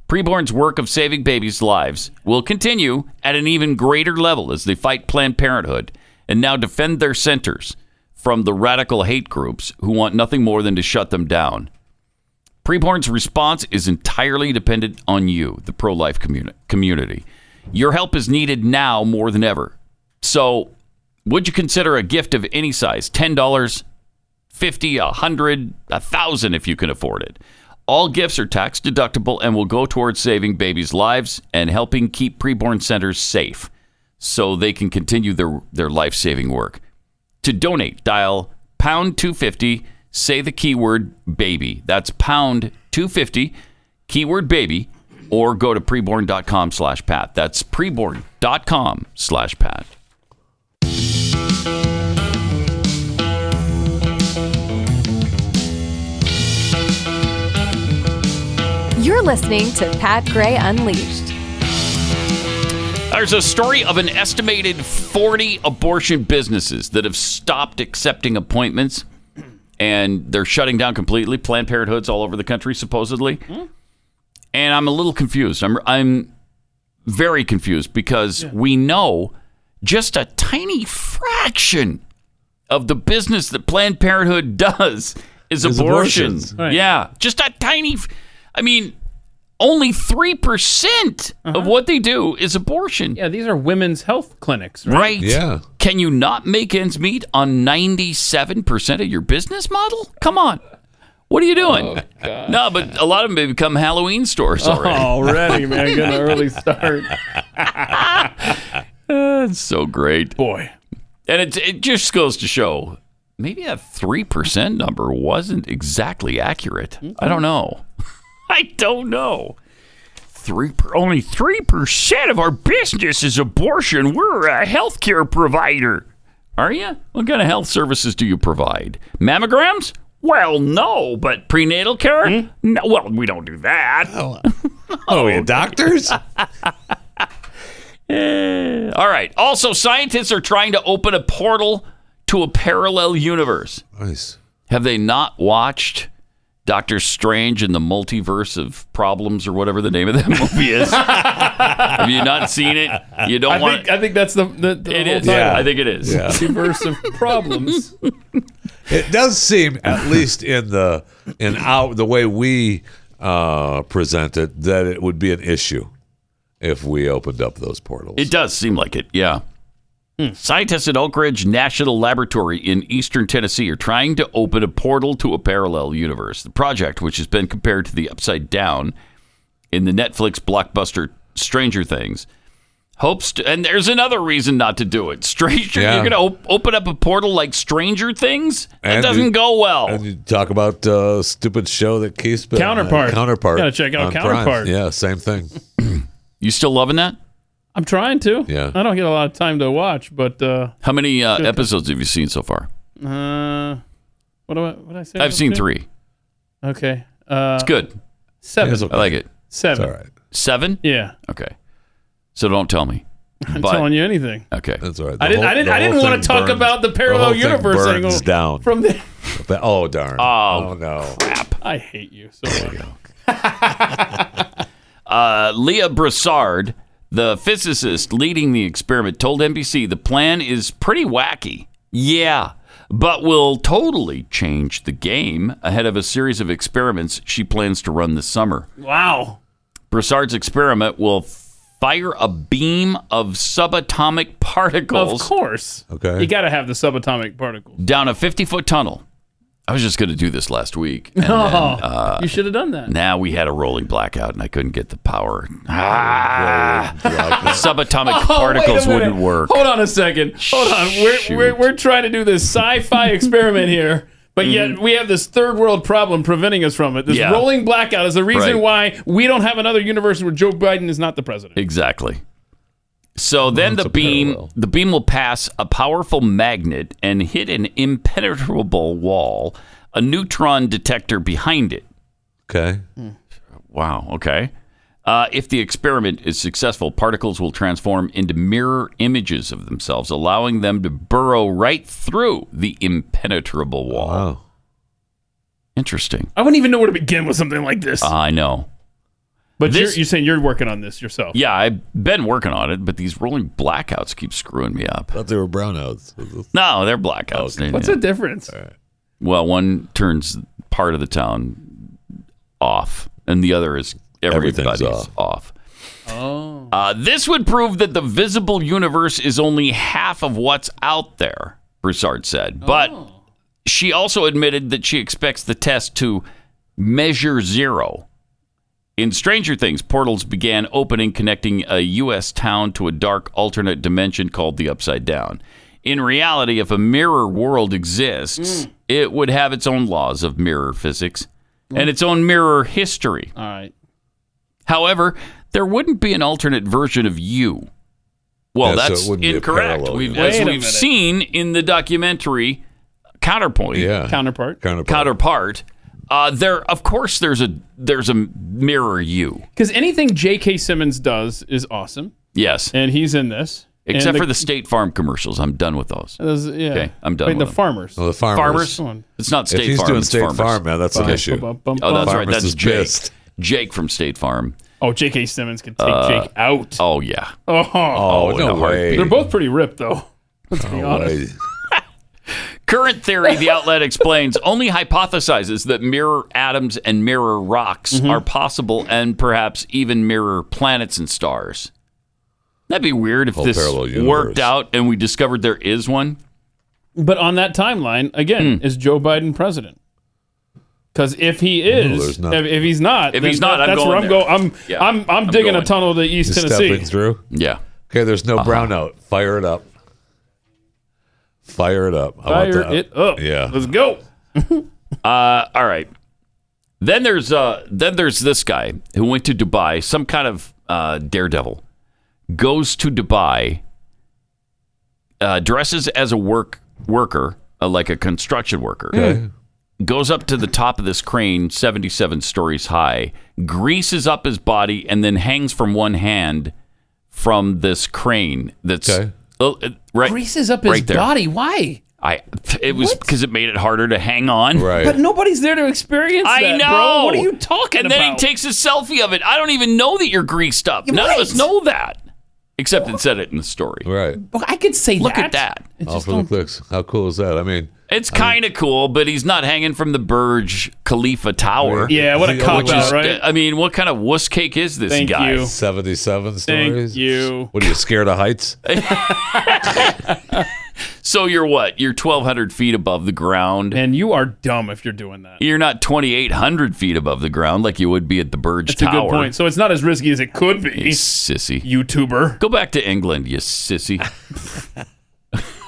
Speaker 3: Preborn's work of saving babies' lives will continue at an even greater level as they fight Planned Parenthood and now defend their centers from the radical hate groups who want nothing more than to shut them down. Preborn's response is entirely dependent on you, the pro life communi- community. Your help is needed now more than ever. So, would you consider a gift of any size $10, 50 100 1000 if you can afford it? All gifts are tax deductible and will go towards saving babies' lives and helping keep preborn centers safe so they can continue their, their life saving work. To donate, dial pound 250, say the keyword baby. That's pound 250, keyword baby, or go to preborn.com slash Pat. That's preborn.com slash Pat.
Speaker 6: You're listening to Pat Gray Unleashed.
Speaker 3: There's a story of an estimated 40 abortion businesses that have stopped accepting appointments and they're shutting down completely. Planned Parenthood's all over the country, supposedly.
Speaker 4: Hmm.
Speaker 3: And I'm a little confused. I'm, I'm very confused because we know just a tiny fraction of the business that Planned Parenthood does is
Speaker 4: Is
Speaker 3: abortions.
Speaker 4: abortions. Right.
Speaker 3: Yeah, just a tiny. f- I mean, only three percent of what they do is abortion.
Speaker 5: Uh-huh. Yeah, these are women's health clinics, right?
Speaker 3: Right. Can you not make ends meet on 97% of your business model? Come on. What are you
Speaker 5: Oh,
Speaker 3: doing? no, but a lot of them have become Halloween stores already.
Speaker 5: Already, man, getting an early start.
Speaker 3: Uh, it's so great.
Speaker 5: Boy.
Speaker 3: And it, it just goes to show maybe that 3% number wasn't exactly accurate. I don't know. I don't know. Three per, only 3% of our business is abortion. We're a healthcare provider. Are you? What kind of health services do you provide? Mammograms? Well, no, but prenatal care? No, well, we don't do that.
Speaker 4: Hmm? Oh, yeah, doctors?
Speaker 3: Eh, All right. Also, scientists are trying to open a portal to a parallel universe.
Speaker 4: Nice.
Speaker 3: Have they not watched Doctor Strange and the Multiverse of Problems or whatever the name of that movie is? Have you not seen it? You don't
Speaker 5: I
Speaker 3: want
Speaker 5: think, I think that's the, the, the
Speaker 3: it
Speaker 5: whole
Speaker 3: is.
Speaker 5: title.
Speaker 3: I think it is.
Speaker 4: Yeah.
Speaker 5: Diverse of problems.
Speaker 4: it does seem at least in the in our the way we uh present it that it would be an issue if we opened up those portals
Speaker 3: It does seem like it, yeah. Scientists at Oak Ridge National Laboratory in eastern Tennessee are trying to open a portal to a parallel universe. The project, which has been compared to the Upside Down in the Netflix blockbuster Stranger Things, hopes to. And there's another reason not to do it. Stranger,
Speaker 4: Yeah.
Speaker 3: you're going to op- open up a portal like Stranger Things? That doesn't go well
Speaker 4: and you talk about uh stupid show that keith's been uh,
Speaker 5: Counterpart.
Speaker 4: counterpart
Speaker 5: Gotta check out
Speaker 4: on Prime.
Speaker 5: Counterpart.
Speaker 4: yeah same thing
Speaker 3: you still loving that
Speaker 5: I'm trying to.
Speaker 4: Yeah.
Speaker 5: I don't get a lot of time to watch, but uh,
Speaker 3: How many uh,
Speaker 5: Good.
Speaker 3: episodes have you seen so far?
Speaker 5: uh what do I what did I say?
Speaker 3: I've seen
Speaker 5: Two?
Speaker 3: three.
Speaker 5: Okay. Uh
Speaker 3: It's good.
Speaker 5: Seven.
Speaker 3: I like it.
Speaker 5: Seven.
Speaker 3: Seven?
Speaker 5: Yeah.
Speaker 3: Okay. So don't tell me.
Speaker 5: I'm telling you anything.
Speaker 3: Okay. That's
Speaker 4: all right.
Speaker 5: I didn't I didn't I didn't want to talk about the parallel universe angle
Speaker 4: down.
Speaker 5: from the
Speaker 4: But- oh darn
Speaker 3: Oh,
Speaker 4: no
Speaker 5: I hate you so much.
Speaker 3: Uh, Leah Brassard, the physicist leading the experiment, told NBC the plan is pretty wacky. Yeah, but will totally change the game ahead of a series of experiments she plans to run this summer.
Speaker 5: Wow.
Speaker 3: Brassard's experiment will fire a beam of subatomic
Speaker 5: Of
Speaker 3: particles
Speaker 5: course.
Speaker 4: Okay.
Speaker 5: You gotta have the subatomic particles.
Speaker 3: down a 50 foot tunnel. I was just going to do this last week. And
Speaker 5: No.
Speaker 3: then, uh,
Speaker 5: Oh, you should have done that.
Speaker 3: Now we had a rolling blackout and I couldn't get the power. Ah, subatomic
Speaker 5: Oh, wait a
Speaker 3: particles
Speaker 5: minute.
Speaker 3: wouldn't work.
Speaker 5: Hold on a second. Hold on. We're, we're, we're trying to do this sci fi experiment here, but yet we have this third world problem preventing us from it. This
Speaker 3: Mm-hmm. Yeah.
Speaker 5: rolling blackout is the reason
Speaker 3: Right.
Speaker 5: why we don't have another universe where Joe Biden is not the president.
Speaker 3: Exactly. So then the beam the beam will pass a powerful magnet and hit an impenetrable wall, a neutron detector behind it.
Speaker 4: okay
Speaker 3: Wow. Okay. Uh, if the experiment is successful, particles will transform into mirror images of themselves, allowing them to burrow right through the impenetrable wall. Wow. Interesting.
Speaker 5: I wouldn't even know where to begin with something like this.
Speaker 3: I know.
Speaker 5: But
Speaker 3: This-
Speaker 5: you're, you're saying you're working on this yourself.
Speaker 3: Yeah, I've been working on it, but these rolling blackouts keep screwing me up. thought they were brownouts. No, they're blackouts. They-
Speaker 5: What's the difference?
Speaker 3: Well, one turns part of the town off, and the other is everybody's off.
Speaker 5: Oh.
Speaker 3: Uh, this would prove that the visible universe is only half of what's out there, Broussard said. But
Speaker 5: Oh.
Speaker 3: she also admitted that she expects the test to measure zero. In Stranger Things, portals began opening, connecting a U.S. town to a dark alternate dimension called the Upside Down. In reality, if a mirror world
Speaker 5: Mm.
Speaker 3: exists, it would have its own laws of mirror physics and its own mirror history.
Speaker 5: Mm. All right.
Speaker 3: However, there wouldn't be an alternate version of you. Well,
Speaker 4: Yeah, so
Speaker 3: that's
Speaker 4: it wouldn't be a
Speaker 3: incorrect.
Speaker 4: parallel
Speaker 3: We've,
Speaker 4: universe.
Speaker 3: as
Speaker 4: Wait a
Speaker 3: we've
Speaker 4: minute.
Speaker 3: seen in the documentary Counterpoint,
Speaker 4: Yeah.
Speaker 5: Counterpart.
Speaker 4: Counterpart.
Speaker 3: Counterpart, uh, there of course there's a there's a mirror you.
Speaker 5: Because anything J.K. Simmons does is awesome.
Speaker 3: Yes.
Speaker 5: And he's in this. And
Speaker 3: Except for the State Farm commercials. I'm done with those.
Speaker 5: Those- yeah.
Speaker 3: Okay, I'm done
Speaker 5: Wait,
Speaker 3: with
Speaker 5: the
Speaker 3: them.
Speaker 5: farmers.
Speaker 4: Oh, the farmers. Come on.
Speaker 3: It's not
Speaker 4: If
Speaker 3: State
Speaker 4: he's
Speaker 3: Farm.
Speaker 4: doing
Speaker 3: it's
Speaker 4: State
Speaker 3: farmers.
Speaker 4: Farm, now that's an Bum, issue. bum, bum,
Speaker 3: Oh,
Speaker 4: bum.
Speaker 3: that's right.
Speaker 4: Farmers
Speaker 3: That's
Speaker 4: is
Speaker 3: Jake.
Speaker 4: best.
Speaker 3: Jake from State Farm.
Speaker 5: Oh, J.K. Simmons could take
Speaker 3: Uh,
Speaker 5: Jake out.
Speaker 3: Oh yeah.
Speaker 5: Oh,
Speaker 3: Oh, in no a heartbeat. way.
Speaker 5: They're both pretty ripped, though. Let's be honest.
Speaker 3: Current theory, the outlet explains, only hypothesizes that mirror atoms and mirror rocks
Speaker 4: Mm-hmm.
Speaker 3: are possible and perhaps even mirror planets and stars. That'd be weird if
Speaker 4: Whole
Speaker 3: this
Speaker 4: parallel universe.
Speaker 3: worked out and we discovered there is one.
Speaker 5: But on that timeline, again,
Speaker 3: Hmm.
Speaker 5: is Joe Biden president? Because if he is,
Speaker 4: there's not.
Speaker 5: if, if he's not,
Speaker 3: If
Speaker 5: then
Speaker 3: he's not,
Speaker 5: that-
Speaker 3: I'm
Speaker 5: that's where I'm
Speaker 3: going
Speaker 5: going.
Speaker 3: there.
Speaker 5: I'm,
Speaker 3: Yeah,
Speaker 5: I'm, I'm,
Speaker 3: I'm
Speaker 5: digging
Speaker 3: going.
Speaker 5: a tunnel to East
Speaker 4: Just
Speaker 5: Tennessee.
Speaker 4: stepping through.
Speaker 3: Yeah. Uh-huh.
Speaker 4: Okay, there's no brownout. Fire it up. Fire it up. I want
Speaker 5: Fire
Speaker 4: that.
Speaker 5: it up.
Speaker 4: Yeah.
Speaker 5: Let's go.
Speaker 3: Uh, all right. Then there's uh, then there's this guy who went to Dubai, some kind of uh, daredevil, goes to Dubai, uh, dresses as a work worker, uh, like a construction worker, goes up to the top of this crane, 77 stories high, greases up his body, and then hangs from one hand from this crane. That's uh, uh, right.
Speaker 5: Greases up his
Speaker 3: right there.
Speaker 5: body. Why?
Speaker 3: I it was because it made it harder to hang on. Right.
Speaker 5: But nobody's there to experience
Speaker 3: I
Speaker 5: that,
Speaker 3: know.
Speaker 5: bro. What are you talking
Speaker 3: and
Speaker 5: about?
Speaker 3: then he takes a selfie of it. I don't even know that you're greased up. None of us know that, except it said it in the story.
Speaker 4: Right.
Speaker 5: I could say
Speaker 3: Look at that.
Speaker 4: All for the clicks. How cool is that? I mean,
Speaker 3: It's kind of cool, but he's not hanging from the Burj Khalifa Tower.
Speaker 5: Yeah, what a
Speaker 3: Which
Speaker 5: cop-out,
Speaker 3: is-
Speaker 5: right?
Speaker 3: I mean, what kind of wuss cake is this
Speaker 5: Thank
Speaker 3: guy?
Speaker 5: you.
Speaker 4: 77
Speaker 5: Thank
Speaker 4: stories.
Speaker 5: you.
Speaker 4: What are you scared of heights?
Speaker 3: So you're what? You're 1,200 feet above the ground.
Speaker 5: And you are dumb if you're doing that.
Speaker 3: You're not 2,800 feet above the ground like you would be at the Burj
Speaker 5: That's
Speaker 3: Tower.
Speaker 5: a good point. So it's not as risky as it could
Speaker 3: You
Speaker 5: be.
Speaker 3: sissy.
Speaker 5: YouTuber.
Speaker 3: Go back to England, you sissy.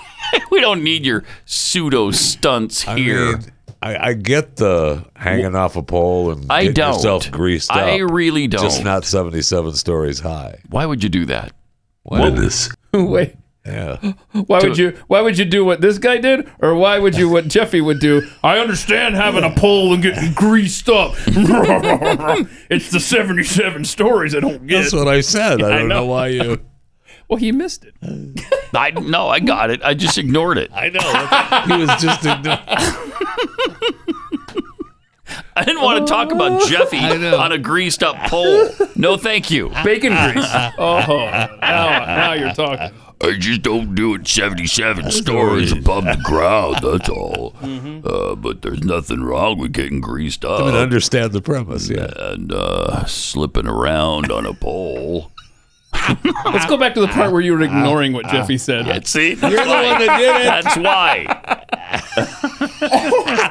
Speaker 3: we don't need your pseudo stunts
Speaker 4: I
Speaker 3: here.
Speaker 4: mean, I, I get the hanging off a pole and
Speaker 3: I
Speaker 4: getting
Speaker 3: don't.
Speaker 4: yourself greased up.
Speaker 3: I really don't.
Speaker 4: Just not 77 stories high.
Speaker 3: Why would you do that?
Speaker 4: What is?
Speaker 5: Wait.
Speaker 4: Yeah.
Speaker 5: Why
Speaker 4: Do it.
Speaker 5: would you? Why would you do what this guy did, or why would you what Jeffy would do? I understand having a pole and getting greased up. it's the seventy-seven stories I don't get.
Speaker 4: That's what I said. I don't know. why you.
Speaker 5: Well, he missed it.
Speaker 3: I no, I got it. I just ignored it. I
Speaker 4: know. he was just ignoring.
Speaker 3: I didn't want to talk about Jeffy on a greased up pole. No, thank you.
Speaker 5: Bacon grease. Oh, now, now you're talking.
Speaker 9: I just don't do it 77 stories above the ground, that's all.
Speaker 4: Mm-hmm.
Speaker 9: Uh, but there's nothing wrong with getting greased up
Speaker 3: Uh,
Speaker 4: I mean, understand the premise. Yeah.
Speaker 9: and uh, slipping around on a pole.
Speaker 5: Let's go back to the part where you were ignoring what Jeffy said.
Speaker 3: Yeah, see, that's
Speaker 5: Uh, You're the
Speaker 3: why.
Speaker 5: one that did it.
Speaker 3: That's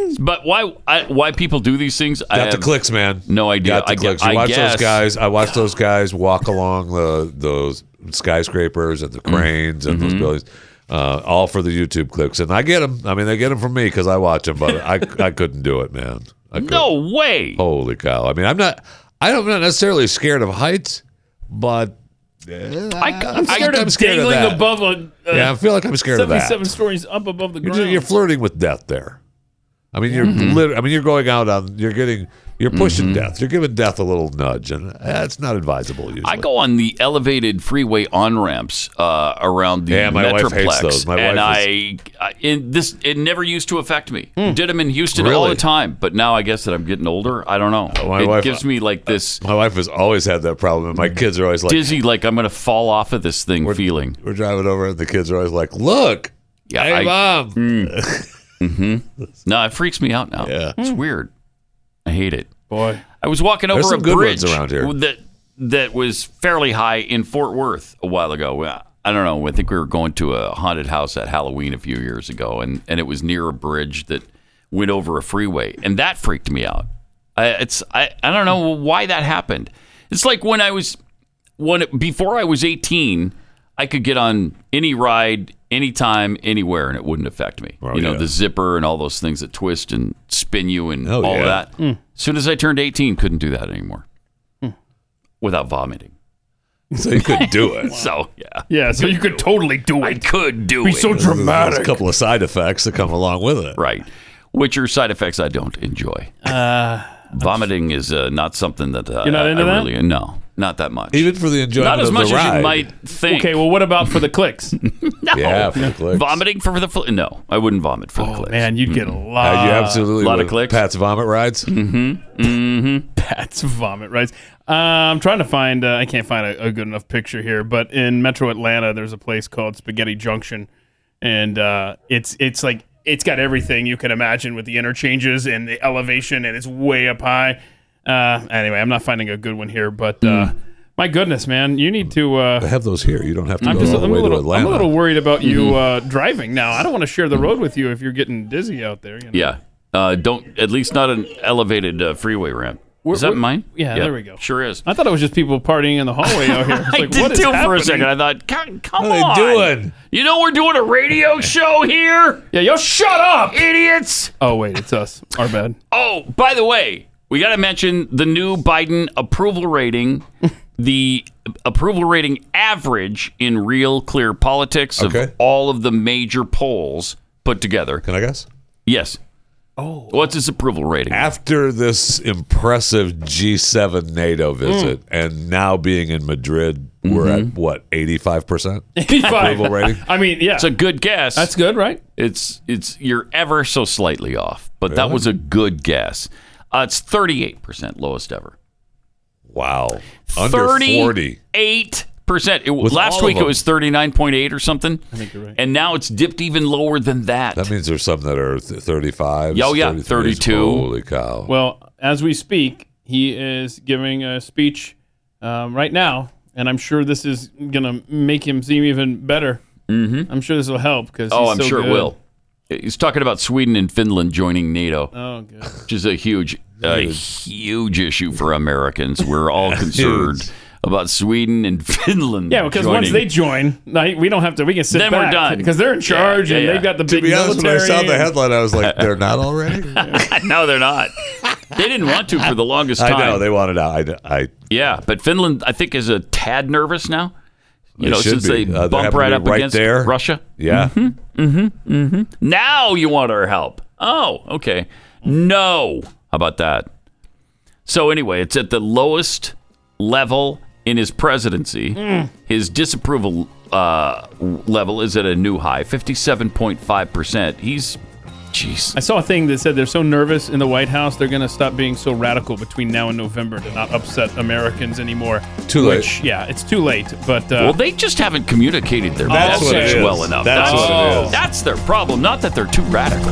Speaker 3: why. but why? I, why people do these things? I
Speaker 4: Got the
Speaker 3: have
Speaker 4: clicks, man.
Speaker 3: No idea.
Speaker 4: Got the
Speaker 3: I gue-
Speaker 4: clicks. You
Speaker 3: I
Speaker 4: watch
Speaker 3: guess.
Speaker 4: those guys. I watch those guys walk along the those skyscrapers and the cranes and those
Speaker 3: Mhm.
Speaker 4: buildings, uh, all for the YouTube clicks. And I get them. I mean, they get them from me because I watch them. But I I couldn't do it, man. I couldn't.
Speaker 3: No way.
Speaker 4: Holy cow! I mean, I'm not. I don't, am not necessarily scared of heights, but
Speaker 5: I,
Speaker 4: I'm scared of
Speaker 5: dangling
Speaker 4: that.
Speaker 5: above a.
Speaker 4: Yeah, I feel like I'm scared of that.
Speaker 5: Seventy-seven stories up above the
Speaker 4: you're,
Speaker 5: ground.
Speaker 4: just- you're flirting with death there. I mean, you're
Speaker 3: Mm-hmm.
Speaker 10: Mhm.
Speaker 4: lit- I mean, you're going out on. You're getting. You're pushing death. You're giving death a little nudge, and that's not advisable. Usually.
Speaker 3: I go on the elevated freeway on ramps uh, around the
Speaker 4: Yeah, my wife
Speaker 3: metroplex,
Speaker 4: hates those. My
Speaker 3: and
Speaker 4: wife Hmm.
Speaker 3: I, I in this it never used to affect me. Did them in Houston all
Speaker 4: Really?
Speaker 3: the time, but now I guess that I'm getting older. I don't know.
Speaker 4: my
Speaker 3: it
Speaker 4: wife- uh,
Speaker 3: gives me like this. Mm-hmm.
Speaker 4: My wife has always had that problem. My kids are always like
Speaker 3: dizzy, like I'm going to fall off of this thing. feeling.
Speaker 4: We're driving over, and the kids are always like, "Look,
Speaker 3: Yeah,
Speaker 4: hey,
Speaker 3: I- Mm.
Speaker 4: mom."
Speaker 3: Mm-hmm. No, it freaks me out now. Yeah, it's weird. I hate it.
Speaker 5: Boy,
Speaker 3: I was walking over
Speaker 4: There's
Speaker 3: a
Speaker 4: some good
Speaker 3: bridge
Speaker 4: ones around here.
Speaker 3: that that was fairly high in Fort Worth a while ago. Uh, I don't know. I think we were going to a haunted house at Halloween a few years ago, and and it was near a bridge that went over a freeway, and that freaked me out. I, it's I, I don't know why that happened. It's like when I was when before I was 18, I could get on any ride, anytime, anywhere, and it wouldn't affect me. you know, the zipper and all those things that twist and spin you and all
Speaker 4: yeah.
Speaker 3: that.
Speaker 4: Mm.
Speaker 3: As soon as I turned 18, couldn't do that anymore without vomiting.
Speaker 4: So you could do it.
Speaker 3: so yeah,
Speaker 5: Yeah, so you could totally do it. I
Speaker 3: could do
Speaker 5: Be so
Speaker 3: it.
Speaker 5: dramatic.
Speaker 4: couple of side effects that come along with it.
Speaker 3: Right. Which are side effects I don't enjoy.
Speaker 5: Uh,
Speaker 3: Vomiting is uh, not something that uh,
Speaker 5: You're not
Speaker 3: I-
Speaker 5: into
Speaker 3: I
Speaker 5: that?
Speaker 3: really no, not that much.
Speaker 4: Even for the enjoyment
Speaker 3: not as
Speaker 4: of
Speaker 3: much
Speaker 4: the
Speaker 3: as you
Speaker 4: ride.
Speaker 3: might think.
Speaker 5: Okay, well, what about for the clicks?
Speaker 3: no.
Speaker 4: Yeah, for the clicks.
Speaker 3: vomiting for the fl- no, I wouldn't vomit for the clicks. Man,
Speaker 5: Oh, you'd get a
Speaker 4: Uh,
Speaker 5: lot.
Speaker 4: you absolutely
Speaker 3: lot of
Speaker 4: would.
Speaker 3: clicks.
Speaker 4: Pat's vomit rides.
Speaker 3: Mm-hmm. Mm-hmm.
Speaker 5: Pat's vomit rights. Uh, I'm trying to find. Uh, I can't find a, a good enough picture here, but in Metro Atlanta, there's a place called Spaghetti Junction, and uh, it's it's like it's got everything you can imagine with the interchanges and the elevation, and it's way up high. Uh, anyway, I'm not finding a good one here, but uh, my goodness, man, you need to. Uh,
Speaker 4: I have those here. You don't have to
Speaker 5: I'm
Speaker 4: go
Speaker 5: just
Speaker 4: all the
Speaker 5: I'm a
Speaker 4: way to
Speaker 5: little I'm
Speaker 4: Atlanta. Mm-hmm.
Speaker 5: a little worried about you uh, driving now. I don't want to share the road with you if you're getting dizzy out there. You know?
Speaker 3: Yeah. Uh, don't at least not an elevated uh, freeway ramp. is that
Speaker 5: we're-
Speaker 3: mine?
Speaker 5: yeah, there we go.
Speaker 3: Sure is.
Speaker 5: I thought it was just people partying in the hallway out here. It's
Speaker 3: I
Speaker 5: like,
Speaker 3: did
Speaker 5: what is
Speaker 3: too for
Speaker 5: happening?
Speaker 3: a second. I thought, come, come
Speaker 5: What
Speaker 3: on.
Speaker 5: are they doing?
Speaker 3: You know we're doing a radio show here.
Speaker 5: Yeah, yo, shut up,
Speaker 3: idiots.
Speaker 5: Oh wait, it's us. Our bad.
Speaker 3: Oh, by the way, we got to mention the new Biden approval rating, the approval rating average in real clear politics of all of the major polls put together.
Speaker 4: Can I guess?
Speaker 3: Yes. Oh. What's his approval rating?
Speaker 4: After this impressive G7
Speaker 3: Mm.
Speaker 4: NATO visit and now being in Madrid, we're at
Speaker 3: Mm-hmm.
Speaker 4: what, 85%?
Speaker 5: 85.
Speaker 4: Approval rating?
Speaker 5: I mean, yeah.
Speaker 3: It's a good guess. That's
Speaker 5: good, right?
Speaker 3: It's it's you're ever so slightly off, but that was a good guess. Uh, it's 38% lowest ever.
Speaker 4: Wow. Under 40.
Speaker 3: 38%. It,
Speaker 4: With all
Speaker 3: last
Speaker 4: of
Speaker 3: week it
Speaker 4: them.
Speaker 3: was 39.8 or something. I think you're right. And now it's dipped even lower than that.
Speaker 4: That means there's some that are th- 35.
Speaker 3: Yo, yeah,
Speaker 4: 33s.
Speaker 3: 32.
Speaker 4: Holy cow.
Speaker 5: Well, as we speak, he is giving a speech um, right now, and I'm sure this is gonna make him seem even better. Mm-hmm. I'm sure this will help because
Speaker 3: Oh, I'm sure it will. He's talking about Sweden and Finland joining NATO.
Speaker 5: Oh, good.
Speaker 3: Which is a huge, a huge issue for Americans. We're all concerned about Sweden and Finland.
Speaker 5: Yeah, because once
Speaker 3: joining.
Speaker 5: they join, like, we don't have to. We can sit
Speaker 3: Then we're
Speaker 5: back
Speaker 3: done.
Speaker 5: because they're in
Speaker 3: Yeah,
Speaker 5: charge
Speaker 3: yeah,
Speaker 5: and
Speaker 3: yeah.
Speaker 5: they've got the
Speaker 3: To
Speaker 5: big
Speaker 4: be honest, when I
Speaker 5: military.
Speaker 4: saw the
Speaker 5: and-
Speaker 4: headline, I was like, they're not already?
Speaker 3: no, they're not. They didn't want to for the longest
Speaker 4: I
Speaker 3: time.
Speaker 4: know. They wanted out. I, kn- I,
Speaker 3: yeah, but Finland, I think, is a tad nervous now. You
Speaker 4: They
Speaker 3: know,
Speaker 4: should
Speaker 3: since
Speaker 4: be.
Speaker 3: they
Speaker 4: Uh, they
Speaker 3: bump
Speaker 4: happen to
Speaker 3: right
Speaker 4: be
Speaker 3: up
Speaker 4: right
Speaker 3: against
Speaker 4: there.
Speaker 3: Russia.
Speaker 4: yeah.
Speaker 3: Mm-hmm. Mm-hmm. Now you want our help. Oh, okay. No. How about that? So anyway, it's at the lowest level in his presidency.
Speaker 5: Mm.
Speaker 3: His disapproval uh, level is at a new high, fifty-seven point five percent. He's, jeez,
Speaker 5: I saw a thing that said they're so nervous in the White House they're going to stop being so radical between now and November to not upset Americans anymore.
Speaker 4: Too late.
Speaker 5: Which, yeah, it's too late. But uh,
Speaker 3: well, they just haven't communicated their
Speaker 5: That's what it
Speaker 3: message
Speaker 5: is.
Speaker 3: well enough.
Speaker 5: That's what it is.
Speaker 3: That's their problem. Not that they're too radical.